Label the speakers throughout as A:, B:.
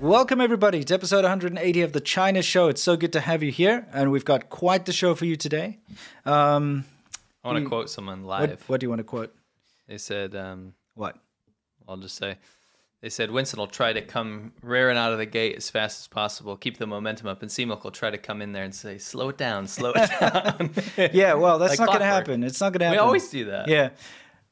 A: Welcome, everybody, to episode 180 of The China Show. It's so good to have you here, and we've got quite the show for you today. Um,
B: I want to quote someone live.
A: what, what do you want to quote?
B: They said, um,
A: What?
B: I'll just say, they said, Winston will try to come rearing out of the gate as fast as possible, keep the momentum up, and Seamook will try to come in there and say, slow it down, slow it down.
A: Yeah, well, that's
B: Like
A: not going to
B: clockwork.
A: happen. It's not going to
B: we
A: happen.
B: always do that.
A: Yeah.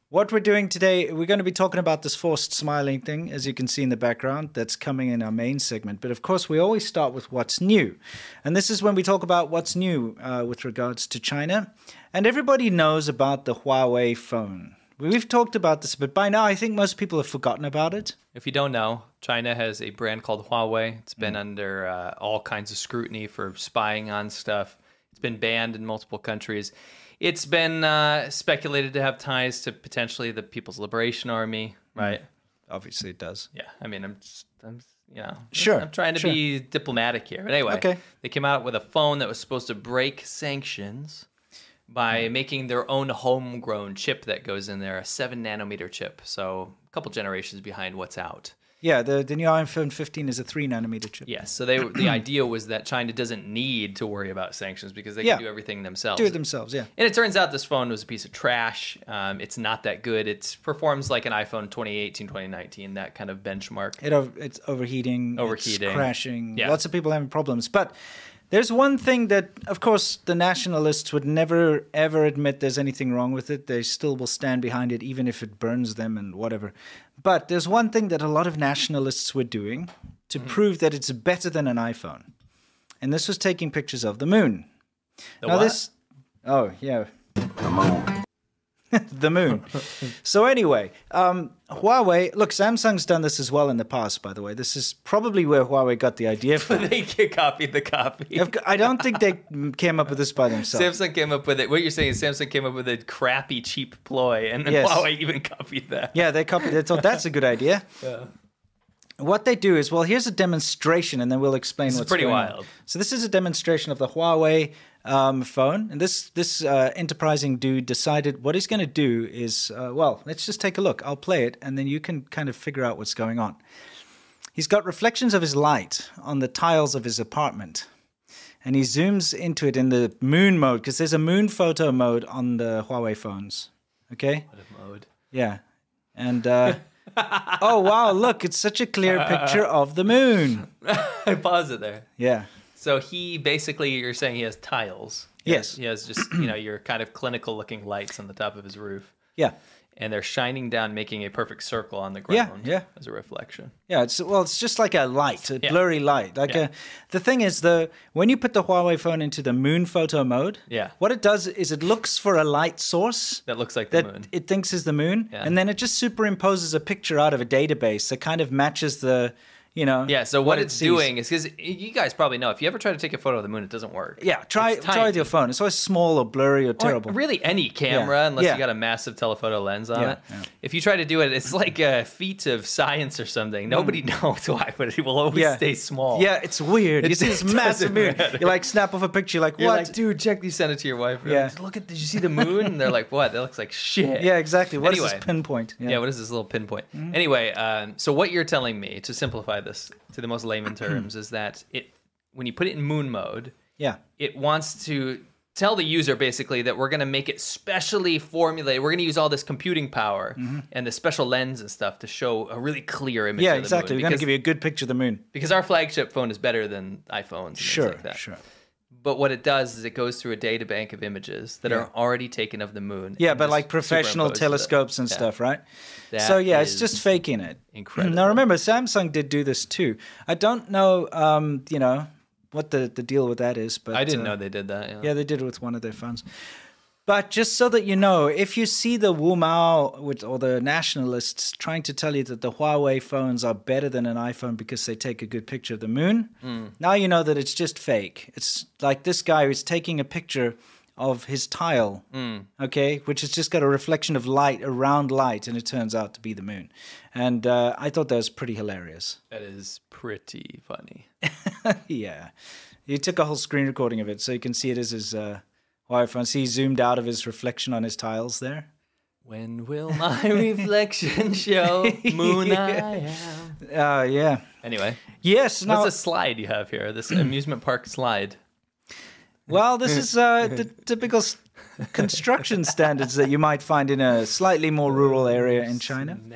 A: What we're doing today, we're going to be talking about this forced smiling thing, as you can see in the background, that's coming in our main segment. But of course, we always start with what's new. And this is when we talk about what's new uh, with regards to China. And everybody knows about the Huawei phone. We've talked about this, but by now, I think most people have forgotten about it.
B: If you don't know, China has a brand called Huawei. It's been
A: Mm.
B: under uh, all kinds of scrutiny for spying on stuff. It's been banned in multiple countries. It's been uh, speculated to have ties to potentially the People's Liberation Army, right?
A: Obviously, it does.
B: Yeah, I mean, I'm just, I'm, you know,
A: Sure,
B: I'm trying to
A: sure.
B: be diplomatic here. But anyway,
A: Okay.
B: they came out with a phone that was supposed to break sanctions by
A: Hmm.
B: making their own homegrown chip that goes in there, a seven nanometer chip. So a couple generations behind what's out.
A: Yeah, the, the new iPhone 15 is a three nanometer chip.
B: Yes. So they, the idea was that China doesn't need to worry about sanctions because they
A: Yeah.
B: can do everything themselves.
A: Do it themselves, yeah.
B: And it turns out this phone was a piece of trash. Um, it's not that good. It performs like an iPhone 2018, 2019, that kind of benchmark.
A: It ov- it's overheating, it's
B: Overheating.
A: crashing.
B: Yeah.
A: Lots of people having problems. But there's one thing that, of course, the nationalists would never ever admit there's anything wrong with it. They still will stand behind it, even if it burns them and whatever. But there's one thing that a lot of nationalists were doing to
B: Mm.
A: prove that it's better than an iPhone, and this was taking pictures of the moon.
B: The
A: now
B: what?
A: this, oh yeah, the moon. so anyway, um, Huawei. Look, Samsung's done this as well in the past. By the way, this is probably where Huawei got the idea from.
B: they could copy the copy.
A: Of cou- I don't think they came up with this by themselves.
B: Samsung came up with it. What you're saying is Samsung came up with a crappy, cheap ploy, and
A: Yes.
B: Huawei even copied that.
A: Yeah, they copied. They thought that's a good idea. What they do is, well, here's a demonstration, and then we'll explain what's
B: pretty
A: going On.
B: wild.
A: So this is a demonstration of the Huawei um, phone, and this this uh, enterprising dude decided what he's going to do is, uh, well, let's just take a look. I'll play it, and then you can kind of figure out what's going on. He's got reflections of his light on the tiles of his apartment. And he zooms into it in the moon mode because there's a moon photo mode on the Huawei phones. Okay?
B: Mode.
A: Yeah. And uh, oh wow, look, it's such a clear picture of the moon.
B: I pause it there.
A: Yeah.
B: So he basically, you're saying he has tiles. He
A: Yes.
B: has- He has just, you know, your kind of clinical looking lights on the top of his roof,
A: Yeah.
B: and they're shining down, making a perfect circle on the
A: Yeah,
B: ground
A: yeah.
B: as a reflection.
A: Yeah, it's well, it's just like a light, a
B: Yeah.
A: blurry light. Like
B: Yeah.
A: a, the thing is though, when you put the Huawei phone into the moon photo mode,
B: Yeah.
A: what it does is it looks for a light source
B: That looks like the
A: that
B: moon.
A: it thinks is the moon,
B: Yeah.
A: and then it just superimposes a picture out of a database that kind of matches the, you know,
B: yeah, so what,
A: it
B: it's
A: sees.
B: doing is because you guys probably know if you ever try to take a photo of the moon, it doesn't work.
A: Yeah, try
B: It's
A: try with your
B: tiny.
A: phone. It's always small or blurry or
B: Or
A: terrible.
B: Really, any camera, unless
A: Yeah.
B: you got a massive telephoto lens on
A: Yeah,
B: it.
A: yeah.
B: If you try to do it, it's like a feat of science or something. Nobody knows why, but it will always
A: Mm. Yeah.
B: stay small.
A: Yeah, it's weird. you see this
B: Oh. doesn't
A: massive moon.
B: matter.
A: You like snap off a picture. You're like,
B: You're
A: what?
B: like, dude, check. You send it to your wife. You're
A: Yeah.
B: like, Look at. Did you see the moon? And they're like, what? That looks like shit.
A: yeah, exactly. Mm-hmm. What is
B: Anyway.
A: this pinpoint? Yeah.
B: Yeah, what is this little pinpoint? Anyway, um, so what you're telling me to simplify this to the most layman terms is that it when you put it in moon mode,
A: yeah.
B: it wants to tell the user basically that we're going to make it specially formulated. We're going to use all this computing power and the special lens and stuff to show a really clear image.
A: Mm-hmm. Yeah,
B: of the
A: exactly.
B: Moon
A: We're going to
B: because,
A: give you a good picture of the moon.
B: because our flagship phone is better than iPhones. And
A: Sure,
B: things like that.
A: sure.
B: But what it does is it goes through a data bank of images that are already taken of the moon.
A: Yeah,
B: and
A: but
B: just
A: like professional
B: superimposes it.
A: telescopes and
B: uh, Yeah.
A: stuff, right?
B: That
A: so yeah, it's
B: is
A: just faking it.
B: incredible.
A: Now remember, Samsung did do this too. I don't know, um, you know, what the, the deal with that is, but
B: I didn't
A: uh,
B: know they did that. Yeah.
A: Yeah, they did it with one of their phones. But just so that you know, if you see the Wu Mao with, or the nationalists trying to tell you that the Huawei phones are better than an iPhone because they take a good picture of the moon, now you know that it's just fake. It's like this guy who's taking a picture of his tile, okay, which has just got a reflection of light, a round light, and it turns out to be the moon. And uh, I thought that was pretty hilarious.
B: That is pretty funny.
A: Yeah. He took a whole screen recording of it, so you can see it as his uh, wire phone. See, he zoomed out of his reflection on his tiles there.
B: When will my reflection show moon I am?
A: Uh, yeah.
B: Anyway,
A: Yes.
B: what's
A: Now,
B: this slide you have here? This amusement park slide.
A: well, this is uh, the typical s- construction standards that you might find in a slightly more rural area in China. Um,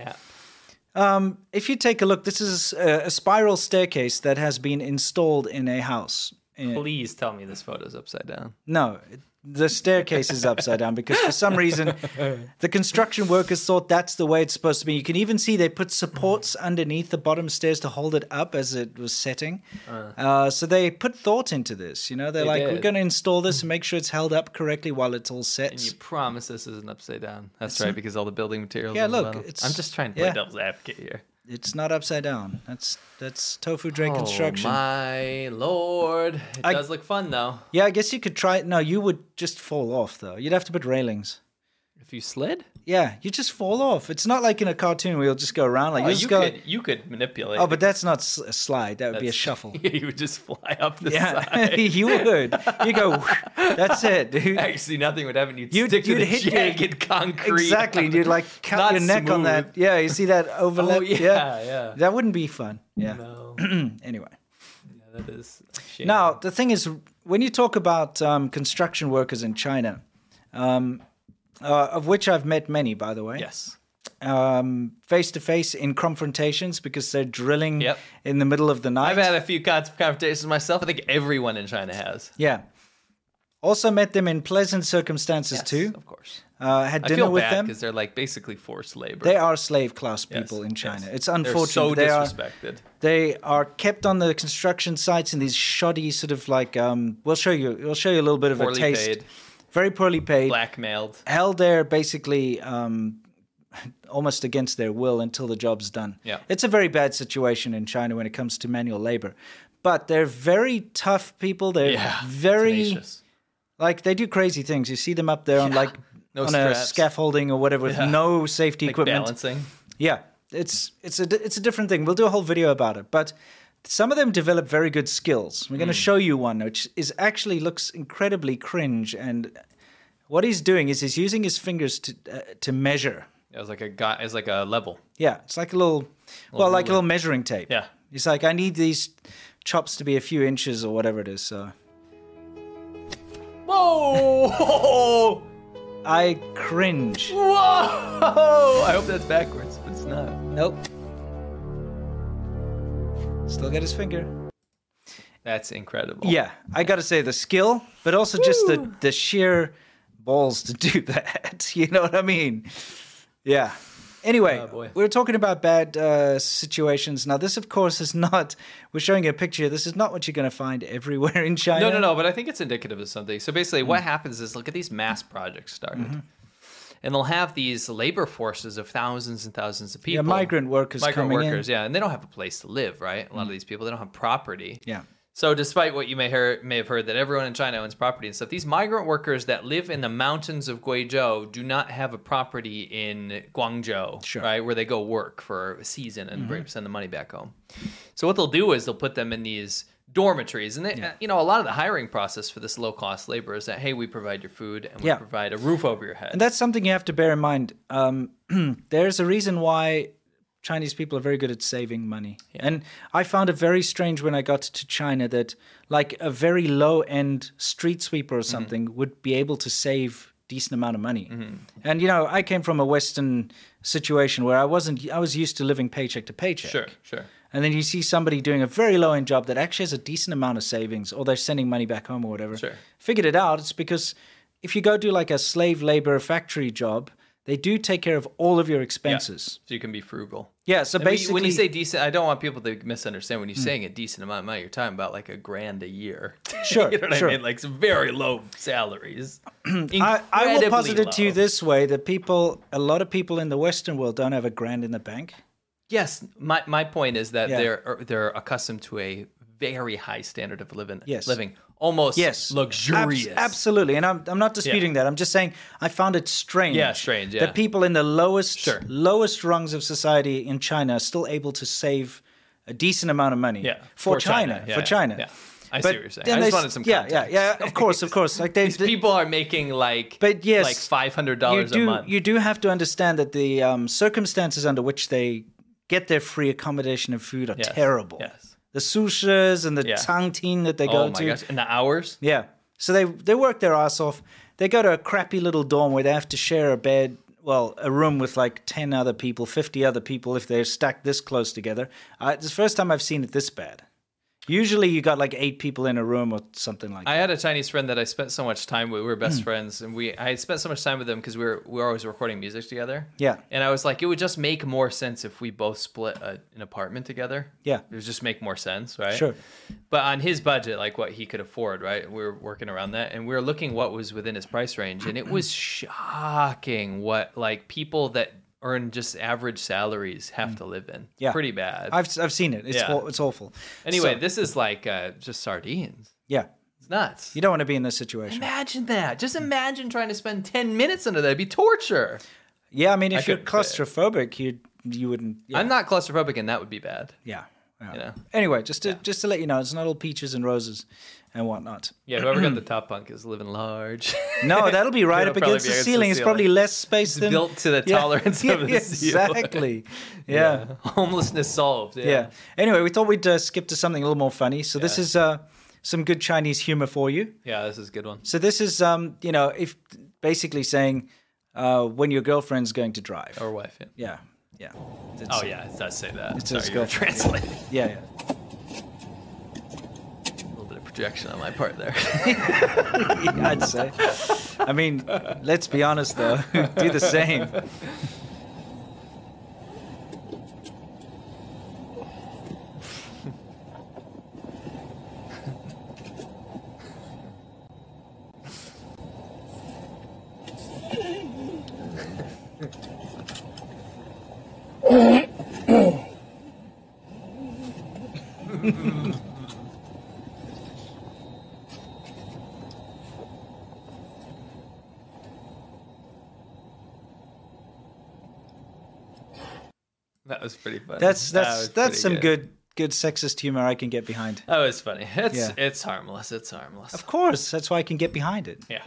B: Snap.
A: If you take a look, this is a, a spiral staircase that has been installed in a house. Uh,
B: Please tell me this photo's upside down.
A: No, it- the staircase is upside down because for some reason the construction workers thought that's the way it's supposed to be. You can even see they put supports underneath the bottom stairs to hold it up as it was setting. Uh, so they put thought into this. You know, they're
B: They
A: like, we're
B: did.
A: going to install this and make sure it's held up correctly while it's all set.
B: And you promise this isn't upside down. That's right, because all the building materials.
A: Yeah,
B: on the
A: look,
B: bottom.
A: it's-
B: I'm just trying to play
A: yeah.
B: devil's advocate here.
A: It's not upside down. That's that's tofu drain
B: Oh
A: construction.
B: my lord! It
A: I-
B: does look fun though.
A: Yeah, I guess you could try. No, you would just fall off though. You'd have to put railings.
B: If you slid,
A: Yeah, you just fall off. It's not like in a cartoon where you'll just go around like
B: oh,
A: you
B: you,
A: just go.
B: could you could manipulate.
A: Oh,
B: it.
A: but that's not s- a slide. That would be a
B: That's-
A: shuffle.
B: you would just fly up the
A: Yeah,
B: side.
A: you would. You go. "Whoosh." That's it, dude.
B: Actually, nothing would happen. You'd,
A: You'd-
B: stick to
A: you'd
B: the
A: hit your-
B: jagged concrete.
A: Exactly. You'd like cut
B: Not
A: your neck on
B: smooth.
A: that. Yeah, you see that overlap.
B: Oh yeah, yeah.
A: that wouldn't be fun. Yeah. Mm,
B: No,
A: Anyway,
B: yeah, that is. a shame.
A: now the thing is, when you talk about um, construction workers in China, um, uh, of which I've met many, by the way.
B: Yes.
A: um, face to face in confrontations because they're drilling
B: Yep.
A: in the middle of the night.
B: I've had a few cons- conversations myself. I think everyone in China has.
A: yeah. Also met them in pleasant circumstances too.
B: of course.
A: Uh, had
B: I
A: dinner
B: feel
A: with
B: bad
A: them.
B: because they're like basically forced labor.
A: They are slave class
B: Yes,
A: people in China.
B: yes.
A: It's
B: They're so
A: unfortunate. they are
B: disrespected.
A: they are kept on the construction sites in these shoddy sort of like um, we'll show you we'll show you a little bit of
B: Poorly
A: a taste.
B: paid.
A: Very poorly paid.
B: Blackmailed.
A: held there basically um, almost against their will until the job's done.
B: Yeah.
A: It's a very bad situation in China when it comes to manual labor. But they're very tough people. They're
B: Yeah.
A: very
B: Tenacious.
A: like they do crazy things. You see them up there on like
B: No
A: on a
B: straps.
A: scaffolding or whatever with
B: Yeah.
A: no safety
B: Like
A: equipment.
B: balancing.
A: Yeah, it's it's a di- it's a different thing. We'll do a whole video about it, but some of them develop very good skills. We're going
B: Mm.
A: to show you one, which is actually looks incredibly cringe. And what he's doing is he's using his fingers to uh, to measure.
B: It was like a guy. It was like a level.
A: Yeah, it's like a little, well, like a little measuring tape.
B: Yeah.
A: he's like, I need these chops to be a few inches or whatever it is. So
B: Whoa!
A: I cringe.
B: Whoa! I hope that's backwards, but it's not.
A: Nope. Still got his finger.
B: That's incredible.
A: Yeah, I got to say the skill, but also just the the sheer balls to do that. You know what I mean? Yeah. Anyway,
B: Oh, boy.
A: we were talking about bad uh, situations. Now, this, of course, is not. We're showing you a picture. This is not what you're going to find everywhere in China.
B: No, no, no. But I think it's indicative of something. So basically, what happens is look at these mass projects started,
A: Mm-hmm.
B: and they'll have these labor forces of thousands and thousands of people.
A: Yeah, migrant workers
B: migrant
A: coming Mm-hmm.
B: workers, yeah, and they don't have a place to live, right? A lot of these people they don't have property.
A: in. Yeah.
B: So, despite what you may hear, may have heard that everyone in China owns property and stuff, these migrant workers that live in the mountains of Guizhou do not have a property in Guangzhou,
A: Sure. Mm-hmm.
B: right, where they go work for a season and bring, send the money back home. So, what they'll do is they'll put them in these dormitories, and they, you know, a lot of the hiring process for this low cost labor is that hey, we provide your food and we
A: Yeah.
B: provide a roof over your head.
A: And that's something you have to bear in mind. Um, there's a reason why Chinese people are very good at saving money. And I found it very strange when I got to China that, like, a very low end street sweeper or something would be able to save decent amount of money. And, you know, I came from a Western situation where I wasn't, I was used to living paycheck to paycheck.
B: sure, sure.
A: And then you see somebody doing a very low end job that actually has a decent amount of savings, or they're sending money back home or whatever.
B: Sure.
A: Figured it out. It's because if you go do like a slave labor factory job, they do take care of all of your expenses.
B: So you can be frugal.
A: Yeah. so
B: And when you-
A: basically, Hmm.
B: when you say decent, I don't want people to misunderstand. When you're saying a decent amount of money, you're talking about like a grand a year.
A: Sure,
B: you know what
A: sure.
B: I mean? Like some very low salaries.
A: I, I will
B: Incredibly
A: posit it to you
B: low.
A: this way: that people, a lot of people in the Western world, don't have a grand in the bank.
B: Yes, my, my point is that
A: Yeah.
B: they're er, they're accustomed to a very high standard of living.
A: Yes.
B: living almost
A: Yes,
B: luxurious.
A: Abs- absolutely, and I'm, I'm not disputing that. I'm just saying I found it strange.
B: Yeah, strange, yeah.
A: That people in the lowest
B: Sure.
A: lowest rungs of society in China are still able to save a decent amount of money.
B: Yeah,
A: for,
B: for
A: China,
B: China, yeah,
A: for
B: yeah,
A: China.
B: yeah. I
A: But
B: see what you're saying.
A: then
B: I
A: they
B: just
A: s-
B: wanted some
A: yeah,
B: context.
A: yeah, yeah. Of course, of course. Like they,
B: These
A: they-
B: people are making like
A: But yes,
B: like five hundred
A: you
B: dollars a
A: do
B: month.
A: you do have to understand that the um, circumstances under which they get their free accommodation and food are
B: Yes,
A: terrible.
B: yes.
A: The sushas and the
B: Yeah.
A: tang tin that they go
B: oh my
A: to.
B: gosh! And the hours.
A: Yeah. So they they work their ass off. They go to a crappy little dorm where they have to share a bed, well, a room with like 10 other people, 50 other people if they're stacked this close together. Uh, it's the first time I've seen it this bad. Usually you got like eight people in a room or something like that.
B: I had a Chinese friend that I spent so much time with. We were
A: Hmm.
B: best friends, and we I had spent so much time with them because we were we were always recording music together.
A: Yeah.
B: and I was like, it would just make more sense if we both split a, an apartment together.
A: Yeah.
B: it would just make more sense, right?
A: Sure.
B: But on his budget, like what he could afford, right? We were working around that, and we were looking what was within his price range, and it was shocking what like people that earn just average salaries have to live in.
A: Mm. Yeah.
B: pretty bad.
A: I've, I've seen it. It's,
B: Yeah.
A: aw- it's awful.
B: anyway,
A: So,
B: this is like uh, just sardines.
A: yeah. Mm.
B: It's nuts.
A: You don't want to be in this situation.
B: Imagine that. Just imagine trying to spend 10 minutes under that. It'd be torture.
A: Yeah, I mean, if you're
B: couldn't fit.
A: claustrophobic, you you wouldn't. Yeah.
B: I'm not claustrophobic, and that would be bad.
A: yeah. yeah.
B: know?
A: Anyway, just to just to let you know, it's not all peaches and roses and whatnot.
B: Yeah, whoever got the top bunk is living large.
A: No, that'll be right
B: It'll
A: up
B: probably
A: against
B: be
A: the
B: against the
A: ceiling. It's probably
B: ceiling.
A: less space than
B: built to the tolerance of the ceiling.
A: Exactly. Yeah.
B: Homelessness solved. Yeah.
A: yeah. Anyway, we thought we'd uh, skip to something a little more funny. So this
B: Yeah.
A: is uh, some good Chinese humor for you.
B: Yeah, this is a good one.
A: So this is um, you know, if basically saying uh, when your girlfriend's going to drive.
B: Or wife. Yeah.
A: Yeah. Yeah. It's-
B: Oh, yeah, it does say that.
A: It's
B: Sorry,
A: just
B: you were
A: good.
B: translating.
A: Yeah. yeah.
B: A little bit of projection on my part there.
A: I'd say. I mean, let's be honest though. Do the same.
B: that was pretty funny.
A: That's
B: That
A: that's
B: was pretty
A: that's some good. good sexist humor I can get behind.
B: That was funny. It's
A: Yeah.
B: it's harmless. It's harmless.
A: Of course, that's why I can get behind it.
B: Yeah.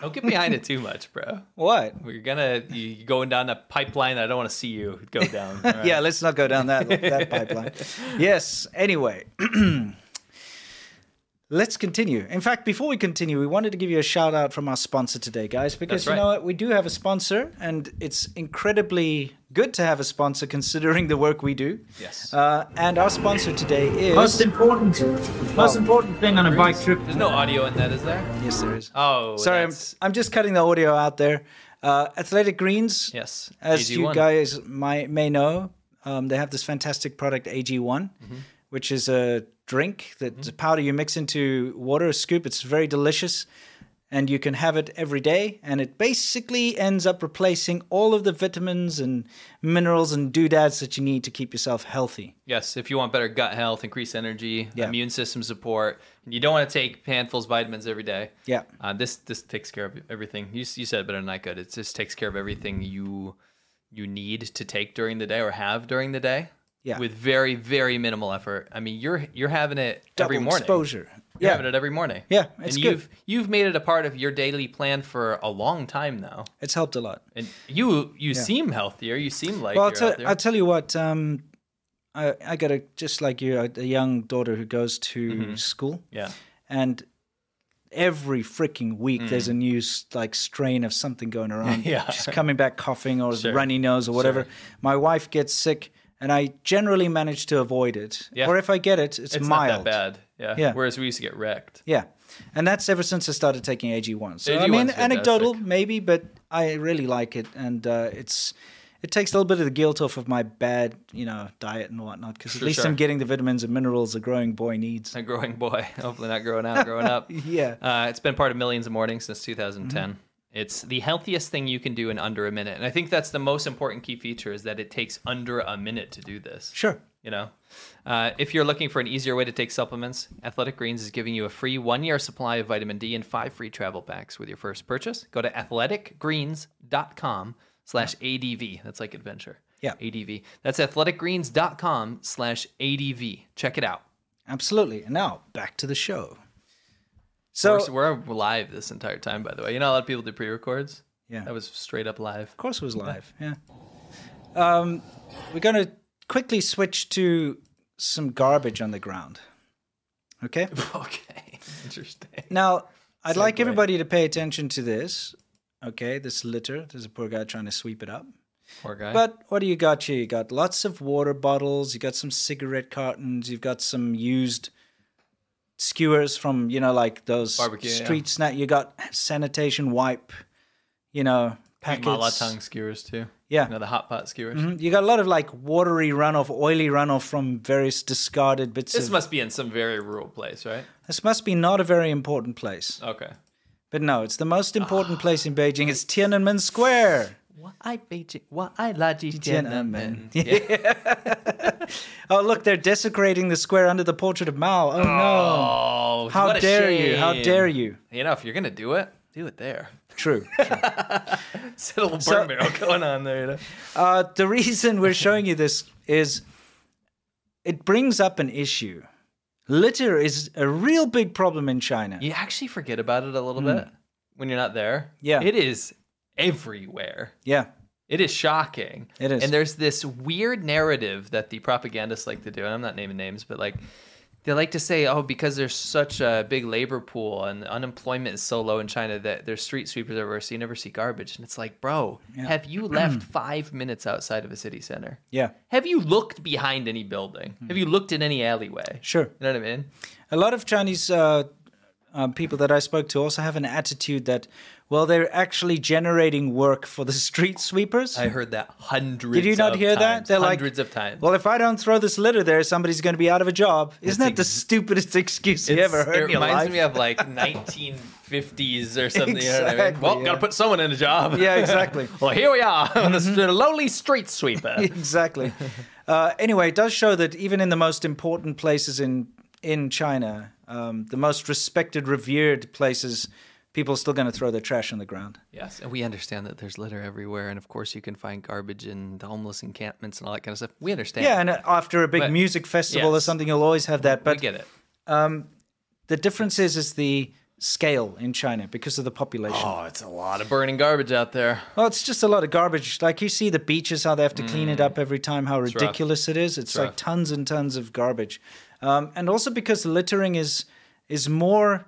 B: Don't get behind it too much, bro.
A: What?
B: We're gonna you going down a pipeline. I don't want to see you go down. all right?
A: Yeah, let's not go down that that pipeline. Yes. Anyway, let's continue. In fact, before we continue, we wanted to give you a shout out from our sponsor today, guys, because
B: That's right.
A: you know what, we do have a sponsor, and it's incredibly good to have a sponsor considering the work we do.
B: Yes.
A: Uh, and our sponsor today is
C: Most important, most important thing on a bike trip.
B: There's no audio in that, is there?
A: yes, there is.
B: Oh,
A: Sorry, I'm,
B: that's-
A: I'm just cutting the audio out there. Uh, Athletic Greens.
B: Yes,
A: As you
B: AG1.
A: guys might, may know, um, they have this fantastic product, AG1,
B: Mm-hmm.
A: which is a drink that's a powder you mix into water, a scoop. It's very delicious. And you can have it every day. And it basically ends up replacing all of the vitamins and minerals and doodads that you need to keep yourself healthy.
B: Yes, if you want better gut health, increased energy,
A: Yeah.
B: immune system support, you don't want to take handfuls of vitamins every day.
A: Yeah.
B: Uh, this this takes care of everything. You, s- you said it better than I could. It just takes care of everything you you need to take during the day or have during the day.
A: Yeah.
B: With very very minimal effort. I mean, you're you're having it every
A: Double
B: morning.
A: exposure.
B: You're
A: Yeah.
B: having it every morning.
A: Yeah, it's
B: and
A: good.
B: you've you've made it a part of your daily plan for a long time now.
A: It's helped a lot.
B: And you you seem healthier. You seem like
A: Well, I'll,
B: you're
A: tell-
B: out there.
A: I'll tell you what. Um, I I got a just like you, a, a young daughter who goes to
B: Mm-hmm.
A: school,
B: yeah.
A: and every freaking week there's a new s- like strain of something going around.
B: Mm. Yeah.
A: she's coming back coughing or runny nose or whatever. My wife gets sick, and I generally manage to avoid it.
B: Yeah.
A: Or if I get it, it's,
B: It's
A: mild.
B: not that bad. Yeah.
A: Yeah.
B: Whereas we used to get wrecked.
A: Yeah, and that's ever since I started taking AG1. So I
B: AG1 's
A: mean,
B: fantastic.
A: anecdotal maybe, but I really like it, and uh, it's it takes a little bit of the guilt off of my bad, you know, diet and whatnot. Because at least
B: sure.
A: I'm getting the vitamins and minerals a growing boy needs.
B: A growing boy. Hopefully not growing out, growing up.
A: Yeah. Mm-hmm.
B: Uh, it's been part of Millions of Mornings since 2010. It's the healthiest thing you can do in under a minute. And I think that's the most important key feature is that it takes under a minute to do this.
A: Sure.
B: You know, uh, if you're looking for an easier way to take supplements, Athletic Greens is giving you a free one year supply of vitamin D and five free travel packs with your first purchase. Go to athleticgreens.com slash ADV. That's like adventure.
A: Yeah.
B: ADV. That's athleticgreens.com slash ADV. Check it out.
A: Absolutely. And now back to the show. So,
B: So we're, we're live this entire time, by the way. You know, a lot of people do pre-records.
A: Yeah.
B: that was straight up live.
A: Of course, it was live. Yeah. Um, we're going to quickly switch to some garbage on the ground. Okay.
B: Okay, interesting.
A: Now, I'd like
B: Segue.
A: everybody to pay attention to this. Okay, this litter. There's a poor guy trying to sweep it up.
B: Poor guy.
A: But what do you got here? You got lots of water bottles. You got some cigarette cartons. You've got some used skewers from you know like those
B: Barbecue, yeah.
A: street snack. You got sanitation wipe. You know packets.
B: Mala tongue skewers too.
A: Yeah.
B: You know, the hot pot skewers.
A: Mhm. You got a lot of like watery runoff, oily runoff from various discarded bits.
B: This
A: of,
B: must be in some very rural place, right?
A: this must be not a very important place,
B: Okay.
A: but no, it's the most
B: Ah.
A: important place in Beijing. It's Tiananmen Square.
B: What I Beijing? What I la
A: Tiananmen. Oh look, they're desecrating the square under the portrait of Mao. Oh, no!
B: Oh,
A: How
B: what a
A: dare you? How
B: shame.
A: dare you?
B: You know, if you're gonna do it, do it there.
A: True.
B: It's a little burn
A: So-
B: barrel going on there. You know?
A: Uh, the reason we're showing you this is it brings up an issue. Litter is a real big problem in China.
B: You actually forget about it a little bit when you're not there.
A: Hmm. Yeah.
B: It is everywhere.
A: Yeah.
B: It is shocking.
A: It is.
B: And there's this weird narrative that the propagandists like to do, and I'm not naming names, but like they like to say, oh, because there's such a big labor pool and unemployment is so low in China that there's street sweepers everywhere, so you never see garbage. And it's like, bro, have you left five minutes outside of a city center?
A: Yeah. Hmm.
B: Have you looked behind any building? Have you looked in any alleyway?
A: Sure.
B: You know what I mean?
A: A lot of Chinese uh, um, people that I spoke to also have an attitude that, well, they're actually generating work for the street sweepers.
B: I heard that hundreds.
A: Did you not
B: of
A: hear that?
B: times.
A: They're like,
B: hundreds of times.
A: Well, if I don't throw this litter there, somebody's going to be out of a job. Isn't that the stupidest excuse you
B: It's-
A: ever heard
B: It
A: in your
B: reminds
A: life?
B: me of like 1950s or something. you know what I mean?
A: Exactly,
B: Well,
A: yeah.
B: gotta put someone in a job.
A: Yeah, exactly. Mm-hmm.
B: well, here we are, the lowly street sweeper.
A: exactly. Uh, anyway, it does show that even in the most important places in in China, um, the most respected, revered places, people are still going to throw their trash on the ground.
B: yes, and we understand that there's litter everywhere, and of course you can find garbage in the homeless encampments and all that kind of stuff. We understand.
A: Yeah, and uh, after a big
B: But-
A: music festival or
B: yes.
A: something, you'll always have that. But
B: we get it.
A: the difference is is the scale in China because of the population.
B: Oh, it's a lot of burning garbage out there.
A: Well, Oh, it's just a lot of garbage. Like you see the beaches, how they have to clean it up every time, how
B: Mm. rough.
A: ridiculous it is. It's like
B: rough.
A: tons and tons of garbage, um, and also because littering is is more.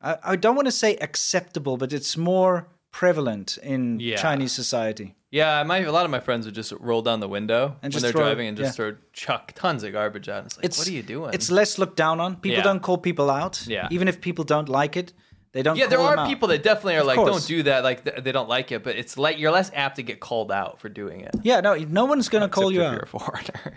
A: I, I don't want to say acceptable, but it's more prevalent in
B: Yeah.
A: Chinese society.
B: Yeah, my a lot of my friends would just roll down the window when
A: just
B: they're
A: throw-
B: driving and just
A: yeah.
B: throw chuck tons of garbage out. It's like,
A: It's
B: what are you doing?
A: It's less looked down on. People
B: Yeah.
A: don't call people out.
B: Yeah.
A: Even if people don't like it, they don't.
B: Yeah, there
A: call them
B: are
A: out.
B: people that definitely are like,
A: course.
B: don't do that. Like th- they don't like it, but it's like you're less apt to get called out for doing it.
A: Yeah, no, no one's gonna call
B: Except
A: you
B: if
A: out.
B: You're a foreigner.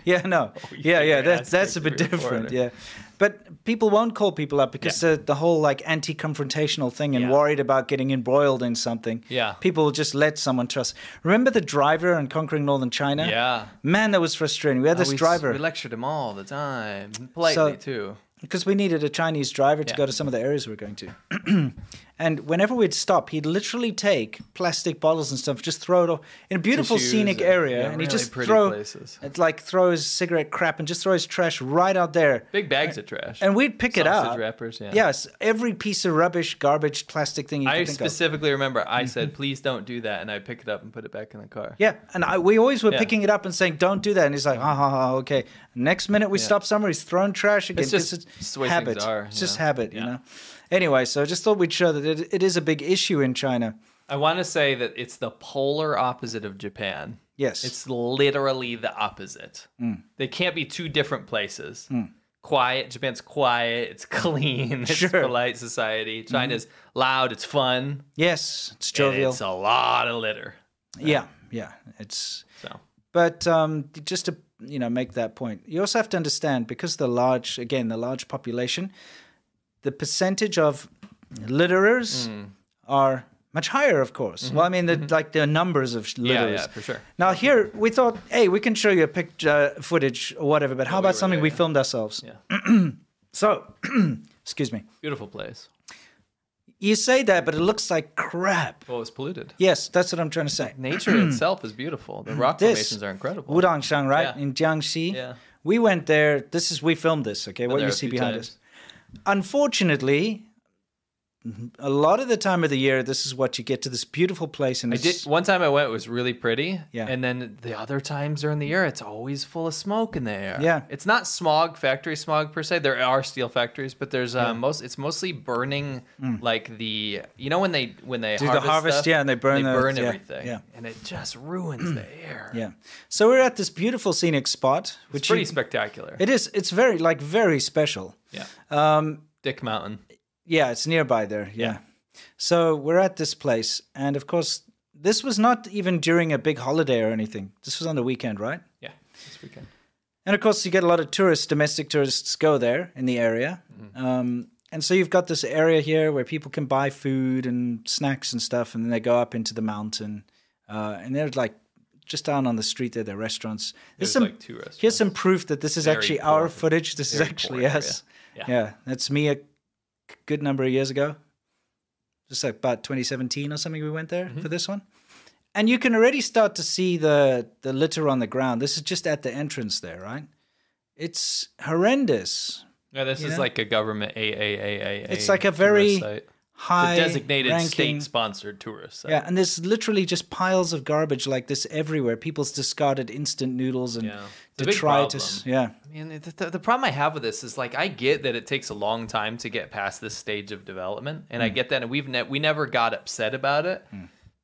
A: Yeah, no. yeah,
B: think
A: yeah.
B: you're
A: That's that's a
B: asking
A: bit
B: if you're a
A: different.
B: foreigner.
A: Yeah, but people won't call people up because uh, the, the whole like anti-confrontational thing and
B: Yeah.
A: worried about getting embroiled in something.
B: Yeah.
A: people will just let someone trust. Remember the driver on conquering northern China?
B: Yeah.
A: man, that was frustrating. We had
B: Oh,
A: this
B: we s-
A: driver
B: We lectured him all the time, politely too.
A: because we needed a Chinese driver to
B: Yeah.
A: go to some of the areas we were going to. and whenever we'd stop, he'd literally take plastic bottles and stuff, just throw it off in a beautiful
B: Tissues
A: scenic
B: and-
A: area,
B: yeah,
A: and he'd
B: really
A: just
B: pretty
A: throw
B: places.
A: it's like throw his cigarette crap and just throw his trash right out there.
B: Big bags of trash.
A: And we'd pick it
B: Sausage
A: up.
B: wrappers, yeah.
A: Yes, every piece of rubbish, garbage, plastic thing you
B: I
A: can think of. Mm-hmm.
B: specifically remember I said, please don't do that, and I pick it up and put it back in the car.
A: Yeah, and I, we always were
B: Yeah.
A: picking it up and saying, "Don't do that." And he's like, "Ah, ha, ha, okay." Next minute, we stop somewhere, he's throwing trash again.
B: It's
A: 'cause
B: just- it's the way things
A: habit.
B: are,
A: it's just
B: yeah.
A: habit, you
B: Yeah.
A: know. Anyway, so I just thought we'd show that it, it is a big issue in China.
B: I want to say that it's the polar opposite of Japan.
A: Yes.
B: It's literally the opposite.
A: Mm.
B: They can't be two different places. Quiet, Japan's quiet, it's clean, it's
A: Sure.
B: polite society. China's loud, it's fun,
A: Yes, it's
B: and
A: jovial.
B: it's uh, a lot of litter.
A: yeah, yeah, it's
B: So,
A: But um, just to you know make that point, you also have to understand because the large again the large population, the percentage of litterers
B: Mm.
A: are much higher, of course. Well, I mean, the, like the numbers of litterers.
B: Mm-hmm. Yeah, yeah, for sure.
A: Now here we thought, hey, we can show you a picture, footage or whatever, but how about
B: were
A: something
B: there,
A: we
B: yeah.
A: filmed ourselves?
B: Yeah.
A: so, excuse me.
B: beautiful place.
A: You say that, but it looks like crap.
B: Well, it's polluted.
A: Yes, that's what I'm trying to say.
B: Nature itself is beautiful. The rock
A: This-
B: formations are incredible.
A: Wudang Shang, right?
B: Yeah.
A: In Jiangxi.
B: Yeah.
A: We went there. This is we filmed this. Okay, what
B: there
A: you
B: a
A: see
B: few
A: behind
B: times.
A: us. Unfortunately, a lot of the time of the year, this is what you get to this beautiful place, and
B: I
A: it's,
B: did one time I went it was really pretty.
A: Yeah.
B: And then the other times during the year, it's always full of smoke in the air.
A: Yeah.
B: It's not smog factory smog per se. There are steel factories, but there's uh, most. It's mostly burning like the you know when they when they
A: Mm. Do the
B: harvest
A: harvest,
B: stuff,
A: yeah, and they burn the-
B: burn
A: yeah,
B: everything.
A: yeah.
B: And it just ruins the air.
A: yeah. So we're at this beautiful scenic spot, which
B: It's pretty
A: you-
B: spectacular.
A: it is. It's very like very special.
B: yeah.
A: Um,
B: Dick Mountain.
A: Yeah, it's nearby there. Yeah. So we're at this place. And of course, this was not even during a big holiday or anything. This was on the weekend, right?
B: Yeah. This weekend.
A: And of course, you get a lot of tourists, domestic tourists go there in the area. Um, and so you've got this area here where people can buy food and snacks and stuff. And then they go up into the mountain. Uh, and there's like just down on the street there, there are restaurants.
B: There's
A: There's some,
B: like two restaurants.
A: here's some proof that this is
B: Very
A: actually
B: poor.
A: our footage. This
B: Very
A: is actually
B: poor area.
A: us.
B: Yeah.
A: Yeah. that's me a good number of years ago. Just like about 2017 or something, we went there
B: Mm-hmm.
A: for this one. And you can already start to see the the litter on the ground. This is just at the entrance there, right? It's horrendous.
B: Yeah, this
A: you
B: is
A: know?
B: like a government AAAA.
A: It's like a
B: tourist
A: very
B: site.
A: High
B: It's a designated
A: ranking.
B: state-sponsored tourist site.
A: Yeah, and there's literally just piles of garbage like this everywhere. People's discarded instant noodles and
B: Yeah. It's a big
A: detritus. Yeah.
B: I mean, the, the, the problem I have with this is like I get that it takes a long time to get past this stage of development, and I
A: Mm.
B: get that, and we've ne- we never got upset about it.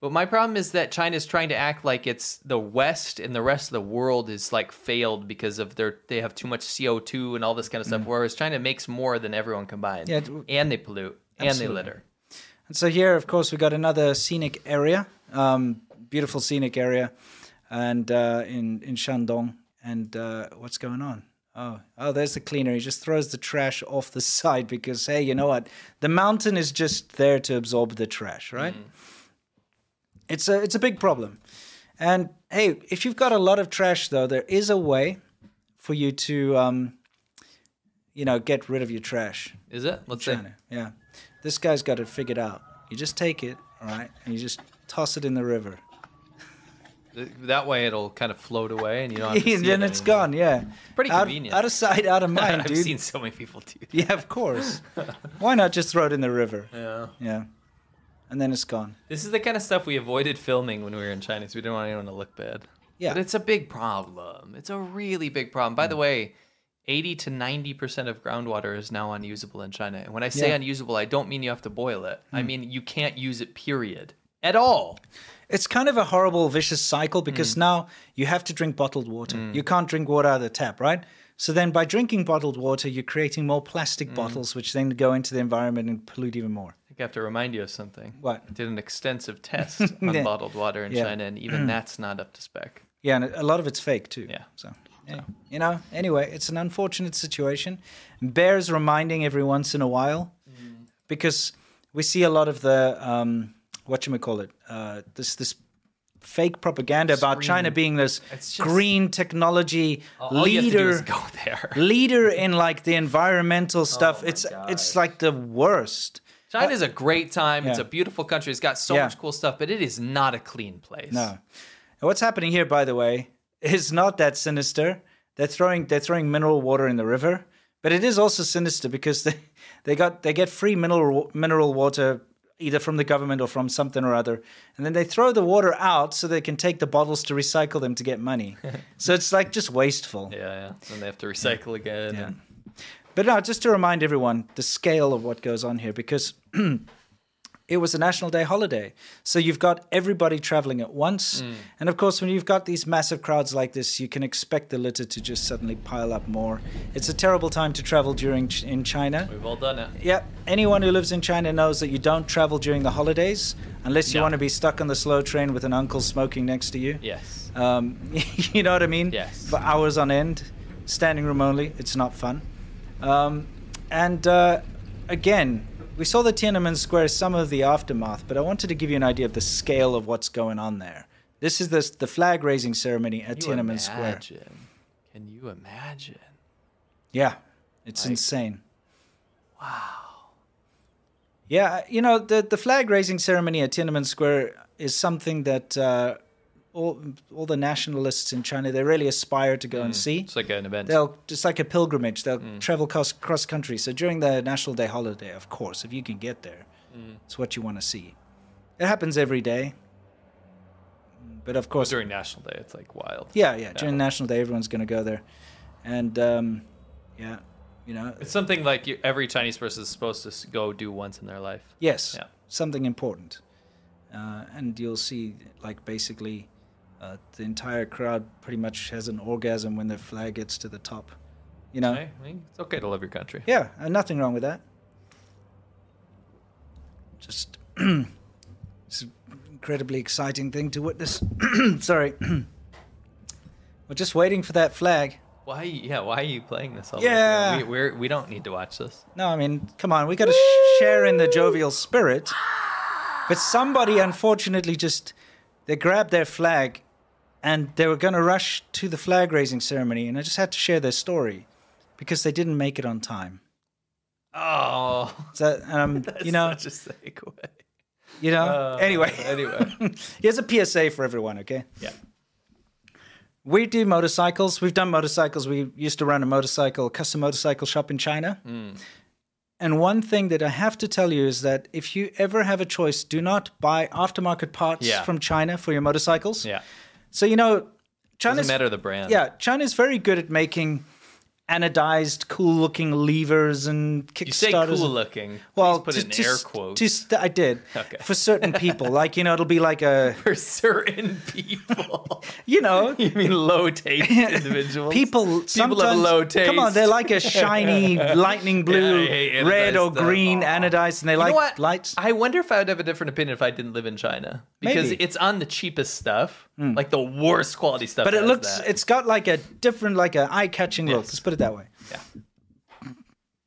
B: But my problem is that China's trying to act like it's the West and the rest of the world is like failed because of their they have too much CO two and all this kind of stuff. Whereas China makes more than everyone combined,
A: Mm. Yeah, it-
B: and they pollute
A: Absolutely.
B: and they litter.
A: And so here, of course, we got another scenic area, um, beautiful scenic area, and uh, in in Shandong. And uh, what's going on? Oh, oh, there's the cleaner. He just throws the trash off the side because hey, you know what? The mountain is just there to absorb the trash, right? It's a it's a big problem. And hey, if you've got a lot of trash though, there is a way for you to um, you know get rid of your trash.
B: Is it? Let's see.
A: China. Yeah. This guy's got it figured out. You just take it, all right, and you just toss it in the river.
B: Th- That way it'll kind of float away, and you don't. Have to
A: and
B: see
A: then
B: it
A: it's
B: anymore.
A: gone, yeah.
B: Pretty
A: Out-
B: convenient.
A: Out, of sight, out of mind,
B: I've
A: dude.
B: seen so many people do. That.
A: Yeah, of course. Why not just throw it in the river?
B: Yeah.
A: Yeah. And then it's gone.
B: This is the kind of stuff we avoided filming when we were in China because we didn't want anyone to look bad.
A: Yeah. Mm.
B: But it's a big problem. It's a really big problem. By the way, 80 to 90% of groundwater is now unusable in China. And when I say
A: Yeah. Mm.
B: unusable, I don't mean you have to boil it. I mean you can't use it, period. At all. Hmm.
A: It's kind of a horrible, vicious cycle because now you have to drink bottled water. You can't drink water out of the tap, right? So then by drinking bottled water, you're creating more
B: Hmm.
A: plastic bottles, which then go into the environment and pollute even more.
B: I think I have to remind you of something.
A: What?
B: I did an extensive test on
A: Yeah.
B: bottled water in
A: Yeah. Mm.
B: China, and even that's not up to spec.
A: Yeah, and a lot of it's fake too.
B: Yeah.
A: So, yeah. you know, anyway, it's an unfortunate situation. Bears reminding every once in a while
B: Mm-hmm.
A: because we see a lot of the um, what you call it uh, this this fake propaganda about
B: Screen.
A: China being this
B: It's just-
A: green technology
B: All you have to do
A: leader
B: is go there.
A: leader in like the environmental stuff.
B: my
A: it's it's like the worst.
B: China's a great time. It's a
A: Yeah.
B: beautiful country. It's got so
A: Yeah.
B: much cool stuff, but it is not a clean place.
A: No. And what's happening here, by the way, is not that sinister. They're throwing they're throwing mineral water in the river, but it is also sinister because they they got they get free mineral mineral water either from the government or from something or other, and then they throw the water out so they can take the bottles to recycle them to get money. so it's like just wasteful.
B: Yeah, yeah. Then they have to recycle again.
A: Yeah. But no, just to remind everyone the scale of what goes on here, because it was a national day holiday. So you've got everybody traveling at once. And of course, when you've got these massive crowds like this, you can expect the litter to just suddenly pile up more. It's a terrible time to travel during Ch- in China.
B: We've all done it.
A: Yeah, anyone who lives in China knows that you don't travel during the holidays unless you
B: No.
A: want to be stuck on the slow train with an uncle smoking next to you.
B: Yes.
A: Um, you know what I mean?
B: Yes.
A: For hours on end, standing room only, it's not fun. Um, and uh, again, we saw the Tiananmen Square, some of the aftermath, but I wanted to give you an idea of the scale of what's going on there. This is this, the flag raising ceremony at
B: Can you
A: Tiananmen
B: imagine?
A: Square.
B: Can you imagine?
A: Yeah, it's
B: Like-
A: insane. Wow. Yeah, you know the the flag raising ceremony at Tiananmen Square is something that uh, all all the nationalists in China they really aspire to go and Um, see.
B: Hmm. Mm. It's Mm. like an event.
A: They'll it's like a pilgrimage. They'll travel cross cross country. So during the National Day holiday, of course, if you can get there,
B: Mm.
A: it's what you want to see. It happens every day. But of course,
B: Oh, During National Day, it's like wild.
A: yeah, yeah. During National Day, everyone's going to go there, and um, yeah, you know,
B: It's something like you, every Chinese person is supposed to s- go do once in their life.
A: yes,
B: Yeah.
A: something important, uh, and you'll see like basically uh, the entire crowd pretty much has an orgasm when the flag gets to the top, you know.
B: Hey, I mean, it's okay to love your country.
A: Yeah, uh, nothing wrong with that. Just it's an incredibly exciting thing to witness. Sorry. We're just waiting for that flag.
B: Why? Yeah. Why are you playing this? All
A: Yeah.
B: The way through? we, we're, we don't need to watch this.
A: No, I mean, come on, we got to share in the jovial spirit. But somebody, unfortunately, just they grabbed their flag, and they were going to rush to the flag raising ceremony, and I just had to share their story because they didn't make it on time.
B: Oh,
A: So, um, you know,
B: such a segue. Uh,
A: you know. anyway,
B: anyway.
A: Here's a PSA for everyone, okay?
B: Yeah.
A: We do motorcycles. We've done motorcycles. We used to run a motorcycle, custom motorcycle shop in China.
B: Hmm.
A: And one thing that I have to tell you is that if you ever have a choice, do not buy aftermarket parts
B: Yeah.
A: from China for your motorcycles.
B: Yeah.
A: So, you know,
B: Doesn't
A: China's.
B: matter the brand.
A: Yeah, China's very good at making anodized, cool looking levers and kickstarters.
B: You say cool looking. Well, put in air
A: s-
B: quotes
A: To, st- I did.
B: Okay.
A: For certain people. like, you know, it'll be like a,
B: for certain people.
A: you know,
B: you mean low taste individuals?
A: People,
B: people
A: sometimes,
B: have low taste.
A: Come on, they're like a shiny lightning blue,
B: Yeah, I hate
A: red
B: anodized
A: or
B: stuff.
A: green
B: Aw.
A: anodized, and they
B: You know
A: like
B: what?
A: lights.
B: I wonder if I would have a different opinion if I didn't live in China because
A: Maybe. Hmm.
B: it's on the cheapest stuff, like the worst quality stuff.
A: but it
B: has
A: looks,
B: that.
A: it's got like a different, like a eye-catching look.
B: Yes.
A: Let's put it that way.
B: Yeah.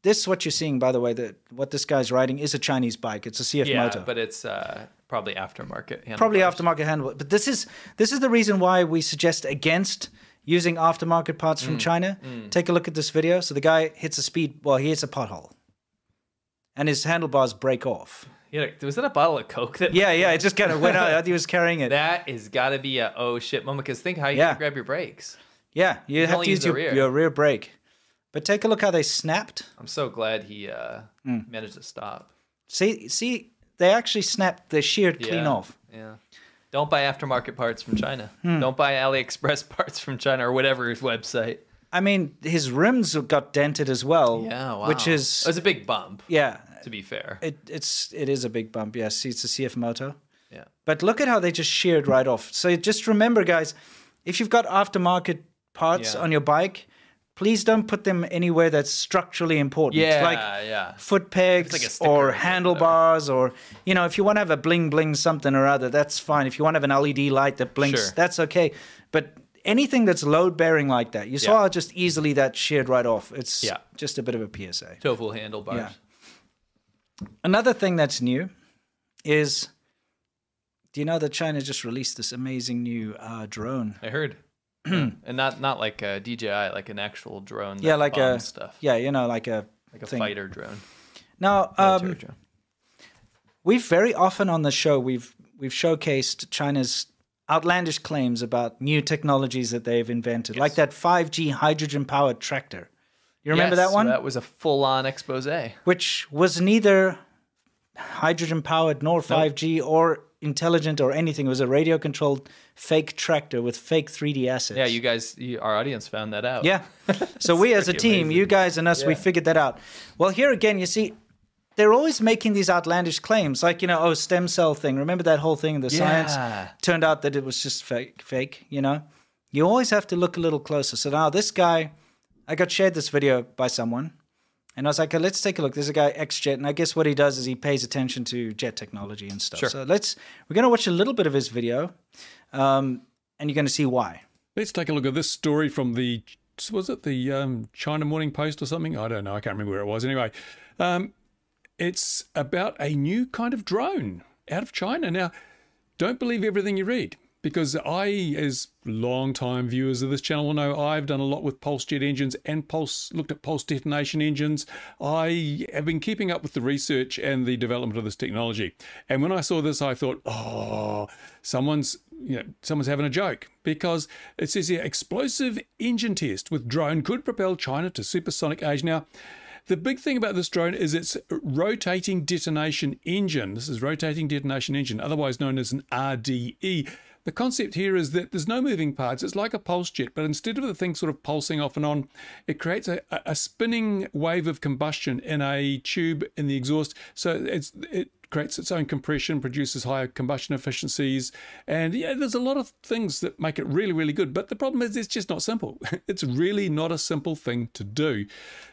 A: This what you're seeing, by the way, that what this guy's riding is a Chinese bike. It's a CF
B: yeah,
A: moto,
B: but it's uh, probably aftermarket. handlebars.
A: probably aftermarket handle. But this is this is the reason why we suggest against using aftermarket parts
B: Mm,
A: from China. Take a look at this video. So the guy hits a speed, well, he hits a pothole, and his handlebars break off.
B: Yeah, was that a bottle of Coke that?
A: Yeah, yeah. It just kind of went out. I think he was carrying it.
B: That is got to be a oh shit moment because think how you
A: Yeah.
B: grab your brakes.
A: yeah, you, have
B: only
A: to
B: use
A: use
B: the
A: your
B: rear.
A: your rear brake. But take a look how they snapped.
B: I'm so glad he uh,
A: Hmm.
B: managed to stop.
A: See, see, they actually snapped. They sheared clean
B: Yeah,
A: off.
B: Yeah. Don't buy aftermarket parts from China.
A: Hmm.
B: Don't buy AliExpress parts from China or whatever his website.
A: I mean, his rims got dented as well.
B: Yeah, wow.
A: Which
B: it was
A: is
B: a big bump.
A: yeah,
B: To be fair.
A: it, it's it is a big bump. Yes, see, it's a CF moto.
B: Yeah.
A: But look at how they just sheared right off. So just remember, guys, if you've got aftermarket parts
B: Yeah.
A: on your bike, please don't put them anywhere that's structurally important.
B: Yeah.
A: like
B: yeah.
A: foot pegs
B: like a sticker or
A: or
B: something.
A: handlebars or you know if you want to have a bling bling something or other that's fine if you want to have an led light that blinks
B: Sure.
A: that's okay but anything that's load bearing like that you saw
B: Yeah.
A: how just easily that sheared right off it's
B: Yeah.
A: just a bit of a psa
B: Tofu handlebars.
A: Yeah. another thing that's new is do you know that china just released this amazing new uh, drone
B: I heard. and not not like a DJI, like an actual drone.
A: yeah
B: that
A: like a
B: bombs stuff.
A: yeah you know like a
B: Like a
A: thing.
B: fighter drone.
A: now
B: military
A: um,
B: drone.
A: we've very often on the show we've we've showcased China's outlandish claims about new technologies that they've invented, like that 5G hydrogen powered tractor. You remember
B: Yes,
A: that one?
B: That was a full on expose.
A: Which was neither hydrogen powered nor 5G or intelligent or anything. It was a radio controlled fake tractor with fake 3D assets.
B: Yeah, you guys, you, our audience found that out.
A: Yeah. So we as a
B: pretty
A: team,
B: amazing.
A: you guys and us, we figured that out. Well, here again, you see, they're always making these outlandish claims, like you know, oh, stem cell thing. Remember that whole thing in the
B: Yeah.
A: science? Turned out that it was just fake. Fake. You know, you always have to look a little closer. So now this guy, I got shared this video by someone. And I was like, "Okay, let's take a look. There's a guy XJet, and I guess what he does is he pays attention to jet technology and stuff.
B: Sure.
A: So let's we're going to watch a little bit of his video, um, and you're going to see why.
D: Let's take a look at this story from the was it the um, China Morning Post or something? I don't know. I can't remember where it was. Anyway, um, it's about a new kind of drone out of China. Now, don't believe everything you read because I, as long-time viewers of this channel, will know I've done a lot with pulse jet engines and pulse looked at pulse detonation engines. I have been keeping up with the research and the development of this technology. And when I saw this, I thought, oh, someone's you know, someone's having a joke because it says here explosive engine test with drone could propel China to supersonic age. Now, the big thing about this drone is its rotating detonation engine. This is rotating detonation engine, otherwise known as an RDE. The concept here is that there's no moving parts. It's like a pulse jet, but instead of the thing sort of pulsing off and on, it creates a, a spinning wave of combustion in a tube in the exhaust. So it's it creates its own compression, produces higher combustion efficiencies, and yeah, there's a lot of things that make it really, really good. But the problem is, it's just not simple. It's really not a simple thing to do.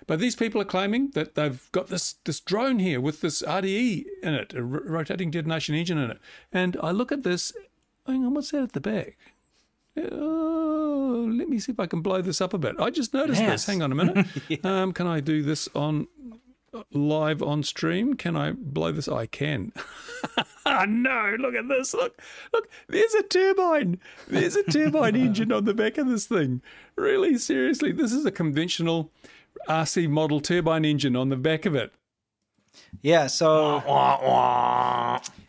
D: But these people are claiming that they've got this this drone here with this RDE in it, a r- rotating detonation engine in it. And I look at this, hang on, what's that at the back? Oh, let me see if I can blow this up a bit. I just noticed
A: Yes.
D: this. Hang on a minute. um, can I do this on live on stream. Can I blow this? I can. Ah, no, look at this. Look, look, there's a turbine. There's a turbine engine on the back of this thing. Really, seriously, this is a conventional RC model turbine engine on the back of it.
A: Yeah, so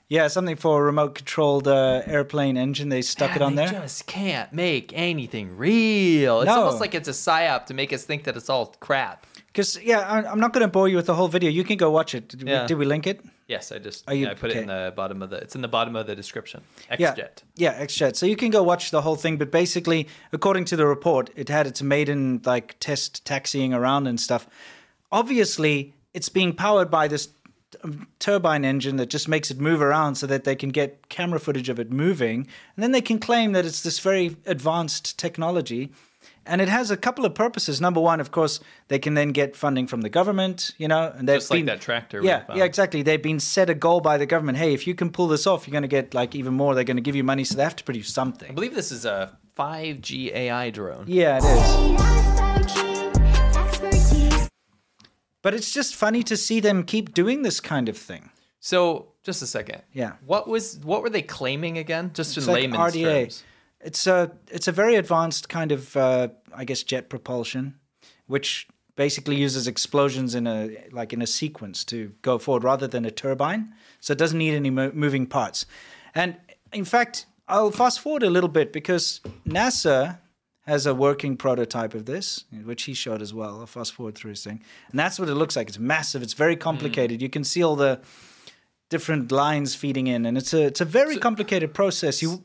A: yeah, something for a remote-controlled uh, airplane engine. They stuck it on
B: they
A: there.
B: just can't make anything real. It's
A: No.
B: almost like it's a psyop to make us think that it's all crap.
A: Because yeah, I, I'm not going to bore you with the whole video. You can go watch it. Did,
B: Yeah.
A: we, did we link it?
B: Yes, I just
A: Are you-
B: yeah, I put it in
A: okay.
B: the bottom of the. It's in the bottom of the description.
A: Yeah,
B: XJet.
A: yeah, XJet. So you can go watch the whole thing. But basically, according to the report, it had its maiden like test taxiing around and stuff. Obviously, it's being powered by this um, turbine engine that just makes it move around so that they can get camera footage of it moving, and then they can claim that it's this very advanced technology. And it has a couple of purposes. Number one, of course, they can then get funding from the government, you know, and they've
B: Just like
A: been-
B: that tractor we
A: Yeah,
B: found.
A: yeah, exactly. They've been set a goal by the government. Hey, if you can pull this off, you're going to get like even more. They're going to give you money, so they have to produce
B: I
A: something.
B: believe this is a 5G AI drone.
A: Yeah, it is.
E: Expertise.
A: But it's just funny to see them keep doing this kind of thing.
B: So just a second.
A: Yeah.
B: What was what were they claiming again? Just
A: It's
B: in
A: like
B: layman's
A: RDA.
B: terms.
A: It's a it's a very advanced kind of uh, I guess jet propulsion, which basically uses explosions in a like in a sequence to go forward rather than a turbine. So it doesn't need any mo- moving parts. And in fact, I'll fast forward a little bit because NASA has a working prototype of this, which he showed as well. I'll fast forward through his thing, and that's what it looks like. It's massive. It's
B: Mm-hmm.
A: very complicated. You can see all the different lines feeding in, and it's a it's a very complicated process. You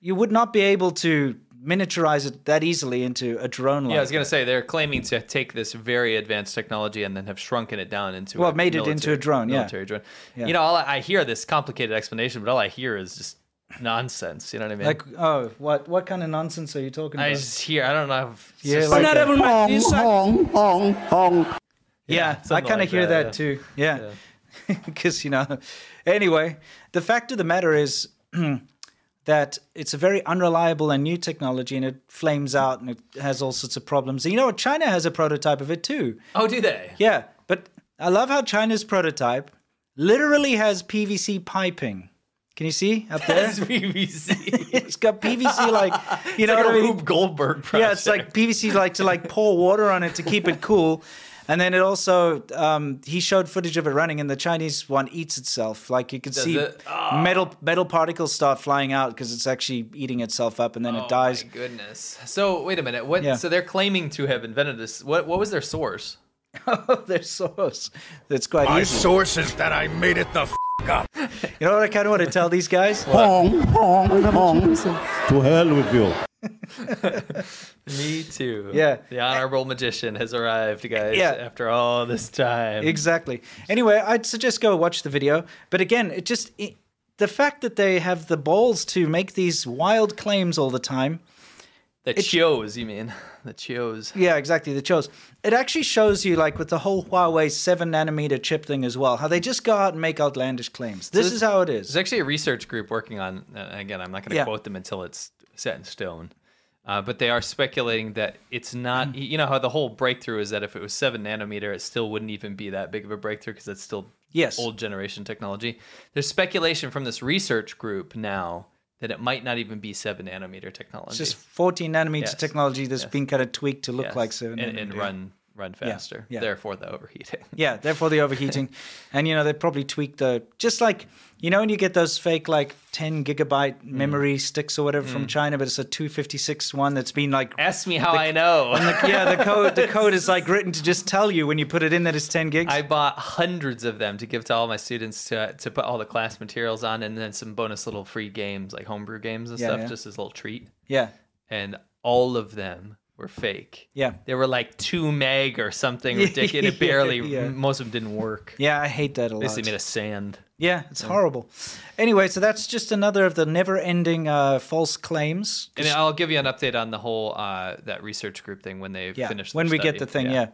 A: you would not be able to miniaturize it that easily into a drone.
B: Yeah, I was
A: like
B: gonna say they're claiming to take this very advanced technology and then have shrunken it down into
A: Well,
B: a
A: made it into
B: military-
A: a drone, yeah.
B: military drone. You know, all I, I hear this complicated explanation, but all I hear is just nonsense. You know what I mean?
A: like oh, what what kind of nonsense are you talking
B: I
A: about?
B: just hear. I don't know. If,
A: yeah, like a-
F: Hong, Hong, Hong, Hong.
A: yeah, I
B: something
A: kind of
B: like
A: hear that,
B: that,
A: too. Yeah, because you know. Anyway, the fact of the matter is that it's a very unreliable and new technology, and it flames out and it has all sorts of problems. And you know what? China has a prototype of it too.
B: Oh, do they?
A: Yeah, but I love how China's prototype literally has PVC piping. Can you see up there?
B: That's BBC.
A: it's got PVC like you know
B: like
A: what
B: a
A: I mean?
B: Rube Goldberg project.
A: Yeah, it's like PVC like to like pour water on it to keep it cool. And then it also um, he showed footage of it running, and the Chinese one eats itself. Like you can see
B: it? Ah.
A: metal metal particles start flying out because it's actually eating itself up, and then
B: Oh
A: it dies.
B: My goodness. So wait a minute. What?
A: Yeah.
B: So they're claiming to have invented this. What? What was their source?
A: Oh, there's source. That's quite
G: My
A: easy.
G: source is that I made it the f- up.
A: You know what I kind of want to tell these guys?
F: Hong, Hong, Hong.
H: To hell with you.
B: Me too.
A: Yeah.
B: The honorable magician has arrived, guys.
A: Yeah.
B: After all this time.
A: Mm-hmm. Exactly. Anyway, I'd suggest go watch the video. But again, it just it, the fact that they have the balls to make these wild claims all the time.
B: the Chios, you mean? The Chios.
A: Yeah, exactly. The chose. It actually shows you, like with the whole Huawei seven nanometer chip thing as well, how they just go out and make outlandish claims. This
B: this-
A: is how it is.
B: There's actually a research group working on. And again, I'm not going to
A: Yeah.
B: quote them until it's set in stone. Uh, but they are speculating that it's not.
A: Mm-hmm.
B: You know how the whole breakthrough is that if it was seven nanometer, it still wouldn't even be that big of a breakthrough because it's still
A: Yes.
B: old generation technology. There's speculation from this research group now that it might not even be seven nanometer technology.
A: It's just fourteen nanometer
B: Yes.
A: technology that's been kind of tweaked to look
B: Yes.
A: like seven
B: and, and
A: nanometer.
B: run run faster.
A: yeah.
B: Therefore, the overheating.
A: Yeah, therefore the overheating. and you know, they probably tweak the just like you know when you get those fake like 10 gigabyte
B: Mm.
A: memory sticks or whatever from China, but it's a 256 one that's been like
B: Ask me how I know.
A: yeah, the code the code is like written to just tell you when you put it in that it's 10 gigs.
B: I bought hundreds of them to give to all my students to, to put all the class materials on, and then some bonus little free games like homebrew games and
A: Yeah,
B: stuff,
A: yeah.
B: just as a little treat.
A: yeah.
B: And all of them were fake.
A: Yeah.
B: they were like two meg or something ridiculous. It
A: Yeah,
B: barely.
A: yeah.
B: Most of them didn't work.
A: Yeah, I hate that a lot.
B: Basically made of sand.
A: Yeah, it's horrible. Anyway, so that's just another of the never-ending uh, false claims.
B: And I'll give you an update on the whole uh, that research group thing when they
A: Yeah,
B: finish. their
A: when we get
B: study.
A: the thing, yeah.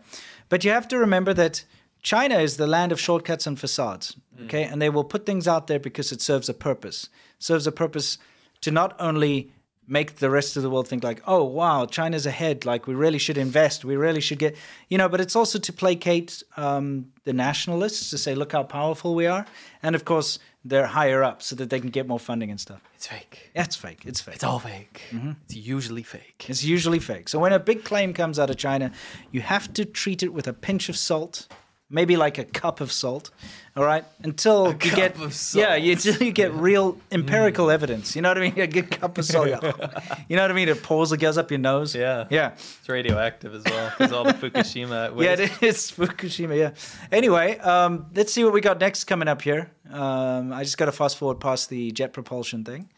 A: But you have to remember that China is the land of shortcuts and facades, okay? And they will put things out there because it serves a purpose. serves a purpose to not only make the rest of the world think like, "Oh, wow, China's ahead. Like we really should invest. We really should get, you know." But it's also to placate um, the nationalists to say, "Look how powerful we are," and of course they're higher up so that they can get more funding and stuff.
B: It's fake.
A: That's fake. It's fake.
B: It's all fake.
A: Mm-hmm.
B: It's usually fake.
A: It's usually fake. So when a big claim comes out of China, you have to treat it with a pinch of salt, maybe like a cup of salt, all right? Until you
B: cup
A: get
B: of salt. Mm.
A: yeah, you, until you get real empirical evidence. You know what I mean? A good cup of salt. you know what I mean? It pours, it goes up your nose.
B: Yeah.
A: yeah.
B: It's radioactive as well because all the Fukushima.
A: Yeah, it
B: waste.
A: is Fukushima. Yeah. Anyway, um, let's see what we got next coming up here. Um, I just got to fast forward past the jet propulsion thing.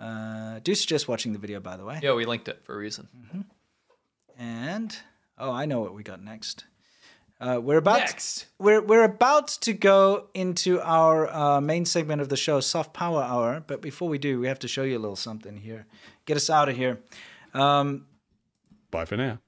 A: Uh, do suggest watching the video, by the way.
B: Yeah, we linked it for a reason.
A: And oh, I know what we got next. Uh, we're about
B: Next.
A: We're we're about to go into our uh, main segment of the show, Soft Power Hour. But before we do, we have to show you a little something here. Get us out of here.
D: Bye for now.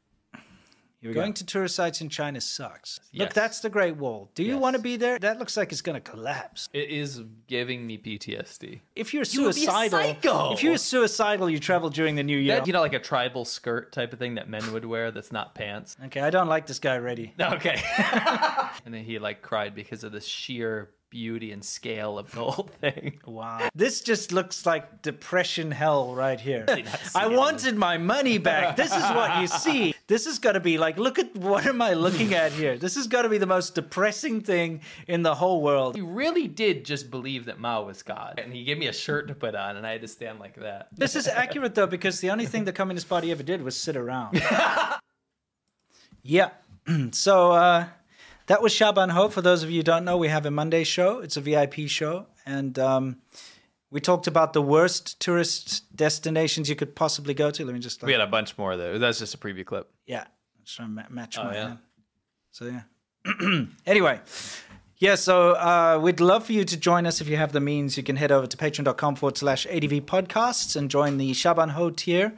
A: Going to tourist sites in China sucks. Look,
B: Yes.
A: that's the Great Wall. Do you
B: Yes.
A: want to be there? That looks like it's going to collapse.
B: It is giving me PTSD.
A: If you're
B: would be a
A: suicidal,
B: psycho.
A: if you're suicidal, you travel during the New Year.
B: That, you know, like a tribal skirt type of thing that men would wear that's not pants.
A: okay, I don't like this guy already.
B: Okay. and then he like cried because of the sheer beauty and scale of the whole thing.
A: Wow. This just looks like depression hell right here. I wanted my money back. This is what you see. This has got to be like, look at what am I looking at here? This has got to be the most depressing thing in the whole world.
B: He really did just believe that Mao was God. And he gave me a shirt to put on, and I had to stand like that.
A: This is accurate though, because the only thing the Communist Party ever did was sit around. yeah. so uh, that was Shaban Ho. For those of you who don't know, we have a Monday show. It's a VIP show, and um, we talked about the worst tourist destinations you could possibly go to. Let me just like,
B: We had a bunch more, though. That's just a preview clip.
A: Yeah. Just trying to ma- match my
B: Oh, yeah.
A: hand. So yeah. anyway. Yeah, so uh, we'd love for you to join us if you have the means. You can head over to patreon.com forward slash ADV podcasts and join the Shaban Ho tier.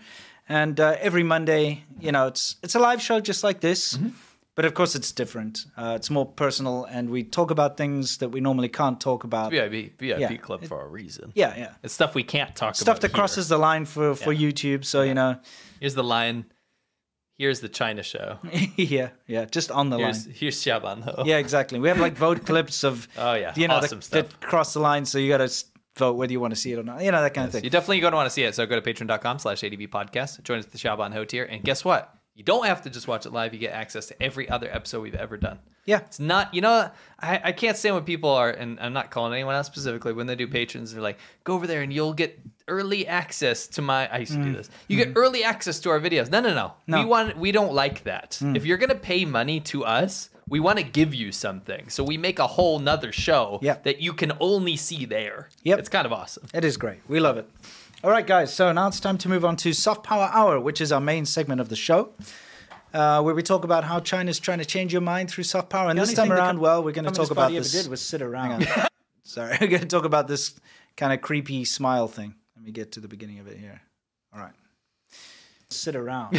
A: And uh, every Monday, you know, it's it's a live show just like this,
B: Mm-hmm.
A: but of course it's different. Uh, it's more personal, and we talk about things that we normally can't talk about.
B: VIP, VIP
A: Yeah.
B: clip for a reason.
A: yeah, yeah.
B: It's stuff we can't talk about.
A: Stuff that
B: here.
A: crosses the line for, for YouTube. So you know,
B: Here's the line. Here's the China show.
A: yeah, yeah, just on the line.
B: Here's, here's Shaban, though.
A: Yeah, exactly. We have like vote clips of
B: Oh, yeah.
A: you know
B: Awesome
A: that,
B: stuff.
A: that cross the line, so you got to vote whether you want to see it or not. You know that kind of
B: You're
A: thing.
B: definitely going to want to see it. So go to patreon.com slash ADB podcast. Join us at the Shaban Ho tier. And guess what? You don't have to just watch it live. You get access to every other episode we've ever done.
A: Yeah,
B: It's not, you know, I, I can't stand when people are, and I'm not calling anyone out specifically, when they do patrons, they're like, go over there and you'll get early access to my, I used to do
A: Mm.
B: this. You get early access to our videos. No, no, no. We want, we don't like that.
A: Mm.
B: If you're going to pay money to us, we want to give you something. So we make a whole nother show
A: Yeah.
B: that you can only see there.
A: Yep.
B: It's kind of awesome.
A: it is great. We love it. All right, guys. So now it's time to move on to Soft Power Hour, which is our main segment of the show, uh, where we talk about how China's trying to change your mind through soft power. And this
C: only
A: time
C: thing the
A: around,
C: Com-
A: well, we're going to talk
C: Communist
A: about
C: Party ever
A: this.
C: did was sit around.
A: Sorry, we're going to talk about this kind of creepy smile thing. Let me get to the beginning of it here. All right. Sit around.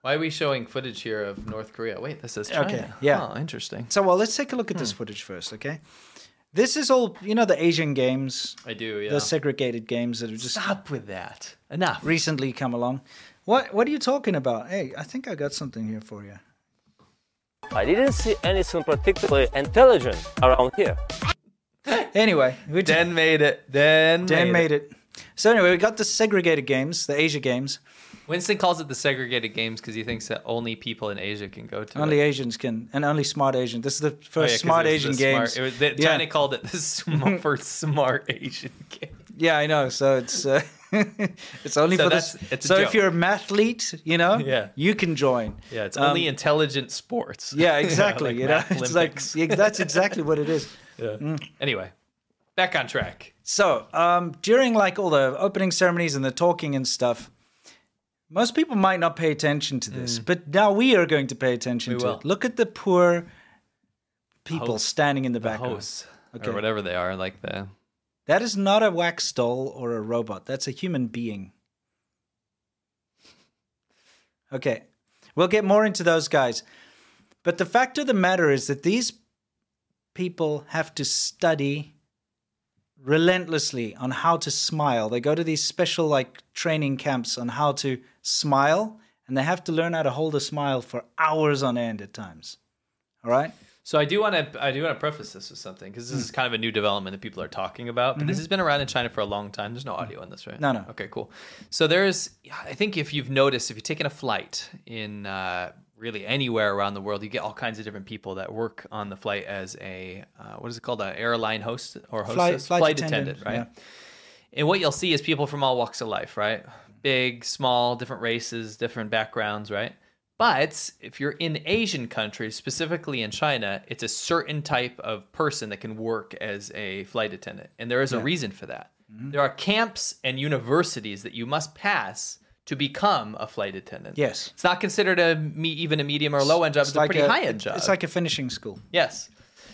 B: Why are we showing footage here of North Korea? Wait, this is China.
A: Okay, yeah.
B: Oh, interesting.
A: so, well, let's take a look at this
B: Hmm.
A: footage first, okay? This is all, you know, the Asian games.
B: I do, yeah.
A: the segregated games that have just
B: Stop with that. Enough.
A: recently come along. What what are you talking about? Hey, I think I got something here for you.
E: I didn't see anything particularly intelligent around here.
A: Anyway, we did-
B: Dan made it. Dan,
A: Dan made it. So anyway, we got the segregated games, the Asia games,
B: Winston calls it the segregated games because he thinks that only people in Asia can go to
A: Only
B: it.
A: Asians can, and only smart Asian. This is the first
B: Oh, yeah, 'cause
A: smart
B: it was
A: Asian
B: the
A: game.
B: Smart, it was, they,
A: yeah,
B: China called it the smart, first smart Asian game.
A: yeah, I know. So it's uh, it's only
B: So
A: for
B: that's-
A: this.
B: it's a
A: so
B: joke.
A: if you're a mathlete, you know,
B: Yeah.
A: you can join.
B: Yeah, it's
A: Um,
B: only intelligent sports.
A: Yeah, exactly.
B: like
A: you know,
B: math
A: it's like
B: Olympics.
A: yeah, that's exactly what it is.
B: Anyway, back on track.
A: So um, during like all the opening ceremonies and the talking and stuff, most people might not pay attention to this, but now we are going to pay attention
B: Mm. We
A: to
B: will.
A: it. Look at the poor people
B: Host.
A: standing in the background.
B: Hosts
A: Okay.
B: or whatever they are, like the
A: That is not a wax doll or a robot. That's a human being. Okay. We'll get more into those guys. But the fact of the matter is that these people have to study relentlessly on how to smile. They go to these special like training camps on how to smile and they have to learn how to hold a smile for hours on end at times. All right?
B: So I do want to I do want to preface this with something because this is
A: Hmm.
B: kind of a new development that people are talking about. But this has been around in China for a long time. There's no audio in this, right?
A: Mm-hmm. Hmm. No, no.
B: Okay, cool. So there is. I think if you've noticed, if you've taken a flight in uh, really anywhere around the world, you get all kinds of different people that work on the flight as a uh, what is it called? An airline host or hostess, right? And what you'll see is people from all walks of life, right? Big, small, different races, different backgrounds, right? But if you're in Asian countries, specifically in China, it's a certain type of person that can work as a flight attendant. And there is a reason for that.
A: Mm-hmm.
B: There are camps and universities that you must pass to become a flight attendant.
A: Yes.
B: It's not considered a me, even a medium or low end job, it's, a pretty high end job.
A: It's like a finishing school.
B: Yes.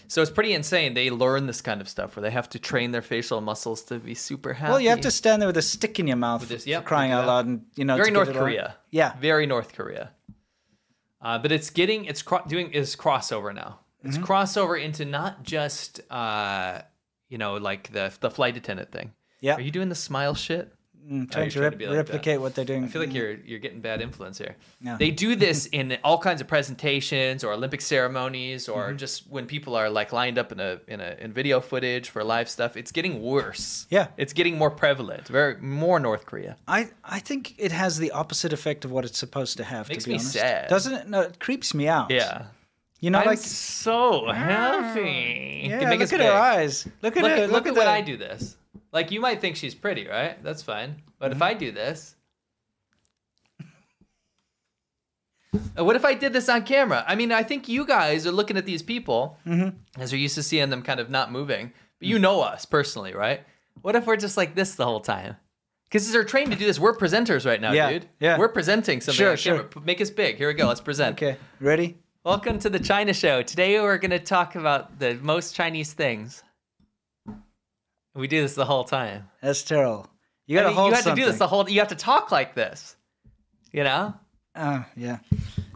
B: So it's pretty insane. They learn this kind of stuff where they have to train their facial muscles to be super happy.
A: Well, you have to stand there with a stick in your mouth,
B: this-
A: for
B: yep,
A: crying
B: we do
A: out
B: that.
A: loud, and you know, to
B: very
A: get
B: North
A: it all-
B: Korea.
A: Yeah,
B: very North Korea. Uh, but it's getting it's cro- doing is crossover now. It's
A: Mm-hmm.
B: crossover into not just uh, you know like the the flight attendant thing.
A: Yeah.
B: Are you doing the smile shit?
A: I'm
B: Oh, you're
A: trying to,
B: trying to
A: rep-
B: be like that.
A: replicate what they're doing.
B: I feel like you're you're getting bad influence here.
A: Yeah.
B: They do this in all kinds of presentations or Olympic ceremonies or
A: Mm-hmm.
B: just when people are like lined up in a in a in video footage for live stuff. It's getting worse.
A: Yeah.
B: It's getting more prevalent. Very more North Korea.
A: I I think it has the opposite effect of what it's supposed to have.
B: Makes
A: to be
B: me
A: honest.
B: sad.
A: doesn't it? No, it creeps me out.
B: Yeah.
A: you know,
B: I'm
A: like
B: so happy.
A: yeah,
B: Can make
A: look
B: us
A: at
B: big.
A: her eyes. Look at
B: Look,
A: her.
B: at- look, at when
A: that.
B: I do this. Like you might think she's pretty, right? That's fine. But
A: Mm-hmm.
B: if I do this, Uh, what if I did this on camera? I mean, I think you guys are looking at these people
A: Mm-hmm.
B: as you're used to seeing them kind of not moving. But
A: Mm.
B: you know us personally, right? What if we're just like this the whole time? Because they're trained to do this. We're presenters right now,
A: Yeah,
B: dude.
A: yeah.
B: We're presenting something
A: Sure,
B: on camera. P- Make us big. Here we go. Let's present.
A: Okay, ready?
B: Welcome to the China Show. Today we're going to talk about the most Chinese things. We do this the whole time.
A: That's terrible. You
B: I
A: gotta
B: mean,
A: hold
B: you have to
A: something.
B: do this the whole. You have to talk like this. You know,
A: Ah, yeah,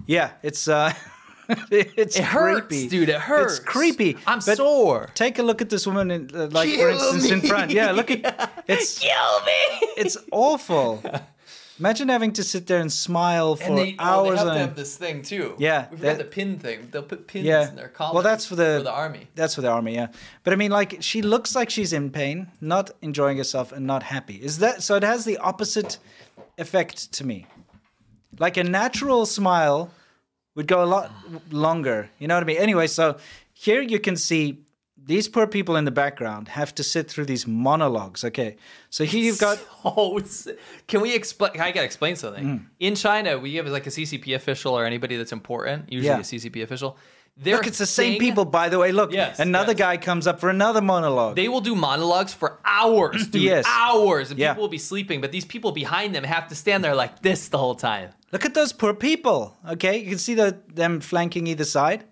A: yeah. It's uh, it's
B: it hurts,
A: creepy.
B: dude. It hurts.
A: It's creepy.
B: I'm
A: but
B: sore.
A: Take a look at this woman, in, uh, like for
B: Kill
A: instance, in
B: me.
A: front. Yeah, look at it's
B: Kill me.
A: it's awful. Imagine having to sit there and smile for
B: and they, oh, they
A: hours
B: have to
A: on.
B: have this thing too.
A: Yeah,
B: we forgot
A: that-
B: the pin thing. They'll put pins
A: yeah.
B: in their collars.
A: Well, that's for the
B: for the army.
A: That's for the army, yeah. But I mean, like, she looks like she's in pain, not enjoying herself, and not happy. Is that so? It has the opposite effect to me. Like a natural smile would go a lot longer. You know what I mean? Anyway, so here you can see these poor people in the background have to sit through these monologues. Okay, so here you've got
B: Oh, it's- can we explain? I gotta explain something.
A: Mm.
B: In China, we have like a CCP official or anybody that's important. Usually
A: Yeah.
B: a CCP official. They're
A: Look, it's the same
B: saying-
A: people, by the way. Look,
B: Yes,
A: another
B: yes.
A: guy comes up for another monologue.
B: They will do monologues for hours, dude.
A: Yes.
B: Hours, and
A: Yeah.
B: people will be sleeping, but these people behind them have to stand there like this the whole time.
A: Look at those poor people. Okay, you can see the, them flanking either side.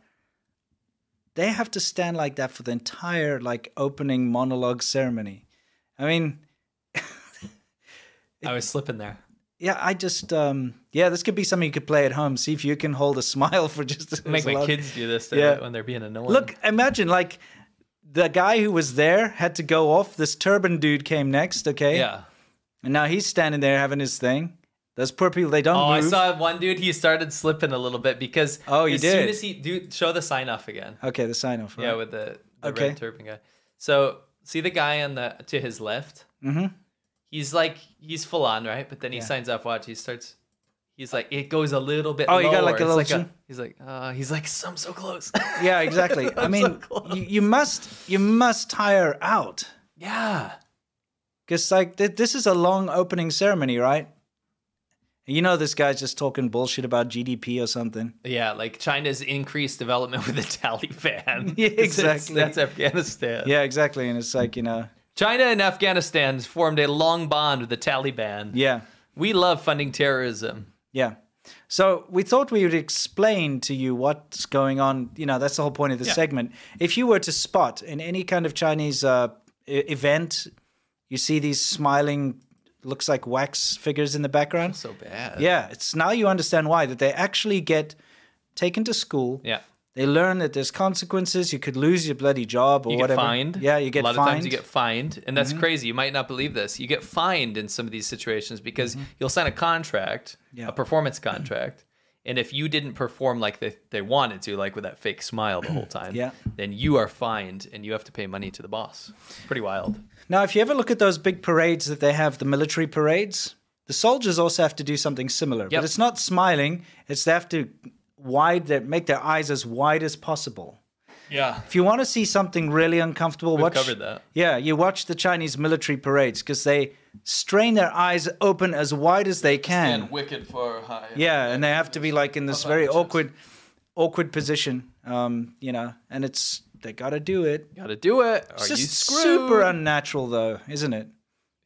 A: They have to stand like that for the entire like opening monologue ceremony. I mean,
B: I was slipping there.
A: yeah, I just um yeah, this could be something you could play at home. See if you can hold a smile for just
B: Make
A: as
B: my
A: long.
B: kids do this to,
A: Yeah.
B: when they're being annoying.
A: Look, imagine like the guy who was there had to go off. This turban dude came next. Okay,
B: yeah.
A: and now he's standing there having his thing. Those poor people, they don't
B: Oh, I
A: move.
B: saw one dude. He started slipping a little bit because
A: Oh, you
B: as soon
A: did?
B: as he dude show the sign off again.
A: Okay, the sign off.
B: Yeah, with the, the
A: Okay.
B: red turban guy. So see the guy on the to his left. Mm-hmm. He's like he's full on right, but then he signs off. Watch, he starts. He's like, it goes a little bit.
A: Oh, you got
B: lower.
A: like a
B: It's
A: little zoom?
B: he's like, uh, he's like, I'm so close.
A: Yeah, exactly. I
B: I'm
A: mean,
B: so close.
A: you, you must you must tire out
B: yeah.
A: because like th- this is a long opening ceremony, right? You know, this guy's just talking bullshit about GDP or something.
B: Yeah, like China's increased development with the Taliban.
A: Yeah,
B: It's- it's-
A: exactly.
B: That's Afghanistan.
A: Yeah, exactly. And it's like you know,
B: China and Afghanistan formed a long bond with the Taliban.
A: yeah,
B: We love funding terrorism.
A: yeah. So we thought we would explain to you what's going on. You know, that's the whole point of the segment. If you were to spot in any kind of Chinese uh, e- event, you see these smiling, looks like wax figures in the background.
B: So bad.
A: Yeah, it's now you understand why that they actually get taken to school.
B: Yeah.
A: They learn that there's consequences. You could lose your bloody job or
B: You
A: whatever.
B: get fined.
A: Yeah, you get
B: a lot
A: fined. Mm-hmm.
B: of times you get fined, and that's crazy. You might not believe this. You get fined in some of these situations because you'll sign a contract,
A: Mm-hmm. Yeah. Mm-hmm.
B: a performance contract, and if you didn't perform like they, they wanted to, like with that fake smile the whole time,
A: Yeah.
B: then you are fined and you have to pay money to the boss. Pretty wild.
A: Now, if you ever look at those big parades that they have, the military parades, the soldiers also have to do something similar. But
B: Yep.
A: it's not smiling; it's they have to wide their, make their eyes as wide as possible.
B: Yeah.
A: If you want to see something really uncomfortable, watch.
B: covered that.
A: Yeah, you watch the Chinese military parades because they strain their eyes open as wide as they can.
B: wicked for high.
A: Yeah, and they have to be like in this
B: Up
A: very
B: on the chest.
A: awkward, awkward position. Um, you know, and it's they gotta do it.
B: Got to do it. Are
A: It's
B: you
A: just
B: screwed?
A: super unnatural, though, isn't it?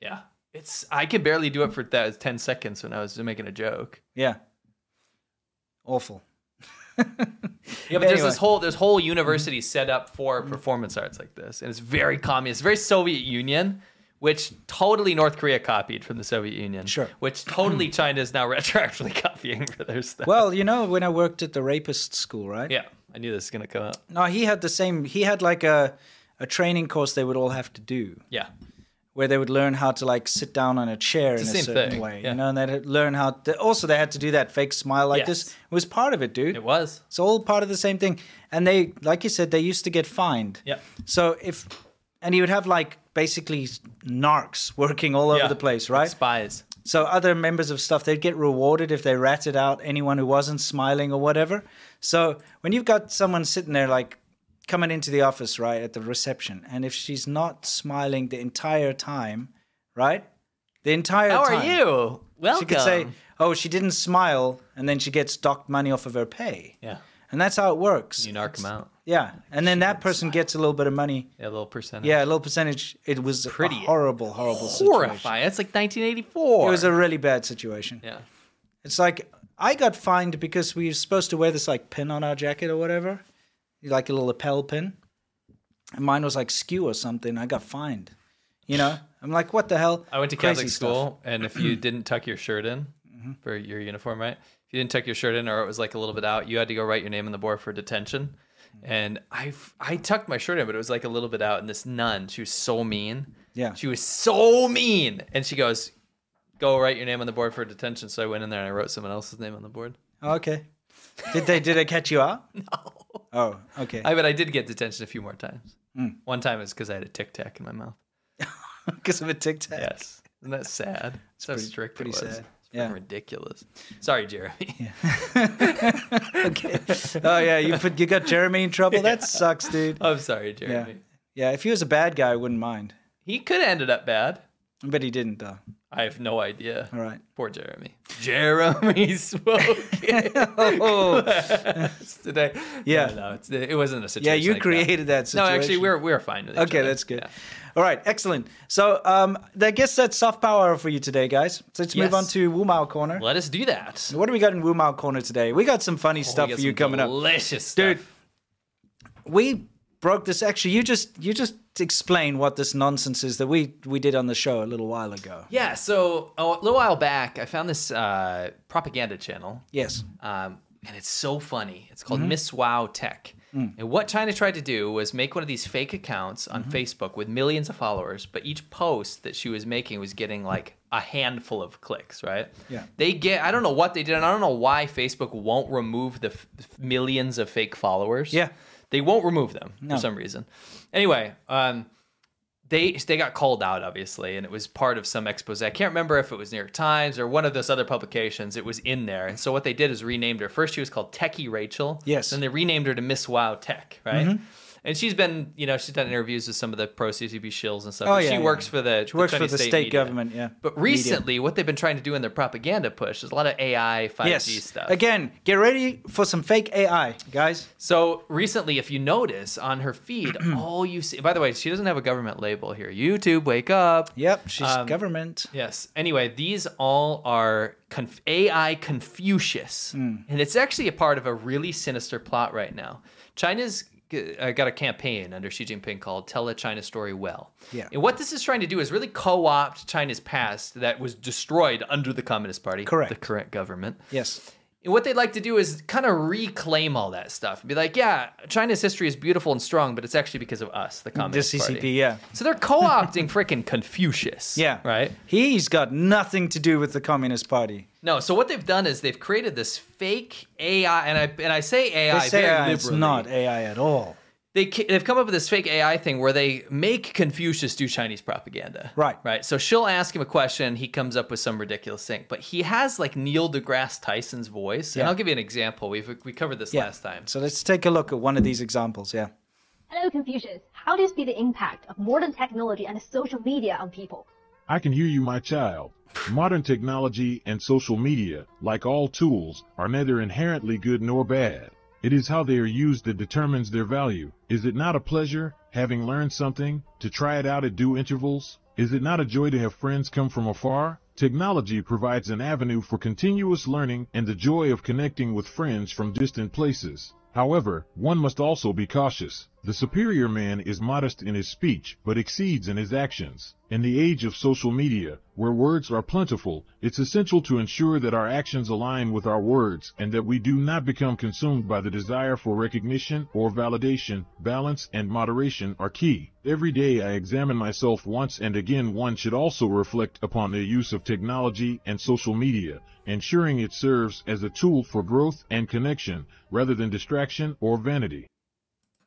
B: yeah. It's I could barely do it for that ten seconds when I was making a joke.
A: Yeah, awful.
B: Yeah, but there's
A: Anyway. Mm-hmm.
B: this whole there's whole university set up for performance arts like this, and it's very communist, very Soviet Union, which totally North Korea copied from the Soviet Union.
A: Sure. Mm-hmm.
B: Which totally China is now retroactively copying for their stuff.
A: Well, you know, when I worked at the rapist school, right?
B: yeah, I knew this was gonna come up.
A: No, he had the same. He had like a a training course they would all have to do,
B: Yeah,
A: where they would learn how to like sit down on a chair
B: the
A: in a
B: same
A: certain
B: thing,
A: way,
B: yeah.
A: you know, and they'd learn how. To, also, they had to do that fake smile like this.
B: Yes.
A: It was part of it, dude.
B: it was.
A: It's all part of the same thing. And they, like you said, they used to get fined.
B: Yeah.
A: So if, and you would have like basically narcs working all over
B: Yeah.
A: the place, right?
B: Spies.
A: so other members of stuff, they'd get rewarded if they ratted out anyone who wasn't smiling or whatever. So when you've got someone sitting there like coming into the office, right, at the reception, and if she's not smiling the entire time, right? The entire
B: How
A: time.
B: are you? Welcome.
A: She could say, oh, she didn't smile, and then she gets docked money off of her pay.
B: yeah,
A: And that's how it works.
B: you narc them out.
A: Yeah, and then that person gets a little bit of money.
B: Yeah, a little percentage.
A: Yeah, a little percentage. It was pretty
B: Pretty
A: horrible, horrible situation.
B: horrifying. That's like 1984.
A: It was a really bad situation.
B: yeah.
A: It's like I got fined because we were supposed to wear this like pin on our jacket or whatever, like a little lapel pin, and mine was like skew or something. I got fined. You know, I'm like, what the hell?
B: I went to
A: Crazy
B: Catholic
A: stuff. Mm-hmm.
B: school, and if you didn't tuck your shirt in for your uniform, right? If you didn't tuck your shirt in, or it was like a little bit out, you had to go write your name on the board for detention.
A: Mm-hmm.
B: And I, I tucked my shirt in, but it was like a little bit out. And this nun, she was so mean.
A: Yeah.
B: she was so mean. And she goes, "Go write your name on the board for detention." So I went in there and I wrote someone else's name on the board.
A: Oh, okay. Did they did they catch you out? No. Oh, okay.
B: I but I did get detention a few more times.
A: Hmm.
B: One time it was because I had a tic tac in my mouth.
A: Because of a tic tac.
B: Yes, isn't that sad? It's so
A: pretty-
B: strict.
A: pretty
B: it was.
A: sad.
B: It's freaking
A: Yeah.
B: ridiculous. Sorry, Jeremy.
A: Oh yeah, you put you got Jeremy in trouble. That sucks, dude.
B: I'm sorry, Jeremy.
A: Yeah. Yeah, if he was a bad guy, I wouldn't mind.
B: He could have ended up bad.
A: But he didn't, though.
B: I have no idea.
A: All right.
B: Poor Jeremy. Jeremy spoke
A: Oh,
B: today.
A: Yeah.
B: No, no, it's, it wasn't a
A: yeah,
B: situation.
A: you
B: like that.
A: created that
B: No,
A: situation.
B: actually, we're we're fine with each
A: Okay,
B: other.
A: that's good.
B: Yeah.
A: All right, excellent. So, um, I guess that's soft power for you today, guys. So let's move
B: Yes.
A: on to Wumao Corner.
B: Let us do that.
A: What do we got in Wumao Corner today? We got some funny stuff
B: Oh, We
A: for
B: got
A: you
B: some
A: coming up.
B: Delicious stuff.
A: Dude, we broke this. Actually, you just you just explain what this nonsense is that we we did on the show a little while ago.
B: Yeah. So a little while back, I found this uh, propaganda channel
A: Yes.
B: um, and it's so funny. It's
A: Mm-hmm.
B: called Miss Wow Tech.
A: Mm.
B: And what China tried to do was make one of these fake accounts on
A: Mm-hmm.
B: Facebook with millions of followers, but each post that she was making was getting like a handful of clicks, right?
A: Yeah.
B: They get, I don't know what they did, and I don't know why Facebook won't remove the f- millions of fake followers.
A: Yeah.
B: They won't remove them for some reason. Anyway, um, they they got called out obviously, and it was part of some expose. I can't remember if it was New York Times or one of those other publications. It was in there, and so what they did is renamed her. First, she was called Techie Rachel.
A: Yes. Mm-hmm.
B: Then they renamed her to Miss Wow Tech, right? And she's been, you know, she's done interviews with some of the pro CCP shills and stuff.
A: Oh,
B: and
A: yeah,
B: she
A: yeah.
B: works for the
A: She works for
B: Chinese
A: the state,
B: media.
A: government, yeah.
B: But
A: Media.
B: recently, what they've been trying to do in their propaganda push is a lot of AI, 5G
A: Yes.
B: stuff.
A: Again, get ready for some fake AI, guys.
B: So recently, if you notice on her feed, all you see. By the way, she doesn't have a government label here. YouTube, wake up.
A: Yep, she's
B: Um,
A: government.
B: Yes. Anyway, these all are conf- AI Confucius,
A: Hmm.
B: and it's actually a part of a really sinister plot right now. China's g- uh, got a campaign under Xi Jinping called "Tell a China Story Well."
A: Yeah.
B: And what this is trying to do is really co-opt China's past that was destroyed under the Communist Party,
A: Correct.
B: the current government.
A: Yes.
B: And what they'd like to do is kind of reclaim all that stuff and be like, yeah, China's history is beautiful and strong, but it's actually because of us, the
A: The
B: Communist
A: CCP,
B: Party.
A: yeah.
B: So they're co-opting freaking Confucius.
A: Yeah.
B: Right?
A: He's got nothing to do with the Communist Party.
B: No, so what they've done is they've created this fake AI, and I and I say AI
A: They say
B: very
A: AI, it's
B: liberally.
A: not AI at all.
B: They ca- they've come up with this fake AI thing where they make Confucius do Chinese propaganda.
A: Right.
B: Right. So she'll ask him a question, he comes up with some ridiculous thing, but he has like Neil deGrasse Tyson's voice. And
A: Yeah.
B: I'll give you an example. We've we covered this
A: Yeah.
B: last time.
A: So let's take a look at one of these examples. Yeah.
H: Hello, Confucius. How do you see the impact of modern technology and social media on people?
I: I can hear you, my child. Modern technology and social media, like all tools, are neither inherently good nor bad. It is how they are used that determines their value. Is it not a pleasure, having learned something, to try it out at due intervals? Is it not a joy to have friends come from afar? Technology provides an avenue for continuous learning and the joy of connecting with friends from distant places. However, one must also be cautious. The superior man is modest in his speech, but exceeds in his actions. In the age of social media, where words are plentiful, it's essential to ensure that our actions align with our words and that we do not become consumed by the desire for recognition or validation. Balance and moderation are key. Every day I examine myself once and again one should also reflect upon their use of technology and social media, ensuring it serves as a tool for growth and connection rather than distraction or vanity.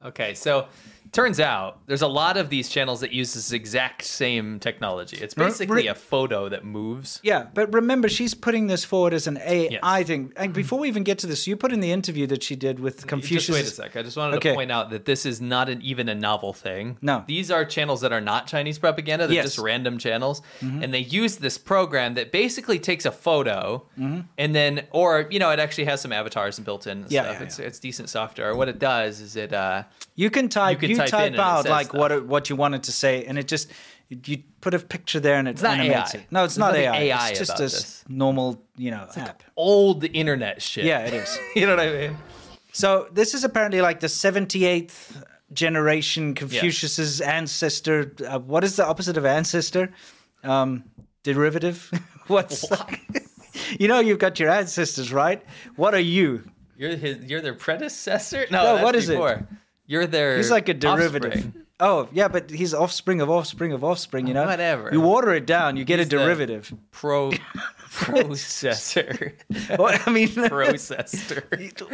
B: Okay, so turns out there's a lot of these channels that use this exact same technology. It's
A: Re-
B: basically
A: re-
B: a photo that moves.
A: Yeah, but remember, she's putting this forward as an AI
B: Yes.
A: thing. And before we even get to this, you put in the interview that she did with Confucius.
B: Just wait a sec. I just wanted
A: Okay.
B: to point out that this is not an, even a novel thing.
A: No.
B: These are channels that are not Chinese propaganda. They're
A: Yes. Mm-hmm.
B: just random channels. And they use this program that basically takes a photo
A: Mm-hmm.
B: and then, or, you know, it actually has some avatars and built in and
A: Yeah,
B: stuff.
A: yeah,
B: it's,
A: yeah.
B: it's decent software. What it does is it, uh,
A: You can type, you,
B: can type
A: type,
B: in and it
A: out
B: says
A: like
B: stuff.
A: what it, what you wanted to say, and it just you put a picture there, and it
B: not
A: animates
B: AI.
A: it. No, it's
B: There's
A: not
B: nothing
A: AI.
B: AI
A: It's just
B: about
A: a
B: this.
A: normal, you know, app.
B: old internet shit.
A: Yeah, it is.
B: you know what I mean?
A: So this is apparently like the seventy eighth generation Confucius's ancestor. Uh, what is the opposite of ancestor? Um, derivative. What's you know you've got your ancestors right? What are you?
B: You're his, you're their predecessor. No,
A: No,
B: that's
A: what is it?
B: before. You're their.
A: He's like a derivative.
B: offspring.
A: Oh yeah, but he's offspring of offspring of offspring. You know,
B: Whatever.
A: You water it down, you get a
B: He's the-
A: derivative.
B: Pro processor.
A: What, I mean,
B: Processor.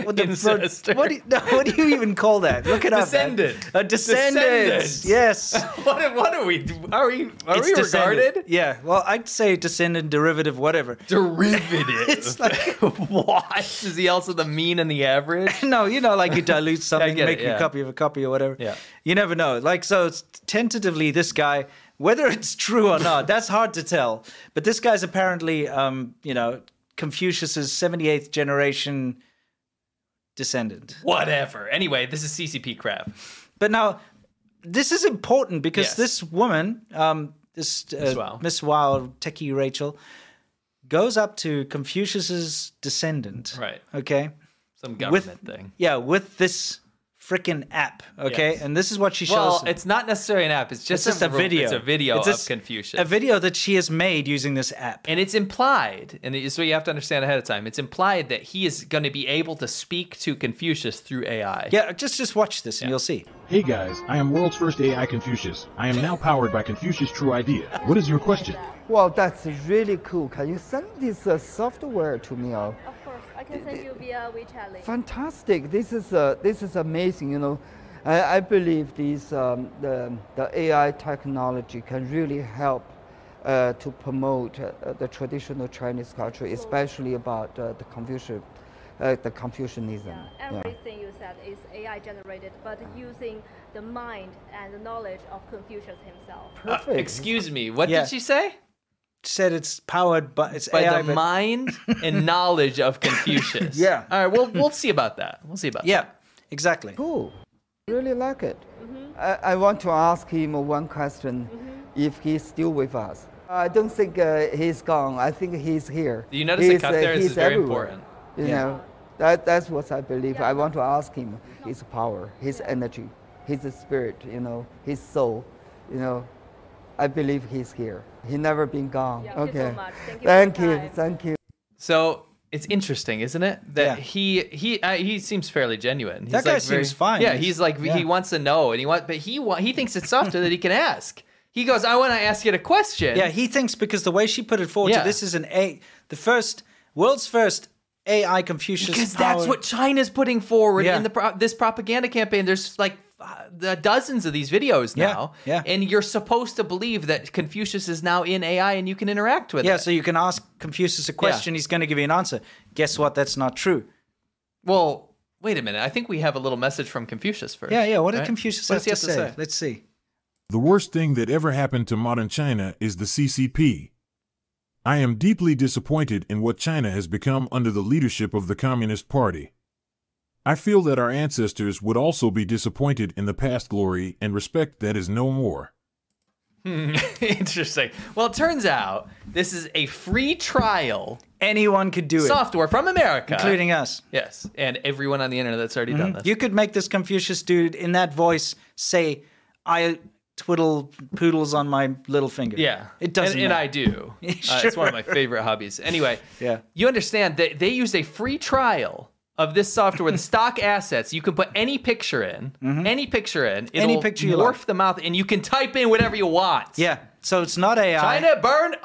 A: What, the-
B: Incestor.
A: what, do you, no, what do you even call that? Look it up. man.
B: Descendant.
A: A descendant.
B: Descendant.
A: Yes.
B: What, what are we? Are we? Are
A: It's
B: we
A: descendant.
B: regarded?
A: Yeah. Well, I'd say descendant, derivative, whatever.
B: Derivative.
A: It's like-
B: what? Is he also the mean and the average?
A: No, you know, like you dilute something,
B: get
A: make
B: it,
A: you a
B: yeah.
A: copy of a copy or whatever.
B: Yeah.
A: You never know. Like, so it's tentatively this guy, whether it's true or not, that's hard to tell. But this guy's apparently, um, you know, Confucius's 78th generation descendant.
B: Whatever. Anyway, this is CCP crap.
A: But now, this is important because
B: Yes.
A: this woman, um, this
B: Miss
A: uh,
B: Wow.
A: Miss Wow, Techie Rachel, goes up to Confucius's descendant.
B: Right.
A: Okay.
B: Some
A: With
B: government thing.
A: yeah, with this freaking app. Okay,
B: Yes.
A: and this is what she shows.
B: Well,
A: them.
B: it's not necessarily an app. It's
A: It's
B: just,
A: just a
B: ru-
A: video.
B: It's a video
A: It's
B: of
A: just
B: Confucius.
A: A video that she has made using this app.
B: and it's implied, and it's what you have to understand ahead of time. It's implied that he is going to be able to speak to Confucius through AI.
A: yeah, just just watch this and you'll see.
I: Hey guys, I am world's first AI Confucius. I am now powered by Confucius True Idea. What is your question?
J: Wow, that's really cool. Can you send this uh, software to me? Uh,
H: Of course, I can send you via WeChat link.
J: fantastic. This is uh, this is amazing. You know, I, I believe these um, the, the AI technology can really help uh, to promote uh, uh, the traditional Chinese culture, especially about uh, the Confucian, uh, the Confucianism. Yeah.
K: Everything you said is AI generated, but using the mind and the knowledge of Confucius himself.
B: Uh, excuse me. What
A: Yeah.
B: did she say?
A: Said it's powered by it's
B: By
A: AI,
B: the
A: but-
B: mind and knowledge of Confucius.
A: Yeah.
B: All right. Well, we'll see about that. We'll see about
A: Yeah, exactly.
J: Cool. Really like it. I, I want to ask him one question if he's still with us. I don't think uh, he's gone. I think he's here.
B: Do you notice the
J: He's,
A: uh,
B: cut there? This
J: he's
B: is very
J: everywhere.
B: important.
J: You
A: Yeah.
J: know, that, that's what I believe. I want to ask him his power, his energy, his spirit, you know, his soul. You know, I believe he's here. He never been gone.
K: Yeah, thank you so
J: okay.
K: much. Thank you for your
J: Thank you.
K: time.
J: Thank you.
B: So it's interesting, isn't it? That
A: Yeah.
B: he he uh, he seems fairly genuine. He's
A: That guy
B: like very-
A: seems fine.
B: Yeah,
A: He's-
B: he's like
A: yeah.
B: he wants to know, and he want, but he wa- he thinks it's softer that he can ask. He goes, "I want to ask you a question."
A: Yeah, he thinks because the way she put it forward, so
B: Yeah.
A: this is an A, the first world's first AI Confucius.
B: because that's
A: powered-
B: what China's putting forward
A: Yeah.
B: in the pro- this propaganda campaign. There's like uh, the dozens of these videos
A: Yeah,
B: now,
A: yeah.
B: and you're supposed to believe that Confucius is now in AI and you can interact with
A: Yeah,
B: it.
A: so you can ask Confucius a question, he's going to give you an answer. Guess what? That's not true.
B: Well, wait a minute. I think we have a little message from Confucius first.
A: Yeah, yeah. What did
B: right?
A: Confucius
B: What
A: have,
B: does he
A: to, say? Let's see.
I: The worst thing that ever happened to modern China is the CCP. I am deeply disappointed in what China has become under the leadership of the Communist Party. I feel that our ancestors would also be disappointed in the past glory and respect that is no more.
B: Interesting. Well, it turns out this is a free trial
A: Anyone could do it,
B: software from America,
A: including us.
B: yes, and everyone on the internet that's already done this.
A: You could make this Confucius dude in that voice say, "I twiddle poodles on my little finger."
B: Yeah,
A: it doesn't.
B: And, and
A: matter.
B: I do. Uh, it's one of my favorite hobbies. Anyway,
A: Yeah.
B: you understand that they used a free trial of this software, the stock assets. You can put any picture in, any picture in, it'll
A: Mm-hmm. Any picture you
B: morph
A: like.
B: the mouth, and you can type in whatever you want.
A: Yeah, so it's not AI.
B: China burn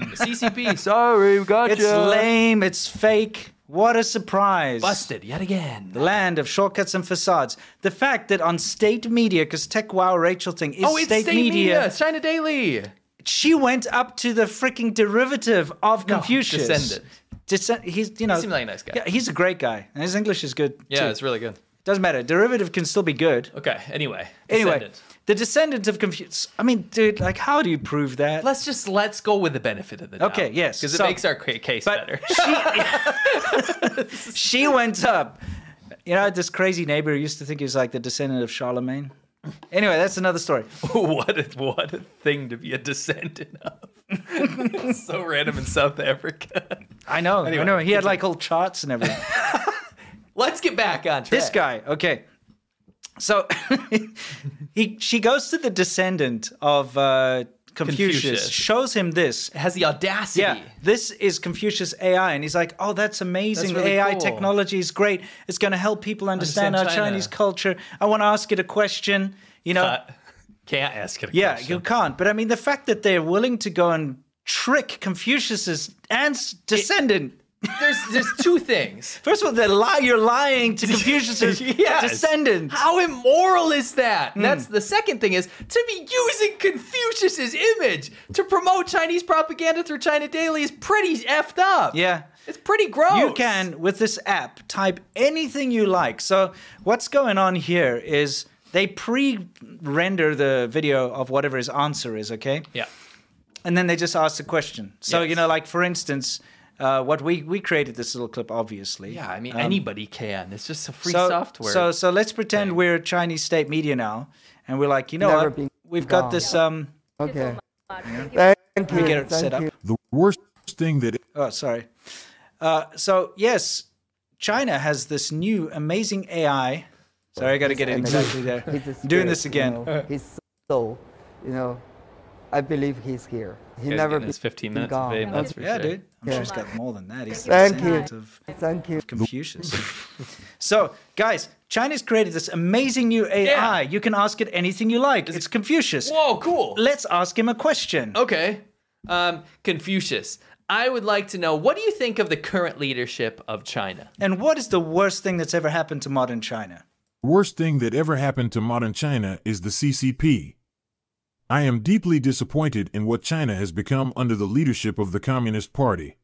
B: CCP, sorry, we got
A: It's lame. It's fake. What a surprise!
B: Busted yet again.
A: The land of shortcuts and facades. The fact that on state media, because Tech Wow Rachel thing is
B: oh, it's
A: state, media,
B: It's China Daily.
A: she went up to the freaking derivative of
B: No,
A: Confucius.
B: descendant.
A: Descend- he's you know
B: He seemed like a nice guy.
A: Yeah, he's a great guy, and his English is good.
B: Yeah,
A: too.
B: it's really good.
A: doesn't matter. Derivative can still be good.
B: Okay, anyway.
A: Anyway,
B: Descendant.
A: the descendant of Confucius. I mean, dude, like, how do you prove that?
B: Let's just let's go with the benefit of the doubt.
A: Okay, yes,
B: because it
A: so-
B: makes our ca- case better.
A: she went up. You know, this crazy neighbor who used to think he was like the descendant of Charlemagne. Anyway, that's another story.
B: what a what a thing to be a descendant of. It's so random in South Africa.
A: I know. I know. He had like whole charts and everything.
B: Let's get back on track.
A: this guy okay so he she goes to the descendant of uh confucius,
B: Confucius.
A: shows him this
B: has the audacity.
A: yeah this is confucius ai and he's like oh that's amazing
B: That's really
A: ai
B: cool.
A: technology is great it's going to help people understand,
B: Understand
A: our
B: China.
A: chinese culture i want to ask it a question you know
B: Uh, can't ask it. A
A: yeah
B: question.
A: you can't but i mean the fact that they're willing to go and trick confucius's ans descendant
B: There's there's two things.
A: First of all, they're li- you're lying to Confucius's
B: Yes.
A: descendant.
B: How immoral is that?
A: Hmm.
B: And That's the second thing is to be using Confucius's image to promote Chinese propaganda through China Daily is pretty effed up.
A: Yeah.
B: It's pretty gross.
A: You can, with this app, type anything you like. So, what's going on here is they pre render the video of whatever his answer is, okay?
B: Yeah.
A: And then they just ask the question. So, you
B: Yes.
A: know, like for instance, uh, what we, we created this little clip, obviously.
B: Yeah, I mean
A: Um,
B: anybody can. It's just a free
A: so,
B: software.
A: So, so let's pretend we're Chinese state media now, and we're like, you know
J: Never
A: what?
J: been
A: We've got
J: gone.
A: this. Um,
J: Okay.
K: Much. Thank you.
J: Thank you.
A: we get it
J: Thank
A: set up.
J: you.
I: The worst thing that
A: Oh, sorry. Uh, so yes, China has this new amazing AI. Sorry, I got to get it exactly there.
J: He's a
A: Doing
J: spirit,
A: this again.
J: You know, his soul, you know, I believe he's here. He never
B: never
J: be
B: his 15
J: been
B: minutes
J: gone.
B: of fame. That's for
A: yeah,
B: sure.
A: dude. I'm sure he's
K: Yeah.
A: got more than that. He's the
J: Thank
A: descendant
J: you.
A: of
J: Thank you.
A: Confucius. so, guys, China's created this amazing new AI. You can ask it anything you like. It's Confucius.
B: Whoa, cool.
A: Let's ask him a question.
B: Okay. Um, Confucius, I would like to know what do you think of the current leadership of China?
A: And what is the worst thing that's ever happened to modern China?
I: Worst thing that ever happened to modern China is the CCP. I am deeply disappointed in what China has become under the leadership of the Communist Party.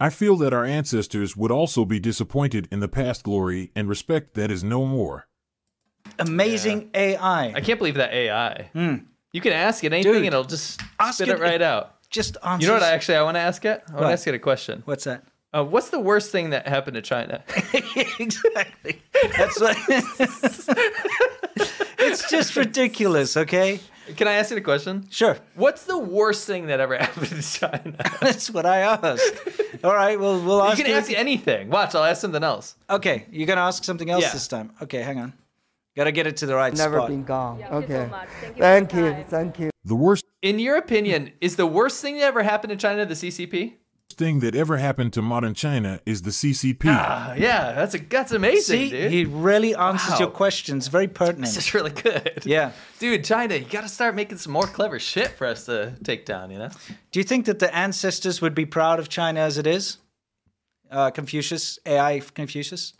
I: I feel that our ancestors would also be disappointed in the past glory and respect that is no more.
A: Amazing AI.
B: I can't believe that AI.
A: Mm.
B: You can ask it anything
A: Dude,
B: and it'll just
A: ask
B: spit
A: it-
B: Hmm. it, right out.
A: Just answers.
B: You know what? I actually I want to ask it. I want
A: What?
B: to ask it a question.
A: What's that?
B: Uh, what's the worst thing that happened to China?
A: exactly. That's what. it's just ridiculous. Okay.
B: Can I ask you a question?
A: Sure.
B: What's the worst thing that ever happened to China?
A: That's what I asked. All right. Well, we'll
B: you
A: ask.
B: can
A: you-
B: ask anything. Watch, I'll ask something else.
A: Okay, you're gonna ask something else
B: Yeah.
A: this time. Okay, hang on. Gotta get it to the right
J: Never
A: spot.
J: been gone.
K: Yeah, thank you so
J: okay.
K: much. Thank you for
J: Thank
K: your
J: you.
K: time.
J: Thank you.
I: The worst
B: In your opinion, is the worst thing that ever happened to China the CCP?
I: thing that ever happened to modern China is the CCP.
B: Ah, yeah, that's a that's amazing,
A: See,
B: dude.
A: he really answers your
B: Wow.
A: questions. Very pertinent.
B: This is really good.
A: yeah.
B: Dude, China, you got to start making some more clever shit for us to take down, you know?
A: Do you think that the ancestors would be proud of China as it is? Uh, Confucius, AI Confucius.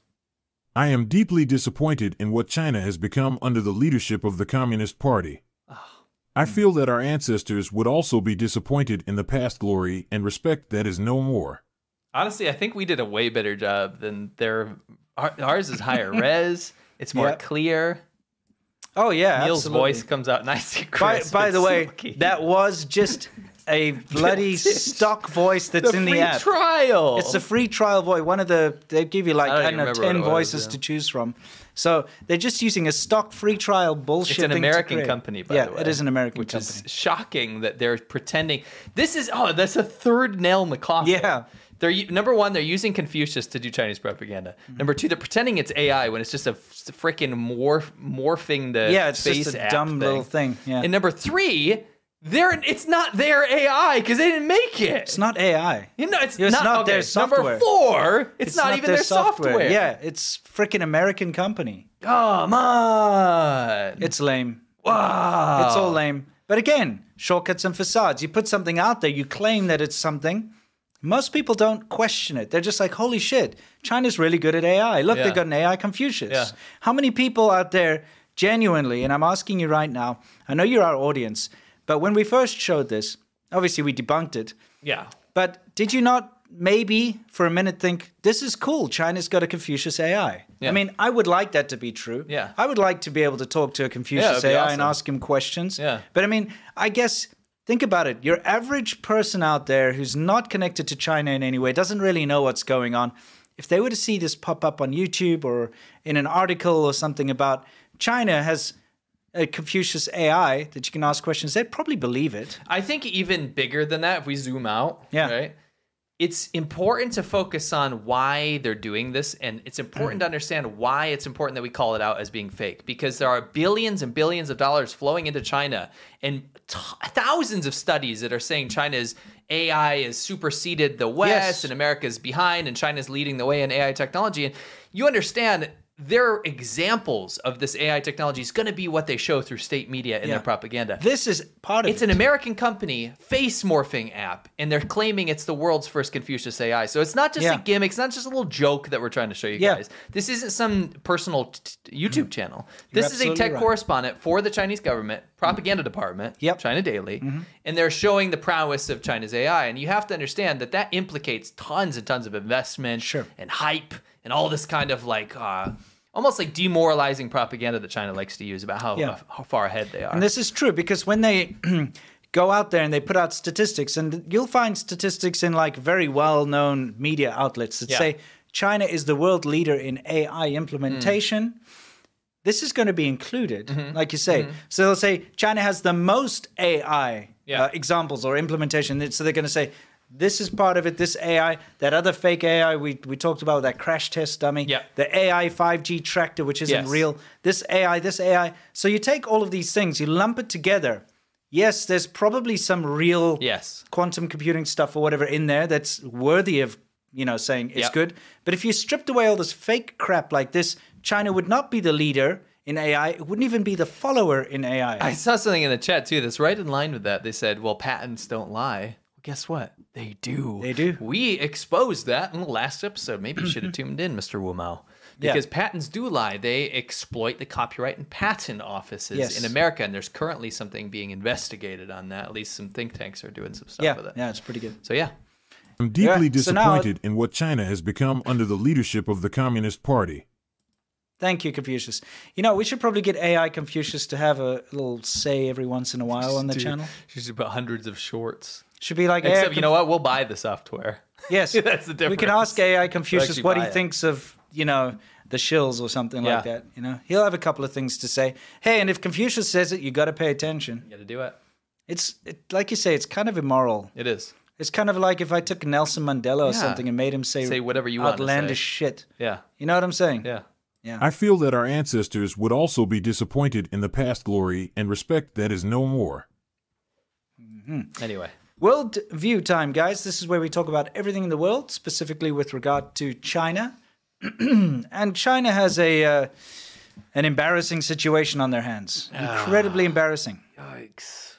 I: I am deeply disappointed in what China has become under the leadership of the Communist Party.
A: Ah,
I: I
A: hmm.
I: feel that our ancestors would also be disappointed in the past glory and respect that is no more.
B: Honestly, I think we did a way better job than their our- ours is higher res, it's more
A: Yep.
B: clear.
A: Oh yeah,
B: Neil's
A: absolutely.
B: voice comes out nice and
A: By,
B: crisp.
A: by
B: It's
A: the way,
B: silky.
A: that was just a bloody stock voice that's in the
B: free
A: app.
B: trial.
A: It's a free trial voice. One of the they give you like
B: Um, I don't
A: I
B: even
A: don't know
B: remember what
A: ten
B: it was,
A: voices
B: yeah.
A: to choose from. So they're just using a stock free trial bullshit.
B: It's an
A: thing to
B: American
A: create.
B: company, by
A: yeah,
B: the way.
A: it is an American
B: which
A: company.
B: is shocking that they're pretending. This is oh, that's a third nail in the coffin.
A: Yeah.
B: They're u- number one, they're using Confucius to do Chinese propaganda.
A: Mm-hmm.
B: Number two, they're pretending it's AI when it's just a freaking morph morphing the
A: Yeah, it's
B: face
A: just a
B: app
A: dumb little thing, yeah.
B: And number three, they're it's not their AI because they didn't make it.
A: It's not AI.
B: You know, it's,
A: It's
B: not,
A: not their
B: okay,
A: software.
B: Number four, it's, not, even their, software.
A: Yeah, it's freaking American company.
B: Come on.
A: It's lame.
B: wow.
A: It's all lame. But again, shortcuts and facades. You put something out there, you claim that it's something. Most people don't question it. They're just like, holy shit, China's really good at AI. Look,
B: Yeah.
A: they've got an AI Confucius.
B: Yeah.
A: How many people out there genuinely, and I'm asking you right now, I know you're our audience, but when we first showed this, obviously we debunked it,
B: Yeah.
A: but did you not maybe for a minute think, this is cool, China's got a Confucius AI?
B: Yeah.
A: I mean, I would like that to be true.
B: Yeah.
A: I would like to be able to talk to a
B: Yeah,
A: Confucius
B: it'd be
A: AI
B: awesome.
A: and ask him questions.
B: Yeah.
A: But I mean, I guess think about it. Your average person out there who's not connected to China in any way doesn't really know what's going on. If they were to see this pop up on YouTube or in an article or something about China has a Confucius AI that you can ask questions, they'd probably believe it.
B: I think even bigger than that, if we zoom out,
A: Yeah.
B: right? It's important to focus on why they're doing this, and it's important to
A: Mm-hmm.
B: understand why it's important that we call it out as being fake because there are billions and billions of dollars flowing into China, and t- thousands of studies that are saying China's AI has superseded the West,
A: Yes.
B: and America's behind, and China's leading the way in AI technology. And you understand their examples of this AI technology is going to be what they show through state media and
A: Yeah.
B: their propaganda.
A: This is part of
B: It's
A: it.
B: an American company face morphing app, and they're claiming it's the world's first Confucius AI. So it's not just
A: Yeah.
B: a gimmick. It's not just a little joke that we're trying to show you
A: Yeah. Mm.
B: guys. This isn't some personal t- t- YouTube channel. This is a
A: absolutely
B: tech
A: right.
B: correspondent for the Chinese government propaganda department,
A: Yep. Mm-hmm.
B: China Daily, and they're showing the prowess of China's AI. And you have to understand that that implicates tons and tons of investment
A: Sure.
B: and hype and all this kind of like. Uh, Almost like demoralizing propaganda that China likes to use about how,
A: Yeah.
B: how far ahead they are.
A: And this is true because when they go out there and they put out statistics, and you'll find statistics in like very well known media outlets that
B: Yeah.
A: say China is the world leader in AI
B: Mm.
A: implementation. This is going to be included,
B: Mm-hmm.
A: like you say. So they'll say China has the most AI
B: Yeah.
A: uh, examples or implementation. So they're going to say, this is part of it. This AI, that other fake AI we, we talked about, that crash test dummy,
B: Yeah.
A: the AI 5G tractor, which isn't
B: Yes.
A: real, this AI, this AI. So you take all of these things, you lump it together. Yes, there's probably some real
B: Yes.
A: quantum computing stuff or whatever in there that's worthy of, you know, saying it's
B: Yep.
A: good. But if you stripped away all this fake crap like this, China would not be the leader in AI. It wouldn't even be the follower in AI.
B: I saw something in the chat too that's right in line with that. They said, "Well, patents don't lie." guess what? They do.
A: They do.
B: We exposed that in the last episode. Maybe you should have tuned in, Mr. Wu Mao.
A: Yeah.
B: Because patents do lie. They exploit the copyright and patent offices
A: Yes.
B: in America, and there's currently something being investigated on that. At least some think tanks are doing some stuff
A: yeah,
B: with it.
A: yeah, it's pretty good.
B: So yeah,
I: I'm deeply
A: Yeah, so now-
I: disappointed in what China has become under the leadership of the Communist Party.
A: Thank you, Confucius. You know, we should probably get AI Confucius to have a little say every once in a while on the
B: Dude,
A: channel.
B: She should put hundreds of shorts.
A: Should be like,
B: Except,
A: AI
B: you know what? We'll buy the software.
A: Yes,
B: That's the
A: We can
B: difference.
A: ask AI Confucius
B: actually
A: what he
B: buy it.
A: thinks of you know the shills or something like
B: Yeah.
A: that. You know, he'll have a couple of things to say. Hey, and if Confucius says it, you got to pay attention.
B: You got to do it.
A: It's it, like you say, it's kind of immoral.
B: It is.
A: It's kind of like if I took Nelson Mandela or
B: Yeah.
A: something and made him say
B: Say whatever you want to say.
A: outlandish shit.
B: Yeah.
A: You know what I'm saying?
B: Yeah.
I: I feel that our ancestors would also be disappointed in the past glory and respect that is no more.
B: Anyway.
A: World View Time, guys. This is where we talk about everything in the world, specifically with regard to China. and China has a uh, an embarrassing situation on their hands. Incredibly embarrassing.
B: Ah. Yikes.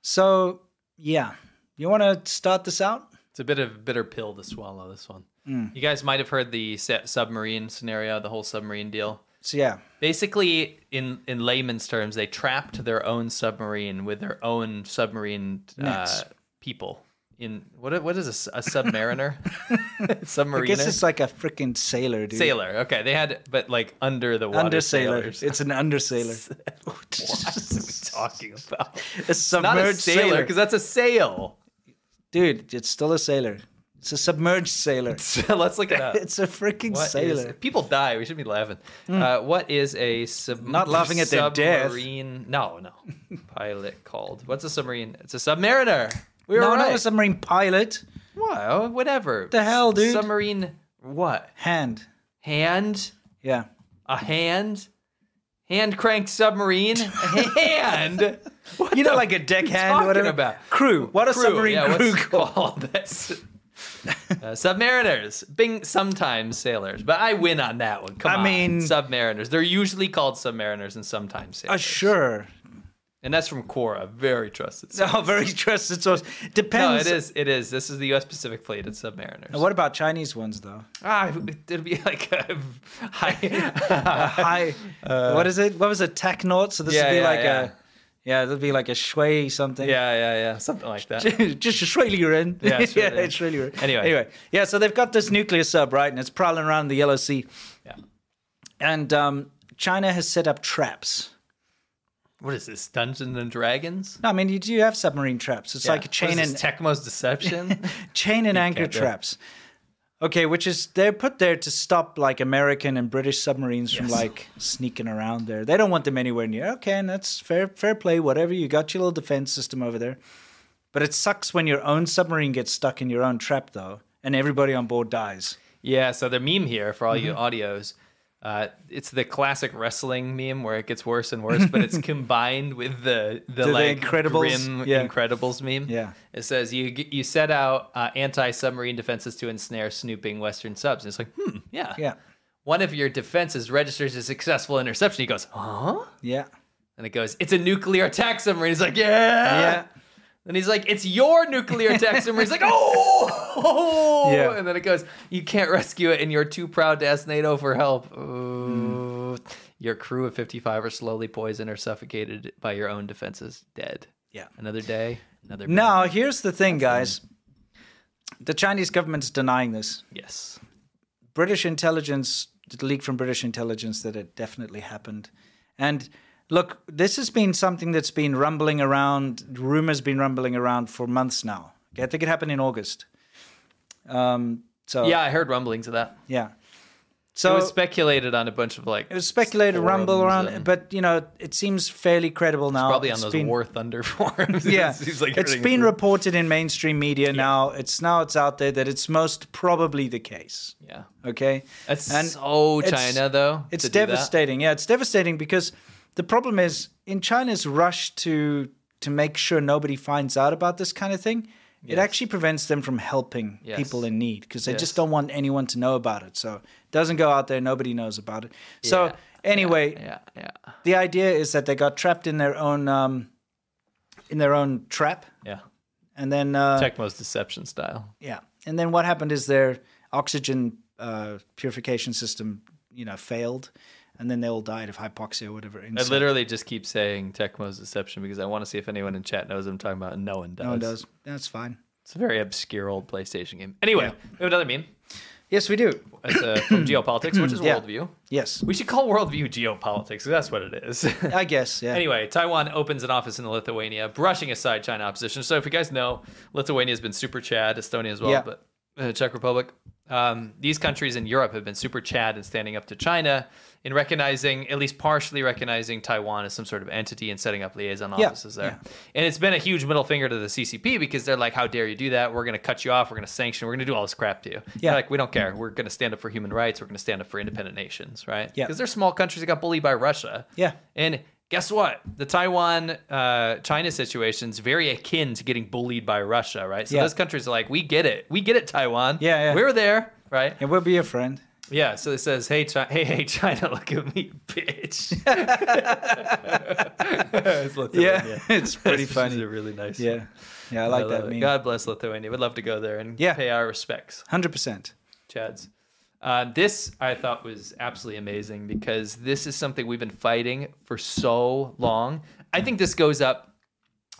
A: So, yeah. You want to start this out?
B: It's a bit of a bitter pill to swallow, this one.
A: Mm.
B: You guys might have heard the se- submarine scenario, the whole submarine deal.
A: So, yeah.
B: Basically, in, in layman's terms, they trapped their own submarine with their own submarine uh,
A: Nets.
B: people. In what what is a, s- a submariner?
A: I
B: submariner?
A: guess it's like a freaking sailor, dude.
B: sailor. Okay, they had but like under the water
A: Under sailor.
B: sailors.
A: It's an under sailor.
B: what are we talking about?
A: a
B: Not a
A: submerged
B: sailor
A: sailor.
B: because that's a sail.
A: Dude, it's still a sailor. It's a submerged sailor.
B: Let's look it up.
A: it's a freaking
B: What is-
A: sailor. Hmm.
B: if people die. We should be laughing. Uh, what is a sub-
A: Not laughing at their death.
B: submarine? No, no. Pilot called. What's a submarine? It's a submariner. We were
A: no,
B: right.
A: not a submarine pilot.
B: What? Oh, Whatever.
A: The hell, dude?
B: Submarine. What?
A: Hand.
B: Hand?
A: Yeah.
B: A hand? Hand cranked submarine? hand? What
A: You know,
B: the
A: like a
B: f-
A: deckhand
B: you
A: or whatever.
B: talking about?
A: Crew. What a
B: Crew,
A: submarine
B: yeah,
A: crew
B: what's
A: called.
B: called? That's uh, submariners. Bing sometimes sailors, but I win on that one. Come
A: I
B: on,
A: mean-
B: submariners. They're usually called submariners and sometimes
A: Uh,
B: sailors.
A: sure.
B: and that's from Quora, very trusted. source.
A: Oh, very trusted source.
B: No,
A: Depends.
B: it is. It is. This is the U.S. Pacific Fleet. It's submariners.
A: What about Chinese ones though?
B: Ah, it'd be like a high.
A: Hi. what is it? What was it? Technaut. So this
B: Uh, Yeah,
A: would be
B: yeah,
A: like
B: yeah.
A: a. Yeah, it'd be like a shui something.
B: yeah, yeah, yeah, something like that.
A: just a Schwelieren.
B: Yeah, it's
A: yeah,
B: really-
A: it's Schwelieren.
B: Anyway.
A: anyway, yeah. So they've got this nuclear sub, right, and it's prowling around the Yellow Sea.
B: Yeah.
A: And um, China has set up traps.
B: What is this? Dungeons and Dragons?
A: No, I mean you do have submarine traps. It's like a chain and
B: Tecmo's Deception.
A: chain and anchor
B: can't do it.
A: traps. Okay, which is they're put there to stop like American and British submarines from
B: Yes.
A: like sneaking around there. They don't want them anywhere near. Okay, and that's fair fair play, whatever. You got your little defense system over there. But it sucks when your own submarine gets stuck in your own trap though, and everybody on board dies.
B: yeah, so the meme here for all you
A: Mm-hmm.
B: audios, uh, it's the classic wrestling meme where it gets worse and worse, but it's combined with the the,
A: The- the
B: like
A: Incredibles,
B: grim
A: yeah.
B: Incredibles meme.
A: Yeah.
B: it says you g- you set out uh, anti submarine defenses to ensnare snooping Western subs. And it's like, hmm, yeah,
A: Yeah.
B: One of your defenses registers a successful interception. He goes, huh?
A: Yeah.
B: And it goes, it's a nuclear attack submarine. He's like, yeah,
A: Yeah.
B: And he's like, "It's your nuclear attack submarine." He's like, "Oh!"
A: Yeah.
B: And then it goes, "You can't rescue it, and you're too proud to ask NATO for help."
A: Hmm.
B: Ooh. Your crew of 55 are slowly poisoned or suffocated by your own defenses. Dead.
A: Yeah.
B: Another day. Another.
A: Now here's the thing, guys. The Chinese government's denying this.
B: bit. Yes.
A: British intelligence, the leak from British intelligence that it definitely happened. And look, this has been something that's been rumbling around, rumors been rumbling around for months now. Okay, I think it happened in August. Um, so
B: Yeah, I heard rumblings of that.
A: yeah.
B: it
A: So
B: was speculated on a bunch of like.
A: it was speculated, rumble around,
B: forums and-
A: but you know, it seems fairly credible now.
B: probably on
A: It's
B: those
A: been-
B: War Thunder forums.
A: yeah,
B: It seems like
A: it's
B: everything
A: been
B: is-
A: reported in mainstream media now. It's now it's out there that it's most probably the case.
B: Yeah.
A: Okay.
B: That's
A: And
B: so
A: it's-
B: China though.
A: It's
B: to do that.
A: devastating. Yeah, it's devastating because the problem is in China's rush to to make sure nobody finds out about this kind of thing, it actually prevents them from helping
B: Yes.
A: people in need because they
B: Yes.
A: just don't want anyone to know about it. So it doesn't go out there, nobody knows about it. So
B: Yeah.
A: anyway,
B: Yeah, yeah.
A: the idea is that they got trapped in their own um, in their own trap
B: Yeah.
A: And then uh,
B: Tecmo's deception style.
A: Yeah. And then what happened is their oxygen uh, purification system, you know, failed. And then they all died of hypoxia or whatever.
B: I literally just keep saying Tecmo's deception because I want to see if anyone in chat knows what I'm talking about. And no one does.
A: No one does. That's fine.
B: It's a very obscure old PlayStation game. Anyway,
A: Yeah.
B: we have another meme.
A: Yes, we do.
B: It's uh, from Geopolitics, which is
A: Yeah.
B: Worldview.
A: Yes.
B: We should call Worldview Geopolitics because that's what it is.
A: I guess, yeah.
B: Anyway, Taiwan opens an office in Lithuania, brushing aside China opposition. So, if you guys know, Lithuania has been super Chad, Estonia as well,
A: Yeah.
B: but uh, Czech Republic. Um, these countries in Europe have been super Chad in standing up to China in recognizing, at least partially recognizing Taiwan as some sort of entity and setting up liaison
A: Yeah,
B: offices there. And it's been a huge middle finger to the CCP because they're like, how dare you do that? We're going to cut you off. We're going to sanction. We're going to do all this crap to you. They're
A: Yeah.
B: Like, we don't care. We're going to stand up for human rights. We're going to stand up for independent nations, right?
A: Yeah.
B: Because they're small countries that got bullied by Russia.
A: Yeah.
B: And guess what? The Taiwan uh, China situation is very akin to getting bullied by Russia, right? So
A: Yeah.
B: those countries are like, we get it. We get it, Taiwan.
A: Yeah, yeah.
B: We're there, right?
A: And we'll be your friend.
B: Yeah. So it says, hey, Chi- hey, hey, China, look at me, bitch. It's Lithuania.
A: it's pretty
B: This
A: funny.
B: is a really nice. one.
A: Yeah. Yeah, I like
B: love
A: that
B: it.
A: meme.
B: God bless Lithuania. We'd love to go there and
A: Yeah.
B: pay our respects.
A: 100%.
B: Chads. Uh, this I thought was absolutely amazing because this is something we've been fighting for so long. I think this goes up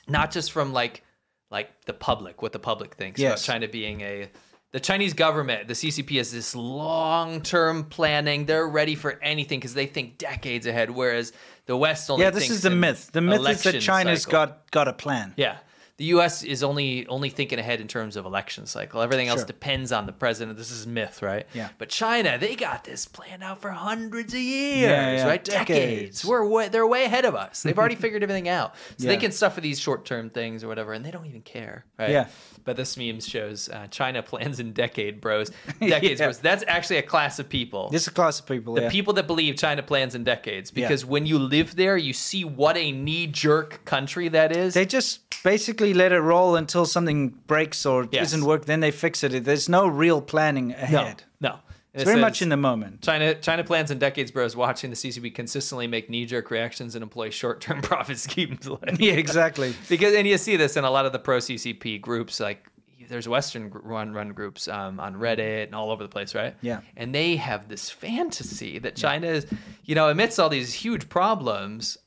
B: not just from like like the public, what the public thinks
A: Yes.
B: about China being a the Chinese government, the CCP has this long-term planning. They're ready for anything because they think decades ahead, whereas the West only
A: Yeah, this
B: thinks
A: is the
B: in
A: myth. The myth is that
B: election
A: China's
B: cycle.
A: got got a plan.
B: Yeah. The US is only only thinking ahead in terms of election cycle. Everything else
A: Sure.
B: depends on the president. This is myth, right?
A: Yeah.
B: But China, they got this planned out for hundreds of years,
A: Yeah, yeah,
B: right? Decades.
A: decades.
B: We're way, they're way ahead of us. They've already figured everything out. So they
A: Yeah.
B: can suffer these short-term things or whatever and they don't even care, right?
A: Yeah.
B: But this meme shows uh, China plans in decade bros. Decades bros. That's actually a class of people.
A: This is a class of people.
B: The
A: yeah.
B: people that believe China plans in decades,
A: Yeah.
B: because when you live there, you see what a knee-jerk country that is.
A: They just basically let it roll until something breaks or
B: Yes.
A: doesn't work. Then they fix it. There's no real planning ahead.
B: No, no.
A: It's very much in the moment.
B: China, China plans and decades, bros. Watching the CCP consistently make knee-jerk reactions and employ short-term profit schemes. Like,
A: Yeah, exactly.
B: because and you see this in a lot of the pro CCP groups, like there's Western gr- run run groups um, on Reddit and all over the place, right?
A: Yeah.
B: And they have this fantasy that China is, you know, amidst all these huge problems.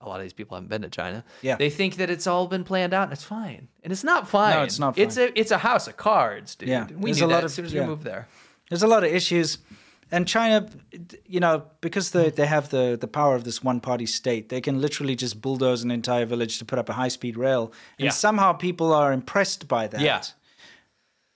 B: A lot of these people haven't been to China.
A: Yeah.
B: They think that it's all been planned out and it's fine. And it's not fine.
A: it's not
B: It's a it's a house of cards, dude.
A: Yeah.
B: We
A: There's
B: knew
A: a
B: that
A: lot
B: as
A: of-
B: soon as
A: yeah.
B: we moved there.
A: There's a lot of issues. And China, you know, because they, they have the, the power of this one party state, they can literally just bulldoze an entire village to put up a high speed rail. And
B: Yeah.
A: somehow people are impressed by that.
B: Yeah.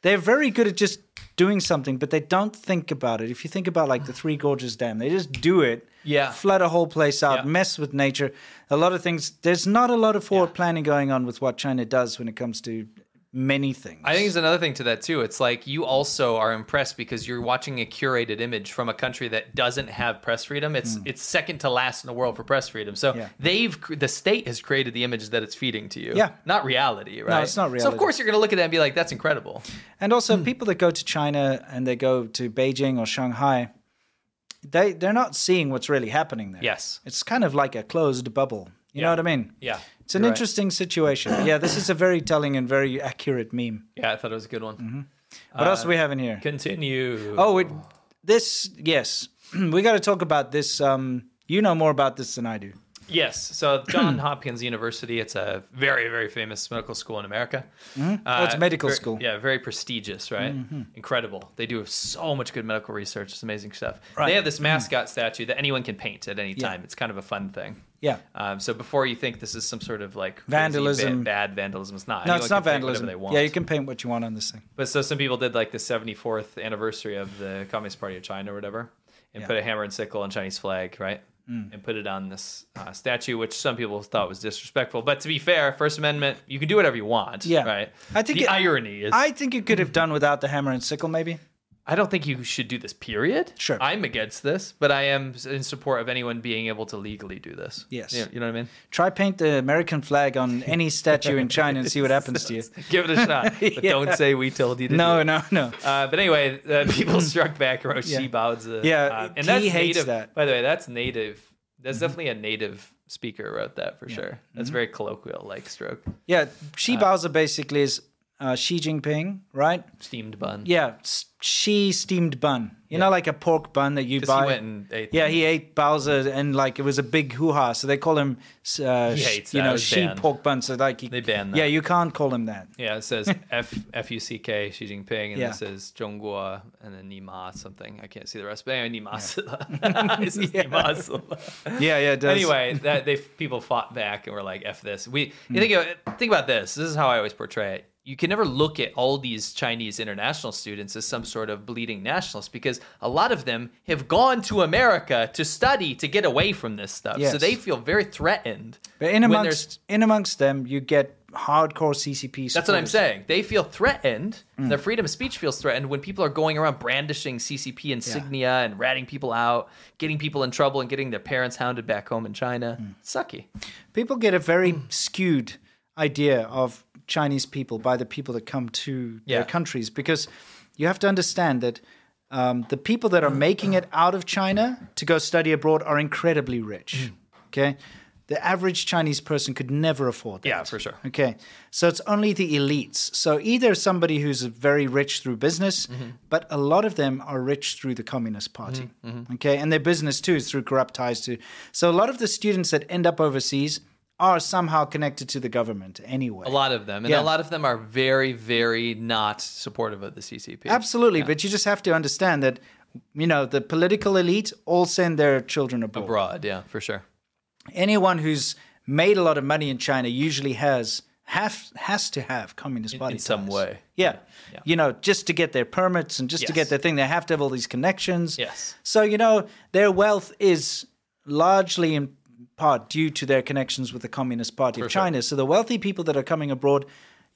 A: They're very good at just doing something, but they don't think about it. If you think about like the Three Gorges Dam, they just do it.
B: Yeah.
A: Flood a whole place out,
B: Yeah.
A: mess with nature. A lot of things. There's not a lot of forward planning going on with what China does when it comes to many things.
B: I think there's another thing to that too. It's like you also are impressed because you're watching a curated image from a country that doesn't have press freedom. It's it's second to last in the world for press freedom. So
A: Mm. Yeah.
B: they've cr- the state has created the image that it's feeding to you.
A: Yeah.
B: not reality, right?
A: it's not
B: So of
A: reality.
B: course you're gonna look at that and be like, "That's incredible."
A: And
B: Hmm.
A: also, people that go to China and they go to Beijing or Shanghai, they they're not seeing what's really happening there.
B: Yes.
A: it's kind of like a closed bubble. You
B: Yeah.
A: know what I mean?
B: Yeah,
A: it's an
B: you're right.
A: interesting situation. Yeah, this is a very telling and very accurate meme.
B: Yeah, I thought it was a good one.
A: What
B: Uh,
A: else do we have in here?
B: Continue.
A: Mm-hmm. Oh, it, this yes, we got to talk about this. Um, you know more about this than I do.
B: Yes. So John Hopkins University, it's a very, very famous medical school in America. Uh,
A: Oh, it's a medical
B: ver-
A: school. Mm-hmm.
B: Yeah, very prestigious, right? Incredible. They do so much good medical research. It's amazing stuff. They have this
A: Mm-hmm.
B: mascot statue that anyone can paint at any time. It's kind of a fun thing.
A: Yeah.
B: Um, so before you think this is some sort of like crazy
A: Vandalism.
B: ba- bad vandalism, it's not.
A: No,
B: Anyone
A: it's
B: can
A: not
B: paint
A: vandalism.
B: Whatever they want.
A: Yeah, you can paint what you want on this thing.
B: But so some people did like the 74th anniversary of the Communist Party of China or whatever, and
A: Yeah. Mm.
B: put a hammer and sickle and Chinese flag, right? And put it on this uh, statue, which some people thought was disrespectful. But to be fair, First Amendment, you can do whatever you want,
A: Yeah.
B: right?
A: I think
B: the
A: it-
B: irony is,
A: I
B: I,
A: think you could have done without the hammer and sickle, maybe.
B: don't think you should do this. Period.
A: Sure.
B: I'm against this, but I am in support of anyone being able to legally do this.
A: Yes.
B: you know, you know what I mean.
A: Try paint the American flag on any statue in China and see what happens to you.
B: Give it a shot, but
A: Yeah.
B: don't say we told you to. do
A: No,
B: it.
A: no, no.
B: Uh, but anyway, uh, people struck back around
A: Yeah.
B: Shibao's. Uh,
A: Yeah,
B: uh,
A: he
B: and that's
A: hates
B: native.
A: that. Mm-hmm.
B: By the way, that's native. That's definitely a native speaker wrote that for sure. That's very colloquial, like stroke.
A: Yeah,
B: Ah.
A: Xi Bowser basically is uh, Xi Jinping, right?
B: Steamed bun.
A: Yeah, s- Xi steamed bun. You know, like a pork bun that you
B: 'Cause he
A: buy.
B: went and ate
A: yeah,
B: them.
A: he ate Bowser, and like it was a big hoo ha. So they call him, uh,
B: He
A: sh-
B: hates
A: you
B: that. It
A: know,
B: was
A: Xi
B: banned.
A: pork bun. So like, he,
B: They banned that.
A: Yeah, you can't call him that.
B: Yeah, it says F F U C K Xi Jinping, and
A: Yeah.
B: it says Zhongguo, and then Nima something. I can't see the rest, but anyway, Nima. It says Nima.
A: Yeah, yeah, it does.
B: Anyway, that they people fought back and were like, "F this." We you think of, think about this. This is how I always portray it. You can never look at all these Chinese international students as some sort of bleeding nationalists because a lot of them have gone to America to study to get away from this stuff. So
A: Yes.
B: they feel very threatened.
A: But in
B: when they're
A: amongst in amongst them, you get hardcore CCP.
B: That's what I'm
A: supporters.
B: saying. They feel threatened.
A: Mm.
B: Their freedom of speech feels threatened when people are going around brandishing CCP insignia and ratting people out, getting people in trouble, and getting their parents hounded back home in China.
A: Mm.
B: Sucky.
A: People get a very skewed idea of Chinese people by the people that come to
B: Yeah.
A: their countries because you have to understand that um, the people that are making it out of China to go study abroad are incredibly rich. Okay. The average Chinese person could never afford that.
B: Yeah, for sure.
A: Okay. So it's only the elites. So either somebody who's very rich through business,
B: Mm-hmm.
A: but a lot of them are rich through the Communist Party.
B: Mm-hmm,
A: Okay. And their business too is through corrupt ties to. So a lot of the students that end up overseas are somehow connected to the government anyway.
B: A lot of them, and
A: Yeah.
B: a lot of them are very, very not supportive of the CCP.
A: Absolutely. But you just have to understand that, you know, the political elite all send their children
B: Abroad, yeah, for sure.
A: anyone who's made a lot of money in China usually has have has to have Communist Party
B: in some
A: ties.
B: way.
A: Yeah. you know, just to get their permits and just to
B: Yes.
A: get their thing, they have to have all these connections.
B: Yes.
A: So you know, their wealth is largely in part due to their connections with the Communist Party of
B: sure.
A: China. So the wealthy people that are coming abroad.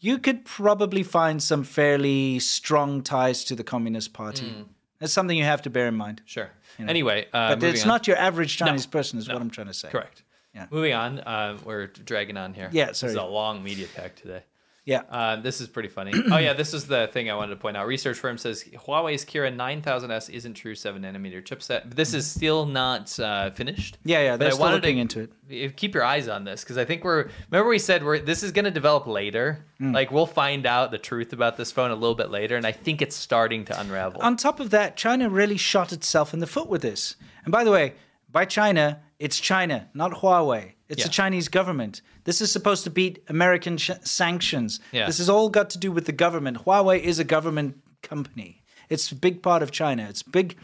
A: You could probably find some fairly strong ties to the Communist Party. That's something you have to bear in mind.
B: Sure. Anyway, Hmm. uh,
A: but
B: moving
A: it's
B: on.
A: not your average Chinese person, is what I'm trying to say.
B: correct. Moving on, uh, we're dragging on here.
A: Yeah,
B: This
A: sorry.
B: is a long media pack today.
A: Yeah.
B: Uh, this is pretty funny. oh yeah, this is the thing I wanted to point out. Research firm says Huawei's Kira 9000s isn't true seven nanometer chipset. This is still not uh, finished.
A: Yeah, yeah,
B: But
A: they're
B: I
A: still
B: wanted
A: looking
B: to-
A: into it.
B: if- Keep your eyes on this because I think we're. Remember we said we're. This is going to develop later.
A: Mm.
B: Like we'll find out the truth about this phone a little bit later, and I think it's starting to unravel.
A: On top of that, China really shot itself in the foot with this. And by the way, by China, it's China, not Huawei. It's the
B: Yeah.
A: Chinese government. This is supposed to beat American sh- sanctions.
B: Yeah.
A: This has all got to do with the government. Huawei is a government company. It's a big part of China. It's a big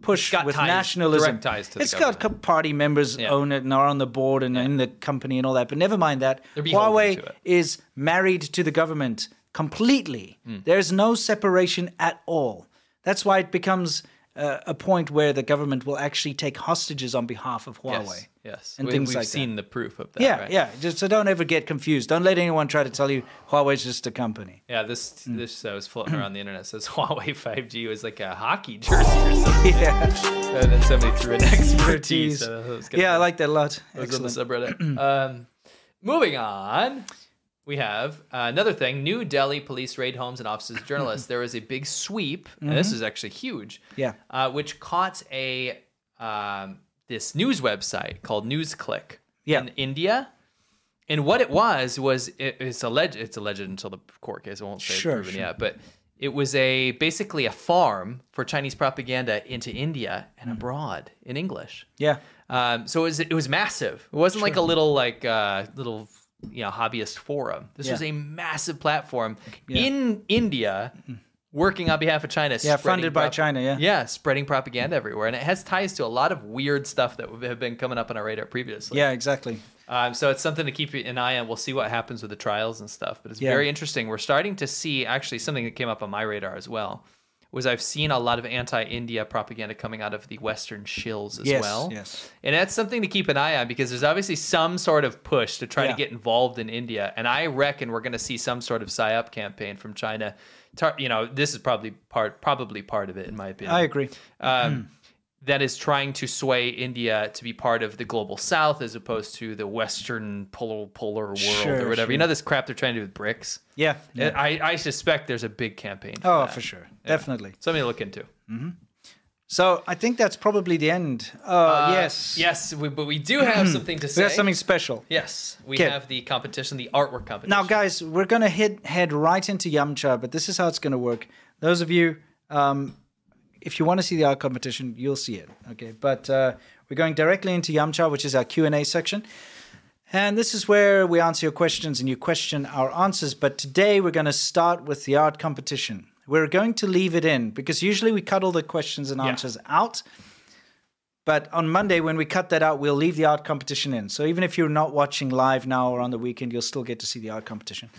A: push
B: got
A: with
B: ties-
A: nationalism.
B: direct ties to the
A: It's got co- party members own it and are on the board and in the company and all that. But never mind that.
B: They're beholden
A: Huawei
B: to it.
A: is married to the government completely.
B: Hmm.
A: There's no separation at all. That's why it becomes uh, a point where the government will actually take hostages on behalf of Huawei.
B: yes, yes.
A: and
B: we,
A: things
B: we've
A: like
B: seen
A: that.
B: the proof of that.
A: Yeah,
B: right?
A: yeah. Just, so don't ever get confused. Don't let anyone try to tell you Huawei's just a company.
B: Yeah, this this uh, was floating around the internet. It says Huawei 5G was like a hockey jersey or something. Yeah. And then somebody threw an expertise.
A: Expertise.
B: so that was kinda
A: Yeah, I
B: funny.
A: like that a lot.
B: It was on the
A: Excellent.
B: subreddit. um, moving on, we have uh, another thing. New Delhi police raid homes and offices of journalists. there was a big sweep, and this is actually huge.
A: Mm-hmm. Yeah.
B: uh, which caught a um, this news website called NewsClick
A: Yeah.
B: in India. And what it was was it, it's alleged it's alleged until the court case. I won't say
A: Sure,
B: proven
A: sure.
B: yet, but it was a basically a farm for Chinese propaganda into India and
A: Mm.
B: abroad in English.
A: Yeah.
B: Um, so it was, it was massive. It wasn't like a little like uh, little you know hobbyist forum. This
A: Yeah.
B: was a massive platform in India, working on behalf of China.
A: Yeah,
B: spreading
A: funded by China, yeah.
B: yeah, spreading propaganda everywhere, and it has ties to a lot of weird stuff that have been coming up on our radar previously.
A: Yeah, exactly.
B: Um, so it's something to keep an eye on. We'll see what happens with the trials and stuff, but it's
A: Yeah.
B: very interesting. We're starting to see actually something that came up on my radar as well. Was I've seen a lot of anti-India propaganda coming out of the Western shills as
A: Yes,
B: well,
A: yes.
B: and that's something to keep an eye on because there's obviously some sort of push to try
A: Yeah.
B: to get involved in India, and I reckon we're going to see some sort of psyop campaign from China. Tar- you know, this is probably part, probably part of it, in my opinion
A: I agree.
B: um, that is trying to sway India to be part of the global South as opposed to the Western polar polar world
A: Sure,
B: or whatever. You
A: sure.
B: know this crap they're trying to do with BRICS.
A: Yeah. yeah.
B: I, I suspect there's a big campaign.
A: oh,
B: that.
A: for sure. Definitely.
B: Something to look into.
A: So I think that's probably the end. Uh, yes.
B: Yes, Eh? we, but we do have something to say.
A: We have something special.
B: Yes, we
A: Okay.
B: have the competition, the artwork competition.
A: Now, guys, we're going to hit head right into Yamcha, but this is how it's going to work. Those of you, um, if you want to see the art competition, you'll see it. Okay, but uh, we're going directly into Yamcha, which is our Q and A section, and this is where we answer your questions and you question our answers. But today we're going to start with the art competition. We're going to leave it in because usually we cut all the questions and answers out. But on Monday, when we cut that out, we'll leave the art competition in. So even if you're not watching live now or on the weekend, you'll still get to see the art competition.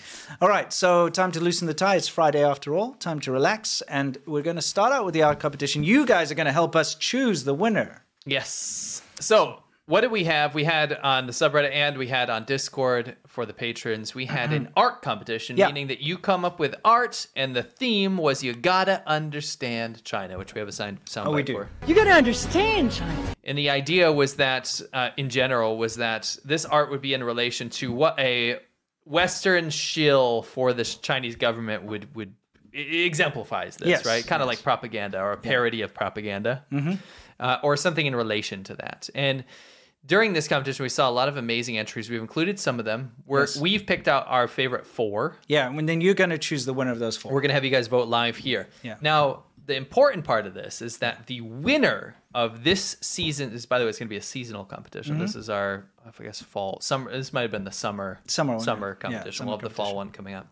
A: All right, so time to loosen the tie. It's Friday after all, time to relax. And we're going to start out with the art competition. You guys are going to help us choose the winner.
B: Yes. So, what did we have? We had on the subreddit and we had on Discord for the patrons, we had an art competition,
A: Mm-hmm. Yeah.
B: meaning that you come up with art, and the theme was you gotta understand China, which we have a sound, sound
A: Oh, we
B: bite
A: do.
B: for.
L: You gotta understand, China.
B: And the idea was that, uh, in general, was that this art would be in relation to what a Western shill for the Chinese government would would i- exemplifies this,
A: Yes,
B: right? Kind of like propaganda or a parody of propaganda,
A: Mhm.
B: uh, or something in relation to that. And during this competition, we saw a lot of amazing entries. We've included some of them. Where
A: Yes.
B: we've picked out our favorite four.
A: Yeah, and then you're going to choose the winner of those four.
B: We're going to have you guys vote live here.
A: Yeah.
B: Now, the important part of this is that the winner of this season is, by the way, it's going to be a seasonal competition.
A: Mhm.
B: This is our, I guess, fall summer. This might have been the summer
A: Summer one,
B: summer
A: yeah. Yeah,
B: competition.
A: summer
B: we'll have the fall one coming up.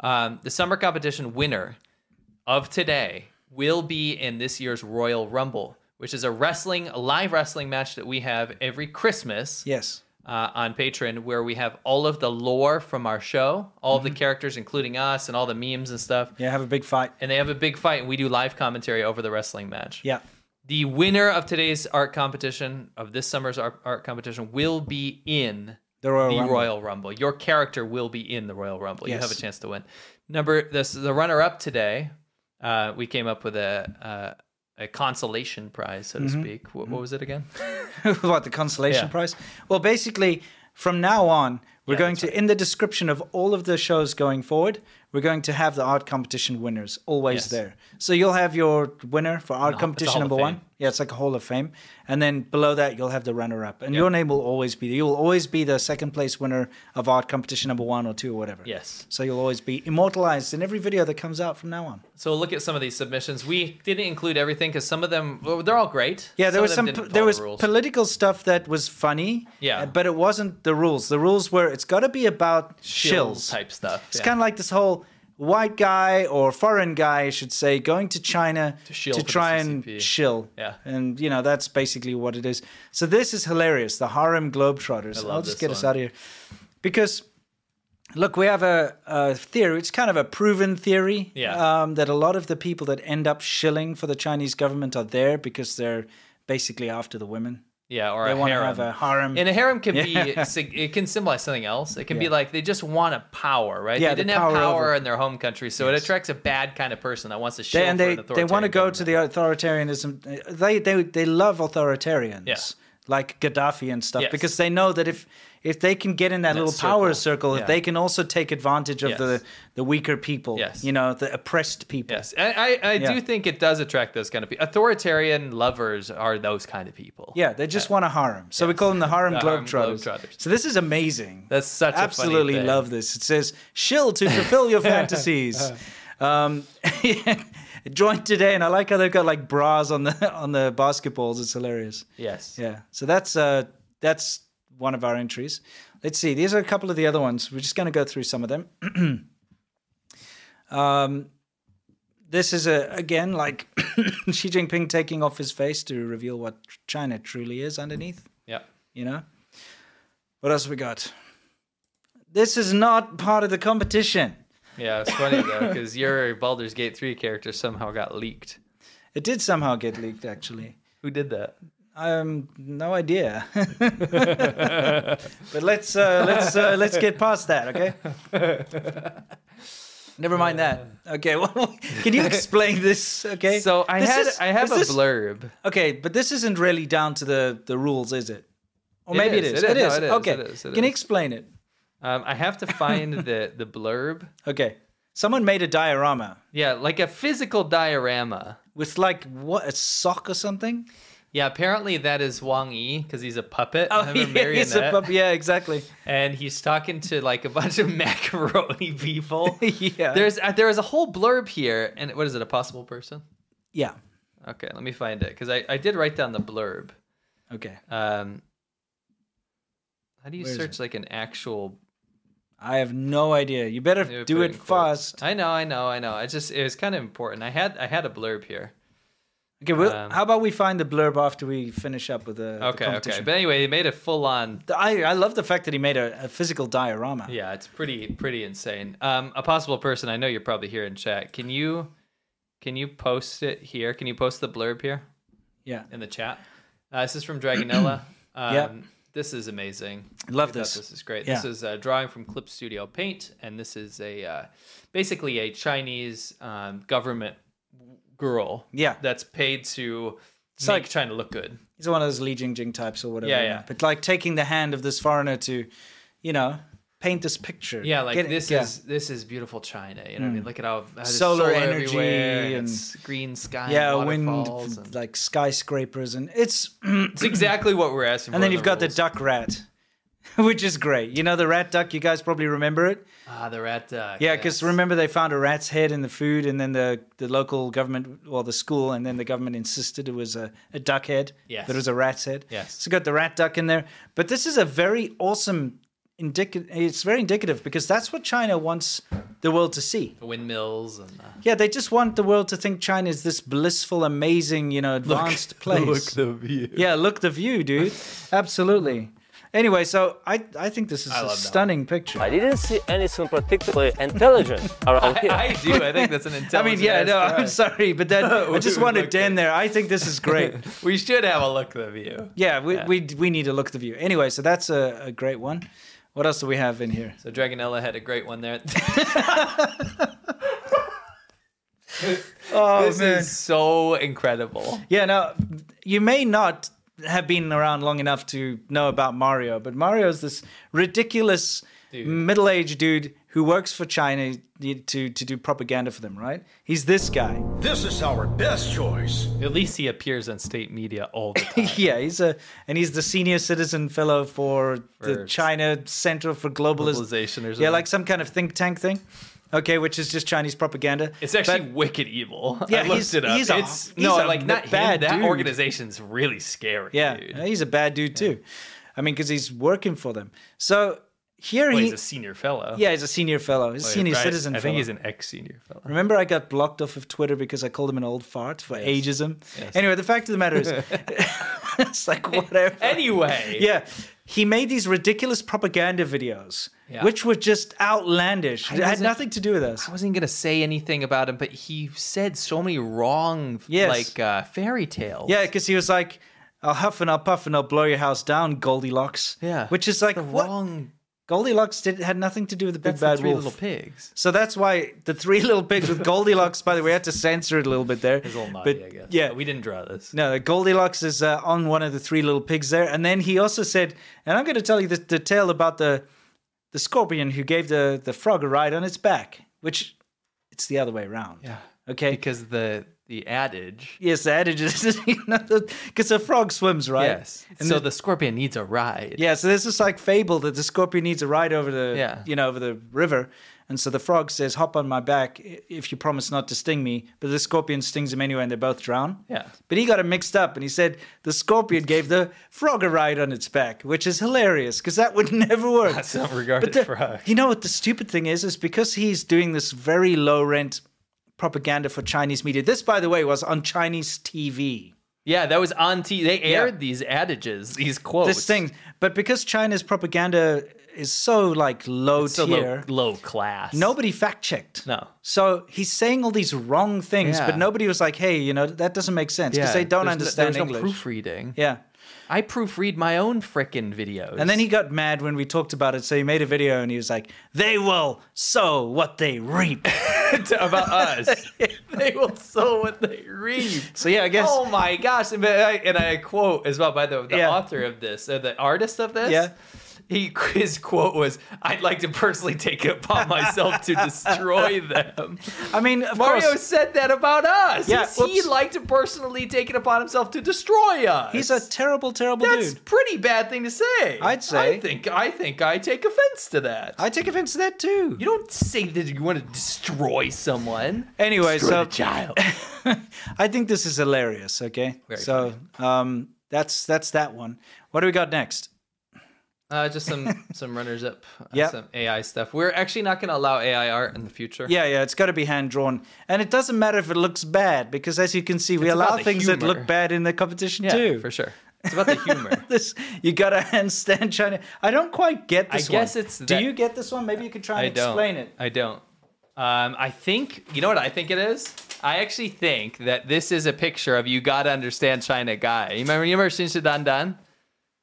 B: Um, the summer competition winner of today will be in this year's Royal Rumble, which is a wrestling, a live wrestling match that we have every Christmas
A: Yes.
B: uh, on Patreon where we have all of the lore from our show, all of the characters, including us, and all the memes and stuff.
A: Mm-hmm. Yeah, have a big fight.
B: And they have a big fight, and we do live commentary over the wrestling match.
A: Yeah.
B: The winner of today's art competition, of this summer's art, art competition, will be in
A: The Royal Rumble.
B: Rumble. Your character will be in the Royal Rumble. You have
A: Yes.
B: a chance to win. Number this the runner up today. Uh, we came up with a uh, a consolation prize, so to
A: Mhm.
B: speak. What, what was it again?
A: what the consolation
B: Yeah.
A: prize? Well, basically, from now on, we're going to in the description of all of the shows going forward, we're going to have the art competition winners always
B: Yes.
A: there. So you'll have your winner for art
B: it's a
A: competition
B: Hall of
A: number one.
B: Fame.
A: Yeah, it's like a hall of fame, and then below that you'll have the runner-up, and your name will always be there. You'll always be the second place winner of art competition number one or two or whatever.
B: Yes.
A: So you'll always be immortalized in every video that comes out from now on.
B: So look at some of these submissions. We didn't include everything because some of them, well, they're all great.
A: Yeah, there was
B: of
A: some.
B: them didn't
A: There
B: follow
A: was
B: the rules.
A: political stuff that was funny.
B: Yeah.
A: uh, but it wasn't the rules. The rules were it's got to be about
B: Shill
A: shills.
B: type stuff.
A: It's kind of like this whole white guy or foreign guy, I should say, going to China to,
B: shill for the
A: try and
B: CCP.
A: chill.
B: Yeah.
A: and you know that's basically what it is. So this is hilarious. The Harem Globetrotters.
B: I love
A: I'll just
B: this
A: get us
B: one.
A: out of here because. Look, we have a, a theory. It's kind of a proven theory
B: Yeah.
A: um, that a lot of the people that end up shilling for the Chinese government are there because they're basically after the women.
B: yeah, or
A: they
B: a
A: wanna
B: harem.
A: have a harem.
B: And a harem can
A: Yeah.
B: be sig- it can symbolize something else. It can be
A: Yeah.
B: like they just want a power, right?
A: Yeah, the
B: they didn't have
A: power
B: power
A: over-
B: in their home country, so it attracts a bad kind of person that wants to shill
A: They, and
B: for
A: they, they
B: an
A: want to
B: authoritarian
A: go
B: government.
A: to the authoritarianism. They they they love authoritarians
B: Yeah.
A: like Gaddafi and stuff
B: Yes.
A: because they know that if if they can get in that,
B: That
A: little power
B: circle.
A: circle,
B: Yeah.
A: if they can also take advantage of the
B: Yes.
A: the weaker people,
B: Yes.
A: you know, the oppressed people.
B: Yes, I I, I
A: Yeah.
B: do think it does attract those kind of people. Authoritarian lovers are those kind of people. Uh,
A: Yeah, they just want a harem. So we call them the harem
B: The harem
A: globetrotters.
B: globetrotters.
A: So this is amazing.
B: That's such a funny
A: absolutely
B: thing.
A: love this. It says shill to fulfill your fantasies. Um, join today, and I like how they've got like bras on the on the basketballs. It's hilarious.
B: Yes.
A: Yeah. So that's uh that's one of our entries. Let's see. These are a couple of the other ones. We're just going to go through some of them. um, this is a again like Xi Jinping taking off his face to reveal what China truly is underneath.
B: Yep.
A: You know. What else we got? This is not part of the competition.
B: Yeah, it's funny though because your Baldur's Gate three character somehow got leaked.
A: It did somehow get leaked, actually.
B: Who did that?
A: Um, no idea. but let's uh, let's uh, let's get past that, okay? Never mind that. Okay, well, can you explain this? Okay.
B: So I
A: This
B: had
A: is-
B: I have
A: this
B: a
A: is-
B: blurb.
A: Okay, but this isn't really down to the the rules, is it? Or
B: It
A: maybe
B: is,
A: It
B: it
A: is.
B: is, no, it is,
A: Okay.
B: it is, it
A: can you
B: is.
A: explain it?
B: Um, I have to find the the blurb.
A: Okay. Someone made a diorama.
B: Yeah, like a physical diorama
A: with like what a sock or something.
B: Yeah, apparently that is Wang Yi because he's a puppet.
A: Oh,
B: I remember
A: yeah,
B: hearing
A: he's a
B: that.
A: pup- yeah, exactly.
B: And he's talking to like a bunch of macaroni people.
A: yeah.
B: There's uh, there is a whole blurb here, and what is it? A possible person?
A: Yeah.
B: Okay, let me find it because I, I did write down the blurb.
A: Okay.
B: Um, how do you
A: Where is
B: search like an actual?
A: I have no idea. You better
B: Yeah,
A: do
B: put
A: it
B: it in quotes.
A: fast.
B: I know, I know, I know. I just it was kind of important. I had I had a blurb here.
A: Okay, well,
B: Um,
A: how about we find the blurb after we finish up with the, the
B: Okay, okay.
A: competition?
B: But anyway, they made a full on
A: I, I love the fact that he made a, a physical diorama.
B: Yeah, it's pretty pretty insane. Um, a possible person, I know you're probably here in chat. Can you can you post it here? Can you post the blurb here
A: Yeah.
B: in the chat? Uh, this is from Dragonella. Um,
A: Yeah.
B: This is amazing.
A: Love
B: I thought
A: this.
B: This is great. This
A: Yeah.
B: is a drawing from Clip Studio Paint, and this is a uh, basically a Chinese um, government girl.
A: Yeah.
B: that's paid to
A: It's
B: make
A: like-
B: China look good.
A: He's one of those Li Jingjing types or whatever.
B: Yeah, yeah.
A: But like taking the hand of this foreigner to, you know, paint this picture.
B: Yeah, like
A: Get it-
B: this
A: yeah.
B: is this is beautiful China. You know what I
A: Mm.
B: mean? Look at how, how there's
A: Solar energy
B: everywhere, and,
A: and-
B: it's green sky,
A: yeah,
B: and
A: wind,
B: waterfalls, and-
A: like skyscrapers, and it's
B: it's exactly what we're asking. for
A: and then
B: in
A: you've got
B: rules.
A: the duck rat, which is great. You know the rat duck. You guys probably remember it.
B: ah the rat duck.
A: Yeah, because remember they found a rat's head in the food, and then the, the local government, well, the school, and then the government insisted it was a, a duck head.
B: Yes.
A: That it was a rat's head.
B: Yes.
A: So got the rat duck in there. But this is a very awesome indicative. It's very indicative because that's what China wants the world to see.
B: the windmills and the
A: Yeah, they just want the world to think China is this blissful, amazing, you know, advanced place.
B: the view.
A: yeah, look the view, dude. Absolutely. Anyway, so I I think this is
E: I
A: a
E: love that one.
A: stunning picture.
E: I didn't see anything particularly intelligent around here.
B: I do. I think that's an intelligent.
A: I mean, yeah, no, I'm sorry, but then I
B: We
A: just wanted
B: looked
A: Dan there. I think this is great.
B: we should have a look at the view.
A: yeah, we, we we need to look at the view. Anyway, so that's a, a great one. What else do we have in here?
B: So Dragonella had a great one there.
A: Oh
B: this is so incredible.
A: Yeah, now you may not have been around long enough to know about Mario, but Mario is this ridiculous middle-aged dude who works for China to to do propaganda for them, right? He's this guy.
G: This is our best choice.
B: At least he appears on state media all the time.
A: yeah, he's a and he's the senior citizen fellow for,
B: For
A: the China Center for Globalis-
B: Globalization or
A: Yeah,
B: something.
A: like some kind of think tank thing. Okay, which is just Chinese propaganda.
B: It's actually wicked evil.
A: Yeah,
B: I looked
A: he's-
B: it up.
A: he's a-
B: it's
A: he's
B: no,
A: a
B: like not
A: bad
B: him. That
A: dude.
B: organization's really scary.
A: yeah,
B: dude.
A: he's a bad dude too. I mean, because he's working for them. So here
B: Well,
A: he,
B: he's a senior fellow.
A: yeah, he's a senior fellow, he's a
B: Well,
A: senior
B: right.
A: citizen
B: I
A: fellow.
B: think he's an ex-senior fellow.
A: Remember, I got blocked off of Twitter because I called him an old fart for ageism. Anyway, the fact of the matter is, it's like whatever.
B: Anyway,
A: yeah. He made these ridiculous propaganda videos,
B: Yeah.
A: which were just outlandish.
B: I
A: it had
B: wasn't-
A: nothing to do with us.
B: I wasn't gonna say anything about him, but he said so many wrong,
A: Yes.
B: like uh, fairy tales.
A: Yeah, because he was like, I'll huff and I'll puff and I'll blow your house down, Goldilocks.
B: yeah,
A: Which is like,
B: the
A: what?
B: wrong.
A: Goldilocks did, had nothing to do with the big
B: That's
A: bad
B: the three
A: wolf.
B: little pigs.
A: So that's why the three little pigs with Goldilocks, by the way, I had to censor it a little bit there.
B: It's all naughty,
A: but,
B: I guess.
A: Yeah.
B: we didn't draw this.
A: No, Goldilocks is uh, on one of the three little pigs there, and then he also said, and I'm going to tell you the, the tale about the the scorpion who gave the the frog a ride on its back, which it's the other way around.
B: Yeah,
A: Okay.
B: because the the adage.
A: yes, the adage is because a frog swims, right?
B: Yes.
A: And
B: so
A: the-
B: the scorpion needs a ride.
A: yeah, so there's this like fable that the scorpion needs a ride over the
B: Yeah.
A: you know over the river, and so the frog says, "Hop on my back i- if you promise not to sting me." But the scorpion stings him anyway, and they both drown.
B: Yeah.
A: But he got it mixed up, and he said the scorpion gave the frog a ride on its back, which is hilarious because that would never work.
B: That's not regarded
A: the-
B: frog.
A: You know what the stupid thing is? Is because he's doing this very low rent propaganda for Chinese media. This, by the way, was on Chinese TV.
B: Yeah, that was on T. They
A: Yeah.
B: aired these adages, these quotes.
A: this thing. But because China's propaganda is so like low
B: so low,
A: tier,
B: low class.
A: nobody fact checked.
B: No.
A: So he's saying all these wrong things,
B: Yeah.
A: but nobody was like, "Hey, you know that doesn't make sense" because they don't
B: there's no-
A: understand
B: there's
A: English.
B: No proofreading.
A: yeah.
B: I proofread my own frickin' videos.
A: And then he got mad when we talked about it, so he made a video and he was like, "They will sow what they reap."
B: about us. they will sow what they reap.
A: So yeah, I guess
B: Oh my gosh! And I, and I quote as well by the, the
A: Yeah.
B: author of this, uh, the artist of this.
A: Yeah.
B: he his quote was, "I'd like to personally take it upon myself to destroy them."
A: I mean, of
B: Mario
A: course.
B: said that about us.
A: Yeah,
B: Yes, he
A: whoops.
B: liked to personally take it upon himself to destroy us.
A: He's a terrible, terrible
B: That's
A: dude.
B: pretty bad thing to say.
A: I'd say.
B: I think I think I take offense to that.
A: I take offense to that too.
B: you don't say that you want to destroy someone.
A: Anyway,
B: destroy
A: so
B: the child.
A: I think this is hilarious. Okay,
B: Very
A: so um, that's that's that one. What do we got next?
B: Uh, just some some runners up, uh,
A: Yep.
B: some AI stuff. We're actually not going to allow AI art in the future.
A: Yeah, yeah, it's got to be hand drawn, and it doesn't matter if it looks bad because, as you can see, we
B: It's about
A: allow
B: the
A: things that
B: humor.
A: look bad in the competition
B: Yeah,
A: too.
B: for sure. It's about the humor.
A: This you got to handstand China. I don't quite get
B: I
A: this.
B: guess
A: one.
B: it's
A: Do
B: that-
A: you get this one? Maybe you could try
B: I
A: and
B: don't
A: explain it.
B: I don't. Um, I think you know what I think it is. I actually think that this is a picture of you got to understand China guy. You remember? You remember Shinsha Dan Dan?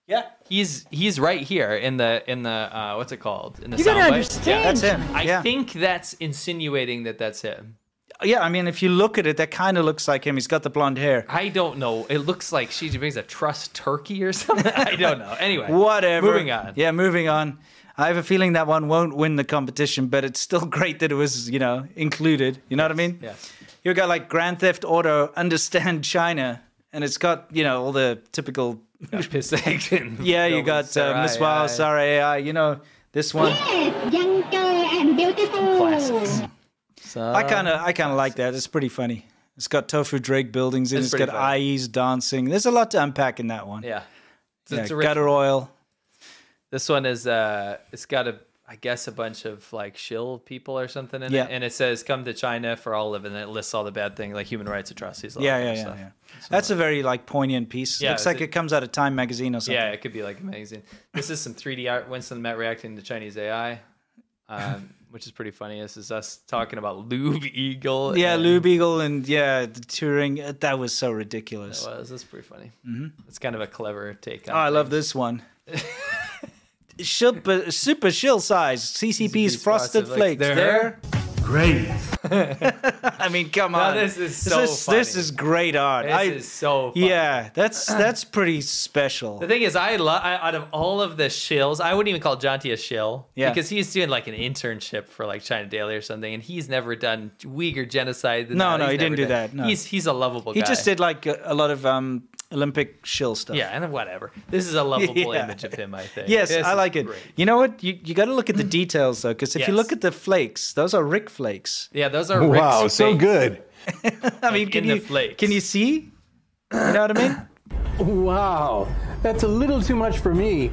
A: Yeah,
B: He's he's right here in the in the uh, what's it called in the
L: You gotta
B: soundbite.
L: understand.
A: that's him.
B: I
A: yeah.
B: think that's insinuating that that's him.
A: yeah, I mean, if you look at it, that kind of looks like him. He's got the blonde hair.
B: I don't know. It looks like Xi Jinping's a trust turkey or something. I don't know. Anyway,
A: Whatever.
B: Moving on.
A: Yeah, moving on. I have a feeling that one won't win the competition, but it's still great that it was, you know, included. You know what I mean?
B: yes.
A: You got like Grand Theft Auto, Understand China, and it's got, you know, all the typical.
B: Got Piss egg and
A: Yeah, you
B: Goldman
A: got uh, Miss
B: Sarai,
A: Wow,
B: I-
A: Sarah AI, you know, this one.
L: Younger and beautiful.
B: Classics.
A: I kind of I kind of like that. It's pretty funny. It's got tofu Drake buildings and
B: It's
A: it's
B: pretty
A: got
B: funny.
A: IEs dancing. There's a lot to unpack in that one.
B: Yeah. It's,
A: Yeah,
B: it's a rich-
A: gutter oil.
B: This one is uh, it's got a I guess a bunch of like shill people or something in
A: Yeah.
B: it, and it says "Come to China for all of," and it lists all the bad things like human rights atrocities. all that
A: Yeah,
B: kind
A: yeah,
B: of
A: yeah,
B: stuff.
A: yeah. That's a very like poignant piece.
B: Yeah,
A: Looks
B: is
A: like
B: it-
A: it comes out of Time magazine or something.
B: Yeah, it could be like amazing. This is some 3D art. Winston Met reacting to Chinese AI, um, which is pretty funny. This is us talking about Lube Eagle.
A: Yeah,
B: and-
A: Lou Beagle and yeah, the Turing. uh, That was so ridiculous.
B: That was that's pretty funny. It's kind of a clever take
A: Mm-hmm.
B: on.
A: Oh, I love this one. Super, super shill size. CCP's
B: These
A: frosted
B: frosted
A: flakes.
B: There.
A: There. I mean, come
B: Now,
A: on.
B: this is
A: this
B: so
A: is, This
B: funny.
A: is great art.
B: This
A: I,
B: is so. Funny.
A: yeah, that's that's pretty special.
B: The thing is, I love out of all of the shills, I wouldn't even call Jonty a shill
A: Yeah.
B: because he's doing like an internship for like China Daily or something, and he's never done Uyghur genocide.
A: No, no,
B: he's
A: he didn't
B: never
A: do
B: done-
A: that, no.
B: He's he's a lovable.
A: He
B: guy.
A: just did like a, a lot of um, Olympic shill stuff.
B: Yeah, and whatever. This is a lovable
A: Yeah.
B: image of him, I think.
A: Yes,
B: This
A: I
B: is
A: like it.
B: great.
A: You know what? You, you got to look at the details though, because if you look
B: Yes.
A: at the flakes, those are Rick flakes.
B: Yeah, those are
M: Wow,
B: Rick's
M: so
B: fakes.
M: good.
A: I mean,
B: Like,
A: can
B: in the
A: you
B: flakes.
A: can you see? You know what I mean?
M: Wow, that's a little too much for me.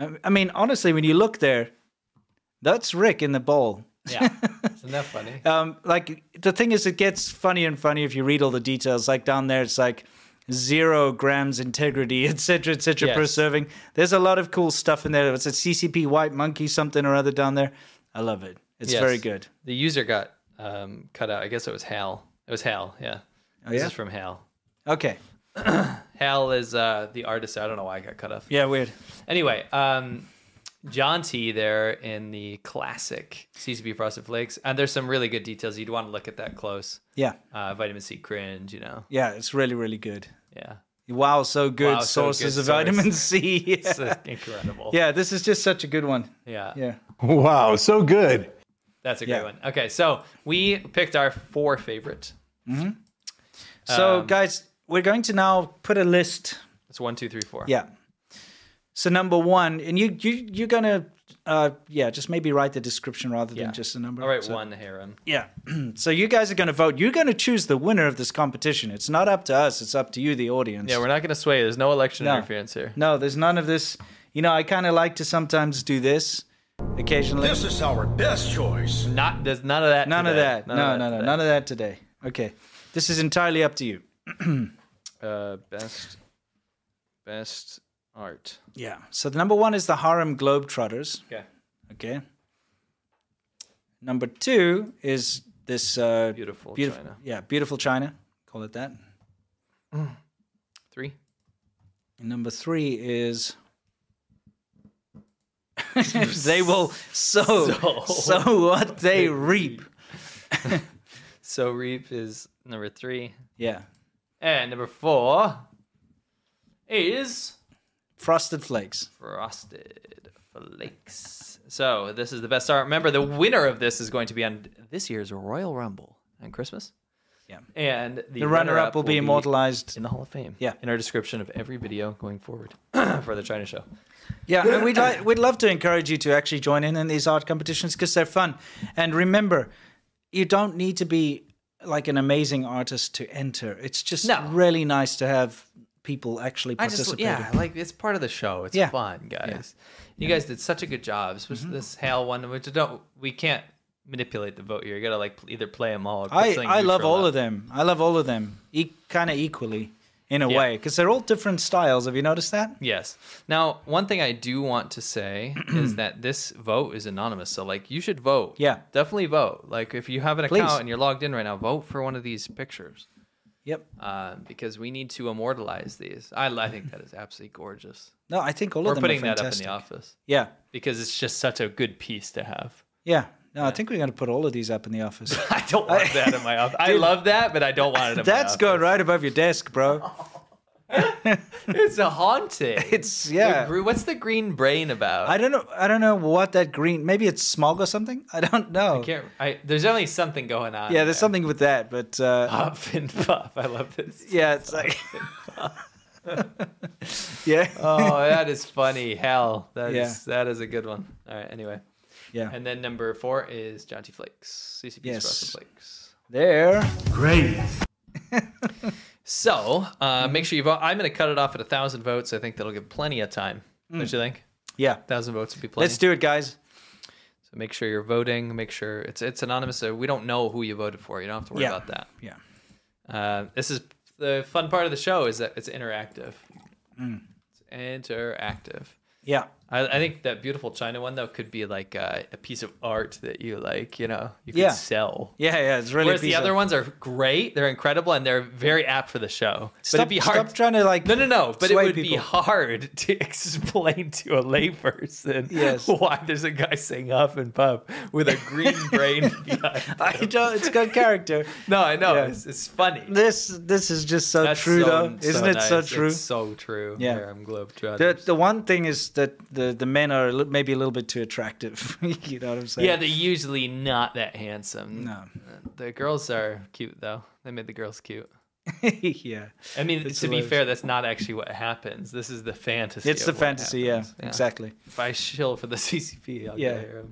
A: I- I mean, honestly, when you look there, that's Rick in the bowl.
B: Yeah, isn't that funny?
A: Um, like the thing is, it gets funnier and funnier if you read all the details. Like down there, it's like zero grams integrity, etc., etc. per
B: Yes.
A: serving. There's a lot of cool stuff in there. It's a CCP white monkey something or other down there. I love it. It's
B: Yes.
A: very good.
B: The user got um, cut out. I guess it was Hal. It was Hal. Yeah. This
A: Oh, yeah?
B: is from Hal.
A: Okay.
B: Hal is uh, the artist. I don't know why I got cut off.
A: Yeah. Weird.
B: Anyway, um, John T there in the classic CCB Frosted Flakes, and there's some really good details. You'd want to look at that close.
A: Yeah.
B: Uh, vitamin C cringe, you know.
A: Yeah. It's really really good.
B: Yeah.
A: Wow, so good
B: Wow, so good
A: sources of
B: source.
A: vitamin C. Yeah.
B: It's uh, incredible.
A: Yeah, this is just such a good one.
B: Yeah.
A: Yeah.
M: Wow, so good.
B: That's a great
A: Yeah.
B: one. Okay, so we picked our four favorite.
A: So,
B: Um,
A: guys, we're going to now put a list.
B: It's one, two, three, four.
A: Yeah. So number one, and you you you're gonna uh yeah just maybe write the description rather than
B: Yeah.
A: just the number.
B: All right,
A: So-
B: one harem.
A: Yeah. so you guys are gonna vote. You're gonna choose the winner of this competition. It's not up to us. It's up to you, the audience.
B: Yeah, we're not going to sway. There's no election
A: No.
B: interference here.
A: No, there's none of this. You know, I kind of like to sometimes do this, occasionally.
G: This is our best choice.
B: Not there's none of that.
A: None of
B: today.
A: that. no, no, no.
B: today.
A: None of that today. Okay. This is entirely up to you.
B: Uh, best, best art.
A: Yeah. So the number one is the Harlem Globetrotters.
B: Okay.
A: Okay. Number two is this uh,
B: Beautiful China.
A: Yeah, beautiful China. Call it that.
B: Three.
A: And number three is. they will sow,
B: Sow.
A: so what they reap.
B: So reap is number three,
A: Yeah.
B: and number four is
A: Frosted Flakes.
B: Frosted Flakes. So this is the best star. Remember, the winner of this is going to be on this year's Royal Rumble on Christmas.
A: Yeah.
B: And the,
A: The runner-up will be immortalized
B: in the Hall of Fame.
A: Yeah.
B: In our description of every video going forward for the China show.
A: Yeah, and we'd like, we'd love to encourage you to actually join in in these art competitions because they're fun. And remember, you don't need to be like an amazing artist to enter. It's just really nice to have people actually
B: I
A: participate.
B: just yeah, like it's part of the show. It's
A: Yeah. Mm-hmm.
B: fun, guys. You guys did such a good job, especially this Hale one, which don't we can't manipulate the vote here. You gotta like pl- either play them all. Or put
A: I,
B: something
A: I love
B: neutral
A: all
B: up.
A: of them. I love all of them, e- kind of equally in a way.
B: Yeah.
A: way, because they're all different styles. Have you noticed that?
B: Yes. Now, one thing I do want to say is that this vote is anonymous. So, like, you should vote.
A: Yeah.
B: Definitely vote. Like, if you have an
A: Please.
B: account and you're logged in right now, vote for one of these pictures
A: Yep.
B: uh, because we need to immortalize these. I, I think that is absolutely gorgeous.
A: No, I think all
B: We're
A: of them
B: putting
A: are
B: that up in
A: fantastic.
B: the office.
A: Yeah.
B: Because it's just such a good piece to have.
A: Yeah. No, I think we're going to put all of these up in the office.
B: I don't want that in my office. I love that, but I don't want it in
A: That's
B: my office.
A: going right above your desk, bro.
B: It's a haunting.
A: It's-
B: The
A: yeah.
B: gr- What's the green brain about?
A: I don't know. I don't know what that green. Maybe it's smog or something. I don't know.
B: can't. I, there's only something going on.
A: yeah, there's something with that, but uh,
B: Puff and puff. I love this.
A: yeah, it's like yeah,
B: oh, that is funny. Hell, that is
A: Yeah.
B: that is a good one. All right. Anyway,
A: yeah.
B: and then number four is John T. Flakes, CCP's
A: Yes.
B: Frosted Flakes.
A: there.
C: Great.
B: So uh,
A: Mm-hmm.
B: make sure you vote. I'm going to cut it off at a thousand votes. I think that'll give plenty of time. Don't you think?
A: Yeah,
B: thousand votes would be plenty.
A: Mm. let's do it, guys.
B: So make sure you're voting. Make sure it's it's anonymous. So we don't know who you voted for. You don't have to worry
A: Yeah.
B: about that.
A: Yeah.
B: Uh, this is the fun part of the show is that it's interactive.
A: Mm.
B: It's interactive.
A: Yeah,
B: I, I think that beautiful China one though could be like uh, a, a piece of art that you like, you know, you could
A: Yeah.
B: sell.
A: yeah, yeah. It's really.
B: Whereas
A: piece
B: the other
A: of-
B: ones are great, they're incredible, and they're very apt for the show.
A: Stop,
B: but it'd be hard.
A: Stop trying to like.
B: no, no, no. But it
A: sway
B: would be
A: people.
B: hard to explain to a layperson
A: Yes.
B: why there's a guy saying huff and puff with a green brain behind.
A: I
B: him.
A: don't. It's got character.
B: No, I know.
A: Yeah.
B: It's, it's funny.
A: This this is just so
B: That's
A: true
B: so-
A: though,
B: so
A: isn't it? So
B: nice.
A: true.
B: It's so true.
A: Yeah.
B: Here, I'm globetrotting.
A: the the one thing is that the the men are a li- maybe a little bit too attractive. you know what I'm saying?
B: Yeah, they're usually not that handsome.
A: No.
B: The girls are cute though. They made the girls cute.
A: yeah.
B: I mean,
A: It's
B: to
A: hilarious.
B: be fair, that's not actually what happens. This is the fantasy.
A: It's
B: of
A: the
B: what
A: fantasy. Yeah,
B: happens.
A: exactly.
B: If I shill for the CCP, I'll
A: Yeah.
B: get here.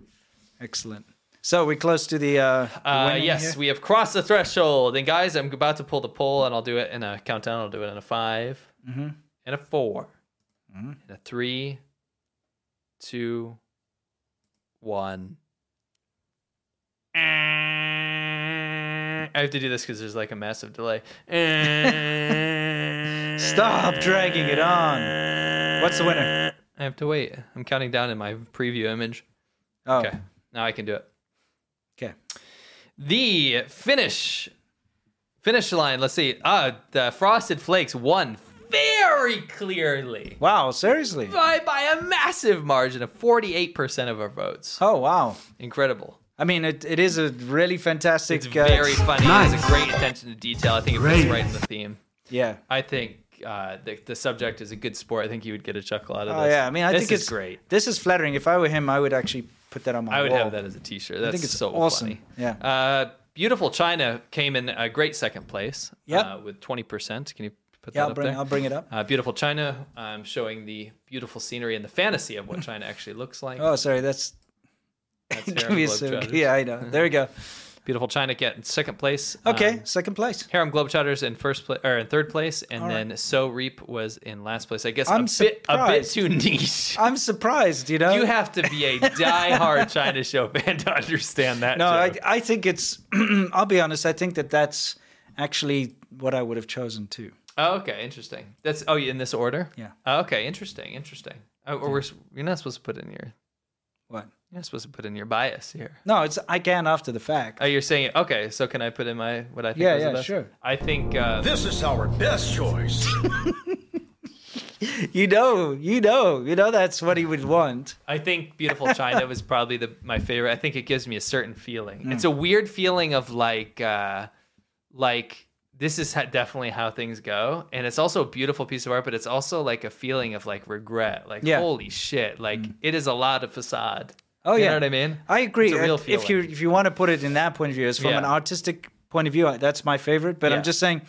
A: Excellent. So we're close to the. Uh, the
B: Uh,
A: winning
B: yes,
A: here?
B: we have crossed the threshold. And guys, I'm about to pull the poll, and I'll do it in a countdown. I'll do it in a 5
A: Mm-hmm.
B: and a 4 and a three, two, one. I have to do this because there's like a massive delay.
A: Stop dragging it on. What's the winner?
B: I have to wait. I'm counting down in my preview image.
A: Oh,
B: Okay, now I can do it.
A: okay.
B: The finish finish line. Let's see. Uh the Frosted Flakes won very clearly
A: Wow, seriously?
B: by by a massive margin of 48% of our votes.
A: Oh, wow.
B: Incredible.
A: I mean, it, it is a really fantastic. uh,
B: It's very funny. It has
C: Nice.
B: a great attention to detail. I think it fits right in the theme.
A: Yeah.
B: I think uh, the, the subject is a good sport. I think you would get a chuckle out of
A: Oh,
B: this.
A: yeah. I mean, I
B: This
A: think
B: is
A: it's
B: great.
A: This is flattering. If I were him, I would actually put that on my
B: I would
A: wall.
B: have that as a T-shirt. That's
A: think it's
B: so
A: awesome.
B: funny.
A: Yeah.
B: Uh, beautiful China came in a great second place.
A: Yep.
B: Uh, with twenty percent. Can you put
A: Yeah,
B: that
A: I'll
B: up
A: bring,
B: there?
A: I'll bring it up.
B: Uh, beautiful China, um, showing the beautiful scenery and the fantasy of what China actually looks like.
A: Oh, sorry. That's.
B: That's
A: Give
B: Harem
A: me a second.
B: Globetrotters.
A: Yeah, I know. There we go.
B: Beautiful China get in second place.
A: Okay,
B: Um,
A: second place.
B: Harem Globetrotters in first place or in third place, and
A: All right.
B: then So Reap was in last place. I guess
A: I'm
B: a bit a bit
A: surprised. Uh,
B: too niche.
A: I'm surprised, you know?
B: you have to be a diehard China show fan to understand that.
A: No, I,
B: joke.
A: I think it's. I'll be honest. I think that that's actually what I would have chosen too.
B: Oh, okay, interesting. That's oh, in this order.
A: Yeah.
B: Oh, okay, interesting, interesting. Oh, or we're, s- you're not supposed to put in your
A: What?
B: you're not supposed to put in your bias here.
A: No, it's I can after the fact.
B: Oh, you're saying okay. So can I put in my what I think?
A: Yeah,
B: was the
A: yeah,
B: best?
A: sure.
B: I think uh,
G: This is our best choice.
A: you know, you know, you know that's what he would want.
B: I think Beautiful China was probably the my favorite. I
A: Hmm.
B: think it gives me a certain feeling. It's a weird feeling of like uh, like this is ha- definitely how things go and it's also a beautiful piece of art but it's also like a feeling of like regret like
A: Yeah. Hmm.
B: holy shit like it is a lot of facade
A: Oh
B: you
A: yeah,
B: know what i mean
A: I agree.
B: It's a real
A: And if
B: feeling.
A: you if you want to put it in that point of view, it's from
B: Yeah.
A: an artistic point of view. I- That's my favorite. But
B: Yeah.
A: I'm just saying,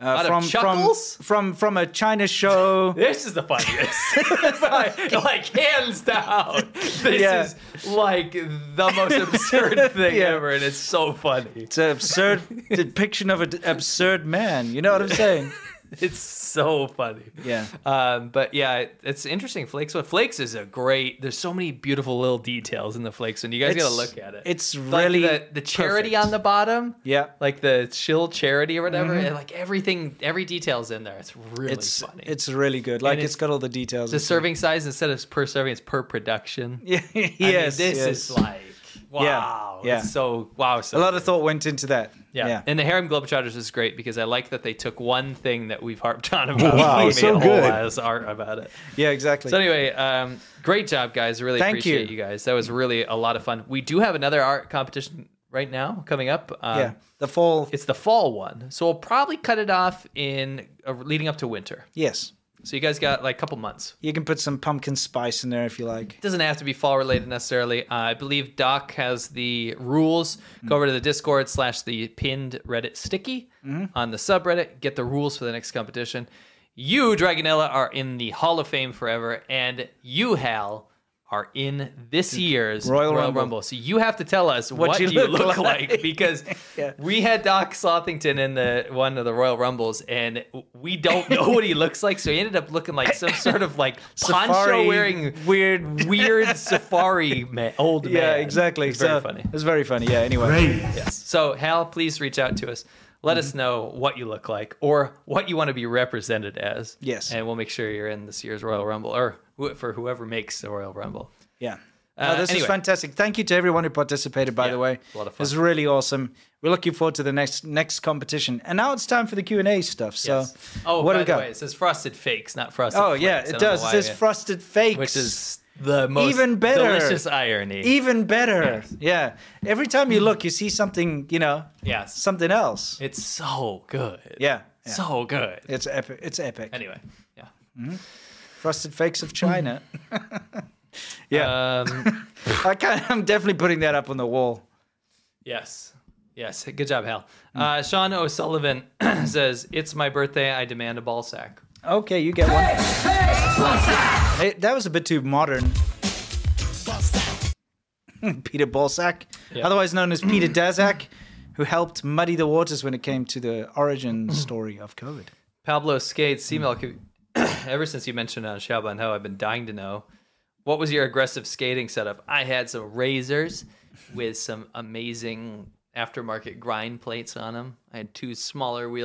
B: Out
A: uh,
B: of
A: from from
B: chuckles?
A: from from a China show.
B: this is the funniest like, like, hands down this
A: Yeah.
B: is like the most absurd thing
A: Yeah.
B: ever and it's so funny
A: it's an absurd depiction of an absurd man. You know what I'm saying?
B: it's so funny
A: Yeah.
B: um, but yeah it- it's interesting flakes what flakes is a great there's so many beautiful little details in the flakes and you guys gotta
A: It's-
B: look at it
A: It's
B: Like
A: really
B: the, the charity
A: perfect.
B: on the bottom
A: Yeah.
B: like the chill charity or whatever
A: Mhm.
B: and like everything every detail's in there it's really
A: it's
B: funny
A: it's really good. Like
B: And
A: it's got all the details.
B: the
A: It's-
B: serving size instead of per serving it's per production
A: Yeah. yes.
B: I mean, this
A: yes.
B: is like wow
A: Yeah.
B: it's so wow so
A: a lot of thought went into that.
B: yeah.
A: Yeah.
B: and the harem globetrotters is great because i like that they took one thing that we've harped on about
A: Wow,
B: and made
A: so
B: a whole
A: good.
B: lot of art about it
A: Yeah. Exactly.
B: so anyway, um, great job, guys. Really
A: Thank
B: appreciate you.
A: you.
B: guys. That was really a lot of fun. We do have another art competition right now coming up. Um,
A: yeah. The fall.
B: It's the fall one, so we'll probably cut it off in uh, leading up to winter.
A: Yes.
B: So you guys got like a couple months.
A: You can put some pumpkin spice in there if you like.
B: It doesn't have to be fall related necessarily. Uh, I believe Doc has the rules. Go over to the Discord slash the pinned Reddit sticky on the subreddit. Get the rules for the next competition. You, Dragonella, are in the Hall of Fame forever, and you, Hal, are in this year's
A: Royal
B: Royal Rumble.
A: Rumble.
B: So you have to tell us what, you, look, like, because we had Doc Slothington in the one of the Royal Rumbles, and we don't know what he looks like. So he ended up looking like some sort of like poncho
A: Safari-
B: wearing weird, weird safari man, old man.
A: Yeah, exactly.
B: It's very
A: So,
B: funny.
A: It's very funny. Yeah. Anyway.
B: Yes. So Hal, please reach out to us.
A: Mm-hmm.
B: Let us know what you look like or what you want to be represented as.
A: Yes.
B: And we'll make sure you're in this year's Royal Rumble or wh- for whoever makes the Royal Rumble.
A: Yeah.
B: Uh,
A: No, this
B: anyway.
A: is fantastic. Thank you to everyone who participated. By the way,
B: a lot of
A: it's
B: fun.
A: really awesome. We're looking forward to the next next competition. And now it's time for the Q and A stuff. So,
B: Oh,
A: what
B: by
A: do we
B: the
A: got?
B: way, it says frosted fakes, not frosted.
A: oh yeah,
B: Flakes. I
A: it
B: don't know
A: does. It
B: why,
A: says
B: yeah.
A: frosted fakes,
B: which is the most
A: even better.
B: delicious irony.
A: Even better. Yeah. Every time you look, you see something. You know.
B: Yes.
A: Something else.
B: it's so good.
A: yeah. yeah.
B: So good.
A: It's epic. It's epic.
B: Anyway, yeah.
A: Frosted fakes of China. yeah.
B: Um,
A: I kind of, I'm definitely putting that up on the wall.
B: yes. Yes. Good job, Hal. Uh, Sean O'Sullivan says, It's my birthday. I demand a ball sack.
A: Okay, you get one. Hey, that was a bit too modern. Peter Balsack,
B: Yeah.
A: otherwise known as Peter Daszak, who helped muddy the waters when it came to the origin story of COVID.
B: Pablo Skates, C-Milk, ever since you mentioned on Shaban Ho, I've been dying to know what was your aggressive skating setup? I had some razors with some amazing aftermarket grind plates on them. I had two smaller wheels.